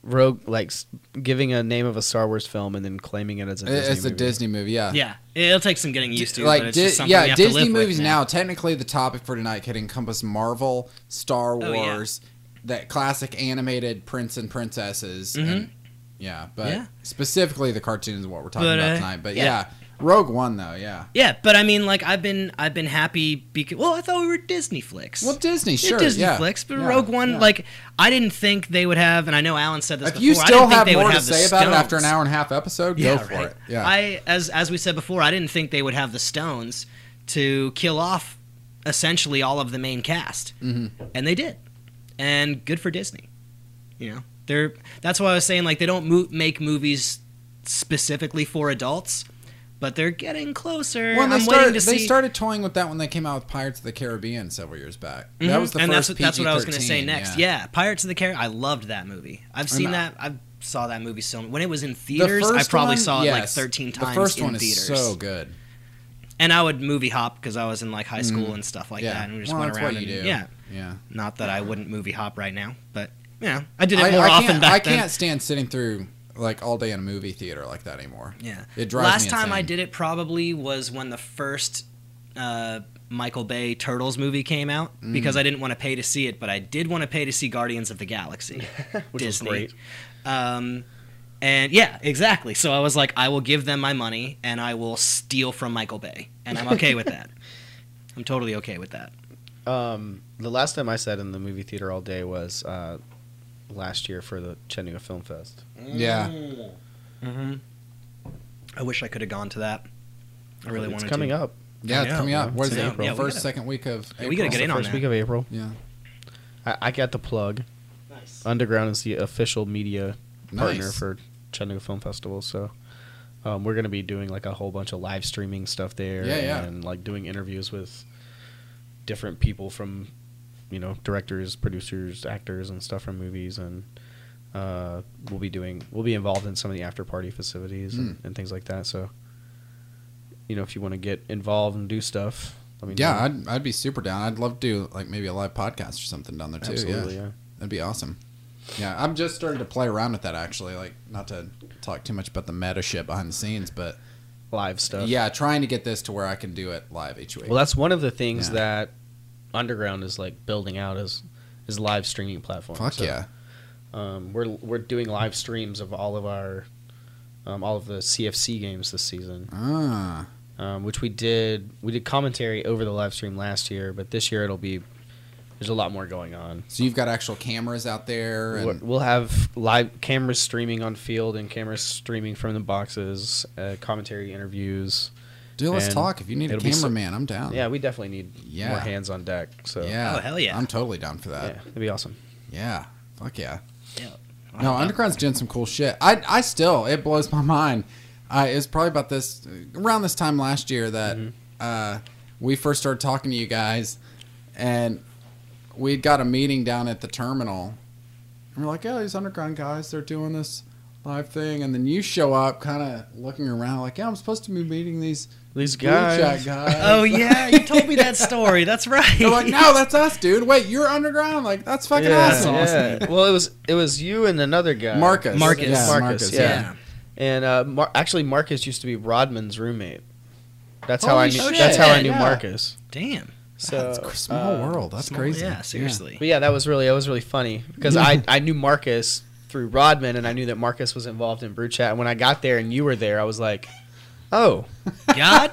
[SPEAKER 3] rogue like s- giving a name of a Star Wars film and then claiming it as a
[SPEAKER 2] it-
[SPEAKER 3] Disney
[SPEAKER 2] it's a
[SPEAKER 3] movie.
[SPEAKER 2] Disney movie. Yeah,
[SPEAKER 4] Yeah, it'll take some getting used to. but it's
[SPEAKER 2] Uh. Di-
[SPEAKER 4] just something
[SPEAKER 2] yeah,
[SPEAKER 4] we have to
[SPEAKER 2] Disney
[SPEAKER 4] live with
[SPEAKER 2] movies now. Technically, the topic for tonight could encompass Marvel, Star
[SPEAKER 4] Oh, yeah.
[SPEAKER 2] Wars, that classic animated prince and princesses. And, yeah, but
[SPEAKER 4] Mm-hmm. Yeah.
[SPEAKER 2] specifically the cartoons is what we're talking
[SPEAKER 4] But,
[SPEAKER 2] about
[SPEAKER 4] uh,
[SPEAKER 2] tonight. But yeah.
[SPEAKER 4] yeah.
[SPEAKER 2] Rogue One though. Yeah.
[SPEAKER 4] Yeah, but I mean, like I've been I've been happy because well, I thought we were Disney flicks.
[SPEAKER 2] Well, Disney,
[SPEAKER 4] Yeah,
[SPEAKER 2] sure.
[SPEAKER 4] Disney
[SPEAKER 2] yeah.
[SPEAKER 4] flicks, but
[SPEAKER 2] Yeah,
[SPEAKER 4] Rogue One,
[SPEAKER 2] yeah.
[SPEAKER 4] like I didn't think they would have, and I know Alan said this
[SPEAKER 2] If
[SPEAKER 4] before.
[SPEAKER 2] you
[SPEAKER 4] I
[SPEAKER 2] still
[SPEAKER 4] didn't think
[SPEAKER 2] have
[SPEAKER 4] they would
[SPEAKER 2] more to
[SPEAKER 4] have the
[SPEAKER 2] say about it after an
[SPEAKER 4] Stones.
[SPEAKER 2] hour and a half episode, go for
[SPEAKER 4] right.
[SPEAKER 2] it. Yeah.
[SPEAKER 4] I as as we said before, I didn't think they would have the stones to kill off essentially all of the main cast,
[SPEAKER 2] Mhm.
[SPEAKER 4] and they did. And good for Disney. You know, they're that's why I was saying like they don't mo- make movies specifically for adults, but they're getting closer.
[SPEAKER 2] Well, and they
[SPEAKER 4] I'm
[SPEAKER 2] started.
[SPEAKER 4] waiting
[SPEAKER 2] They
[SPEAKER 4] to see.
[SPEAKER 2] started toying with that when they came out with Pirates of the Caribbean several years back. That
[SPEAKER 4] Mhm.
[SPEAKER 2] was the
[SPEAKER 4] and
[SPEAKER 2] first.
[SPEAKER 4] that's, what- that's what I was going to say
[SPEAKER 2] PG-13,
[SPEAKER 4] next. Yeah. Pirates of the Caribbean. I loved that movie. I've seen
[SPEAKER 2] I-
[SPEAKER 4] that. I saw that movie so when it was in
[SPEAKER 2] The
[SPEAKER 4] theaters. I
[SPEAKER 2] first
[SPEAKER 4] probably
[SPEAKER 2] one-
[SPEAKER 4] saw it like
[SPEAKER 2] yes.
[SPEAKER 4] thirteen
[SPEAKER 2] The
[SPEAKER 4] times
[SPEAKER 2] first
[SPEAKER 4] in
[SPEAKER 2] one is
[SPEAKER 4] theaters.
[SPEAKER 2] so good.
[SPEAKER 4] and I would movie hop because I was in like high school and stuff like
[SPEAKER 2] Yeah.
[SPEAKER 4] that, and we just
[SPEAKER 2] Well,
[SPEAKER 4] went
[SPEAKER 2] that's what
[SPEAKER 4] around. And,
[SPEAKER 2] you do.
[SPEAKER 4] Yeah,
[SPEAKER 2] Yeah.
[SPEAKER 4] not that I wouldn't movie hop right now, but yeah, I did it
[SPEAKER 2] I,
[SPEAKER 4] more
[SPEAKER 2] I
[SPEAKER 4] often
[SPEAKER 2] can't,
[SPEAKER 4] back
[SPEAKER 2] I
[SPEAKER 4] then.
[SPEAKER 2] can't stand sitting through like all day in a movie theater like that anymore.
[SPEAKER 4] Yeah,
[SPEAKER 2] It drives
[SPEAKER 4] Last
[SPEAKER 2] me
[SPEAKER 4] time I
[SPEAKER 2] insane.
[SPEAKER 4] did it probably was when the first uh, Michael Bay Turtles movie came out
[SPEAKER 2] Mm.
[SPEAKER 4] because I didn't want to pay to see it, but I did want to pay to see Guardians of
[SPEAKER 2] *laughs*
[SPEAKER 4] the Galaxy.
[SPEAKER 3] Which was great.
[SPEAKER 4] Um, and yeah, exactly. So I was like, I will give them my money and I will steal from Michael Bay, and I'm okay
[SPEAKER 2] *laughs*
[SPEAKER 4] with that. I'm totally okay with that.
[SPEAKER 3] Um, the last time I sat in the movie theater all day was uh, last year for the Chattanooga Film Fest.
[SPEAKER 2] Yeah.
[SPEAKER 4] hmm I wish I could have gone to that. I really
[SPEAKER 3] it's
[SPEAKER 4] wanted
[SPEAKER 3] coming
[SPEAKER 4] to.
[SPEAKER 3] up.
[SPEAKER 2] Yeah, it's
[SPEAKER 4] Yeah.
[SPEAKER 2] coming up. What is
[SPEAKER 3] It's
[SPEAKER 2] it?
[SPEAKER 3] in
[SPEAKER 2] April?
[SPEAKER 3] April.
[SPEAKER 4] Yeah, we
[SPEAKER 2] First,
[SPEAKER 4] gotta-
[SPEAKER 2] second week of.
[SPEAKER 4] Yeah, we gotta
[SPEAKER 2] April.
[SPEAKER 4] get in
[SPEAKER 3] the
[SPEAKER 4] on
[SPEAKER 3] first
[SPEAKER 4] that.
[SPEAKER 3] week of April.
[SPEAKER 2] Yeah.
[SPEAKER 3] I, I got the plug.
[SPEAKER 4] Nice.
[SPEAKER 3] Underground is the official media partner
[SPEAKER 2] Nice.
[SPEAKER 3] for Chattanooga Film Festival, so um, we're going to be doing like a whole bunch of live streaming stuff there,
[SPEAKER 2] Yeah, yeah.
[SPEAKER 3] and like doing interviews with different people from, you know, directors, producers, actors, and stuff from movies, and
[SPEAKER 7] uh, we'll be doing we'll be involved in some of the after party festivities and,
[SPEAKER 2] Hmm.
[SPEAKER 7] and things like that. So, you know, if you want to get involved and do stuff, let me
[SPEAKER 2] Yeah,
[SPEAKER 7] know.
[SPEAKER 2] I'd, I'd be super down. I'd love to do like maybe a live podcast or something down there too.
[SPEAKER 7] absolutely.
[SPEAKER 2] yeah.
[SPEAKER 7] Yeah.
[SPEAKER 2] That'd be awesome. Yeah, I'm just starting to play around with that actually. Like, not to talk too much about the meta shit behind the scenes, but
[SPEAKER 7] live stuff.
[SPEAKER 2] yeah, trying to get this to where I can do it live each week.
[SPEAKER 3] Well, that's one of the things
[SPEAKER 2] Yeah.
[SPEAKER 3] that Underground is like building out is is live streaming platform.
[SPEAKER 2] Fuck
[SPEAKER 3] So,
[SPEAKER 2] yeah.
[SPEAKER 3] Um, we're we're doing live streams of all of our um, all of the CFC games this season,
[SPEAKER 2] Ah,
[SPEAKER 3] um, which we did we did commentary over the live stream last year, but this year it'll be there's a lot more going on.
[SPEAKER 2] so you've got actual cameras out there,
[SPEAKER 3] We're-
[SPEAKER 2] and
[SPEAKER 3] We'll have live cameras streaming on field and cameras streaming from the boxes, uh, commentary interviews.
[SPEAKER 2] dude, let's
[SPEAKER 3] and
[SPEAKER 2] talk. If you need a
[SPEAKER 3] it'll be so-
[SPEAKER 2] cameraman, I'm down.
[SPEAKER 3] Yeah, we definitely need
[SPEAKER 2] Yeah.
[SPEAKER 3] more hands on deck. So
[SPEAKER 2] yeah.
[SPEAKER 4] Oh, hell yeah.
[SPEAKER 2] I'm totally down for
[SPEAKER 3] yeah,
[SPEAKER 2] that.
[SPEAKER 3] it'd be awesome.
[SPEAKER 2] Yeah, fuck yeah.
[SPEAKER 4] Yeah.
[SPEAKER 2] No, Underground's doing some cool shit. I, I still, it blows my mind. I, it was probably about this, around this time last year that
[SPEAKER 4] Mm-hmm.
[SPEAKER 2] uh, we first started talking to you guys, and we'd got a meeting down at the terminal. And we're like, oh, these Underground guys, they're doing this live thing. And then you show up, kind of looking around, like, yeah, I'm supposed to be meeting these
[SPEAKER 3] These
[SPEAKER 2] blue check
[SPEAKER 3] guys.
[SPEAKER 2] guys.
[SPEAKER 4] Oh yeah, you told me that story. That's
[SPEAKER 2] *laughs*
[SPEAKER 4] right. *laughs*
[SPEAKER 2] They're like, no, that's us, dude. Wait, you're Underground? I'm like, that's fucking awesome.
[SPEAKER 3] yeah. Well, it was it was you and another guy,
[SPEAKER 2] Marcus.
[SPEAKER 4] Marcus.
[SPEAKER 2] Yeah,
[SPEAKER 3] Marcus,
[SPEAKER 2] Marcus,
[SPEAKER 3] yeah.
[SPEAKER 2] yeah.
[SPEAKER 3] And uh, Mar- actually, Marcus used to be Rodman's roommate. That's how
[SPEAKER 2] Holy
[SPEAKER 3] I knew.
[SPEAKER 2] shit.
[SPEAKER 3] That's how I knew
[SPEAKER 2] Yeah.
[SPEAKER 3] Marcus.
[SPEAKER 4] Damn.
[SPEAKER 3] So
[SPEAKER 2] That's a small
[SPEAKER 3] uh,
[SPEAKER 2] world. That's
[SPEAKER 4] Small-
[SPEAKER 2] crazy.
[SPEAKER 4] Yeah, seriously.
[SPEAKER 3] But yeah, that was really that was really funny
[SPEAKER 2] *laughs*
[SPEAKER 3] because I I knew Marcus through Rodman and I knew that Marcus was involved in Brew Chat. And when I got there and you were there, I was like, oh,
[SPEAKER 4] God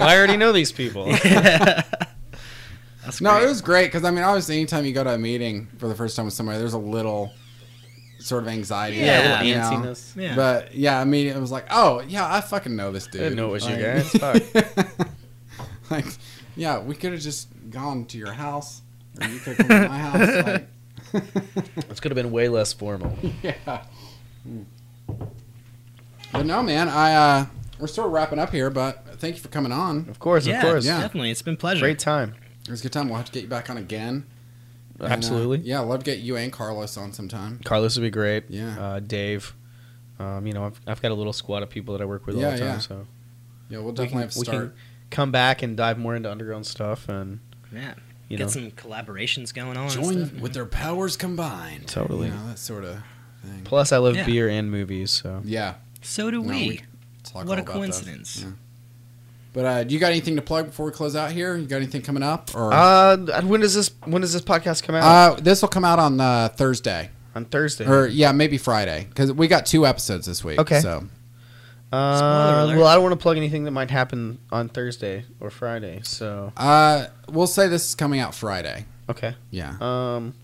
[SPEAKER 2] *laughs*
[SPEAKER 3] I already know these people.
[SPEAKER 4] That's
[SPEAKER 2] No,
[SPEAKER 4] great.
[SPEAKER 2] it was great because I mean, obviously, anytime you go to a meeting for the first time with somebody, there's a little sort of anxiety.
[SPEAKER 4] Yeah,
[SPEAKER 2] you know?
[SPEAKER 3] antsiness.
[SPEAKER 4] Yeah.
[SPEAKER 2] But yeah, I mean, it was like, oh yeah, I fucking know this dude.
[SPEAKER 3] didn't know it was you guys.
[SPEAKER 2] *laughs* like, guys. like, *laughs* yeah, we could have just gone to your house, or you could have come to my
[SPEAKER 3] *laughs*
[SPEAKER 2] house. Like,
[SPEAKER 3] This could have been way less formal.
[SPEAKER 2] yeah. But no, man, I uh, we're sort of wrapping up here, but thank you for coming on.
[SPEAKER 3] Of course,
[SPEAKER 4] yeah,
[SPEAKER 3] of course.
[SPEAKER 2] yeah.
[SPEAKER 4] definitely. It's been a pleasure.
[SPEAKER 3] Great time.
[SPEAKER 2] It was a good time. We'll have to get you back on again. And, uh,
[SPEAKER 3] Absolutely.
[SPEAKER 2] yeah, I'd love to get you and Carlos on sometime.
[SPEAKER 3] Carlos would be great.
[SPEAKER 2] Yeah.
[SPEAKER 3] Uh, Dave. Um, you know, I've, I've got a little squad of people that I work with all
[SPEAKER 2] Yeah,
[SPEAKER 3] the time,
[SPEAKER 2] yeah.
[SPEAKER 3] so
[SPEAKER 2] Yeah, we'll definitely have to
[SPEAKER 3] we
[SPEAKER 2] start.
[SPEAKER 3] can come back and dive more into underground stuff, and
[SPEAKER 4] Yeah.
[SPEAKER 3] you
[SPEAKER 4] Get
[SPEAKER 3] know,
[SPEAKER 4] some collaborations going on. and stuff.
[SPEAKER 2] Join with their powers combined.
[SPEAKER 3] Totally.
[SPEAKER 2] You know, that sort of thing.
[SPEAKER 3] plus I love
[SPEAKER 4] Yeah.
[SPEAKER 3] beer and movies, so
[SPEAKER 2] Yeah.
[SPEAKER 4] So do
[SPEAKER 2] No,
[SPEAKER 4] we.
[SPEAKER 2] we- talk
[SPEAKER 4] What
[SPEAKER 2] all
[SPEAKER 4] a
[SPEAKER 2] about that.
[SPEAKER 4] coincidence.
[SPEAKER 2] Yeah. But uh, do you got anything to plug before we close out here? You got anything coming up? Or uh,
[SPEAKER 3] Uh, when does this when does this podcast come out?
[SPEAKER 2] this will come out on uh, Thursday
[SPEAKER 3] On Thursday.
[SPEAKER 2] or yeah, maybe Friday because we got two episodes this week.
[SPEAKER 3] Okay.
[SPEAKER 2] So
[SPEAKER 3] uh,
[SPEAKER 4] alert.
[SPEAKER 3] well, I don't want to plug anything that might happen on Thursday or Friday. So
[SPEAKER 2] uh, we'll say this is coming out Friday.
[SPEAKER 3] okay.
[SPEAKER 2] Yeah.
[SPEAKER 3] Um.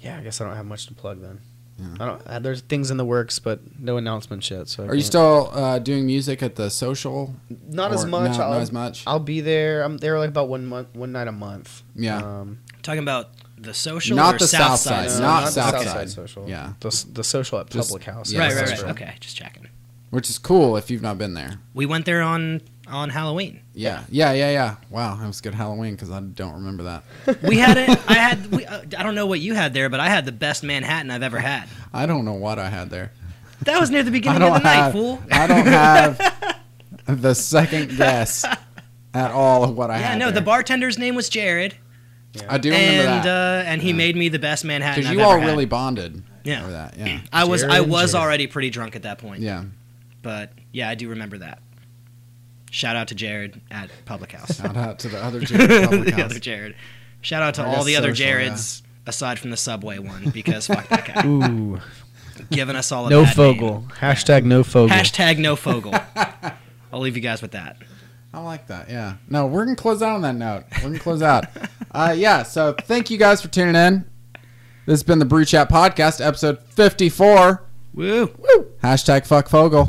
[SPEAKER 3] Yeah, I guess I don't have much to plug then.
[SPEAKER 2] Yeah.
[SPEAKER 3] I don't. Uh, there's things in the works, but no announcements yet. So I
[SPEAKER 2] Are you
[SPEAKER 3] can't-
[SPEAKER 2] still uh, doing music at the social?
[SPEAKER 3] Not as
[SPEAKER 2] Or-
[SPEAKER 3] much. um,
[SPEAKER 2] no,
[SPEAKER 3] I'll,
[SPEAKER 2] not as much.
[SPEAKER 3] I'll be there. I'm there like about one month, one night a month.
[SPEAKER 2] Yeah.
[SPEAKER 3] Um,
[SPEAKER 4] Talking about the social
[SPEAKER 2] Not
[SPEAKER 4] or
[SPEAKER 2] the
[SPEAKER 4] south
[SPEAKER 2] south
[SPEAKER 4] side.
[SPEAKER 2] side,
[SPEAKER 3] no,
[SPEAKER 2] not
[SPEAKER 3] the
[SPEAKER 2] south
[SPEAKER 3] Southside
[SPEAKER 2] side.
[SPEAKER 3] social.
[SPEAKER 2] Yeah.
[SPEAKER 3] The, s- the social at
[SPEAKER 2] Just-
[SPEAKER 3] public house.
[SPEAKER 2] yeah,
[SPEAKER 4] right,
[SPEAKER 2] the
[SPEAKER 4] right, right.
[SPEAKER 2] social.
[SPEAKER 4] Okay, just checking.
[SPEAKER 2] Which is cool if you've not been there.
[SPEAKER 4] We went there on on Halloween.
[SPEAKER 2] Yeah, yeah, yeah, yeah. Wow, that was good Halloween because I don't remember that.
[SPEAKER 4] We had it. I had. We, uh, I don't know what you had there, but I had the best Manhattan I've ever had.
[SPEAKER 2] I don't know what I had there.
[SPEAKER 4] That was near the
[SPEAKER 2] I
[SPEAKER 4] beginning of
[SPEAKER 2] don't
[SPEAKER 4] the night,
[SPEAKER 2] have.
[SPEAKER 4] fool.
[SPEAKER 2] I don't have
[SPEAKER 4] *laughs*
[SPEAKER 2] the second guess at all of what I
[SPEAKER 4] Yeah,
[SPEAKER 2] had.
[SPEAKER 4] no. The
[SPEAKER 2] there.
[SPEAKER 4] bartender's name was Jared,
[SPEAKER 2] I do remember
[SPEAKER 4] and
[SPEAKER 2] that
[SPEAKER 4] uh, and he made me the best Manhattan.
[SPEAKER 2] because
[SPEAKER 4] I've
[SPEAKER 2] you
[SPEAKER 4] ever
[SPEAKER 2] all
[SPEAKER 4] had.
[SPEAKER 2] really bonded.
[SPEAKER 4] Yeah.
[SPEAKER 2] over that. Yeah,
[SPEAKER 4] I was
[SPEAKER 3] Jared
[SPEAKER 4] I
[SPEAKER 3] and
[SPEAKER 4] was
[SPEAKER 3] Jared.
[SPEAKER 4] already pretty drunk at that point.
[SPEAKER 2] yeah.
[SPEAKER 4] But yeah, I do remember that. Shout out to Jared at Public House. *laughs*
[SPEAKER 2] Shout out to the other Jared Public
[SPEAKER 4] the
[SPEAKER 2] House.
[SPEAKER 4] other Jared. Shout out to
[SPEAKER 2] I
[SPEAKER 4] all
[SPEAKER 2] guess
[SPEAKER 4] the other
[SPEAKER 2] social, yeah.
[SPEAKER 4] Jareds aside from the Subway one because fuck that guy.
[SPEAKER 3] Ooh.
[SPEAKER 4] Giving us all a
[SPEAKER 3] No
[SPEAKER 4] bad
[SPEAKER 3] Fogel.
[SPEAKER 4] name.
[SPEAKER 3] Hashtag no Fogel.
[SPEAKER 4] Hashtag no Fogel. I'll leave you guys with that.
[SPEAKER 2] I like that. Yeah. No, we're gonna close out on that note. We're gonna close
[SPEAKER 4] *laughs*
[SPEAKER 2] out. uh, yeah. So thank you guys for tuning in. This has been the Brew Chat Podcast, episode fifty-four.
[SPEAKER 4] Woo.
[SPEAKER 2] Hashtag fuck Fogel.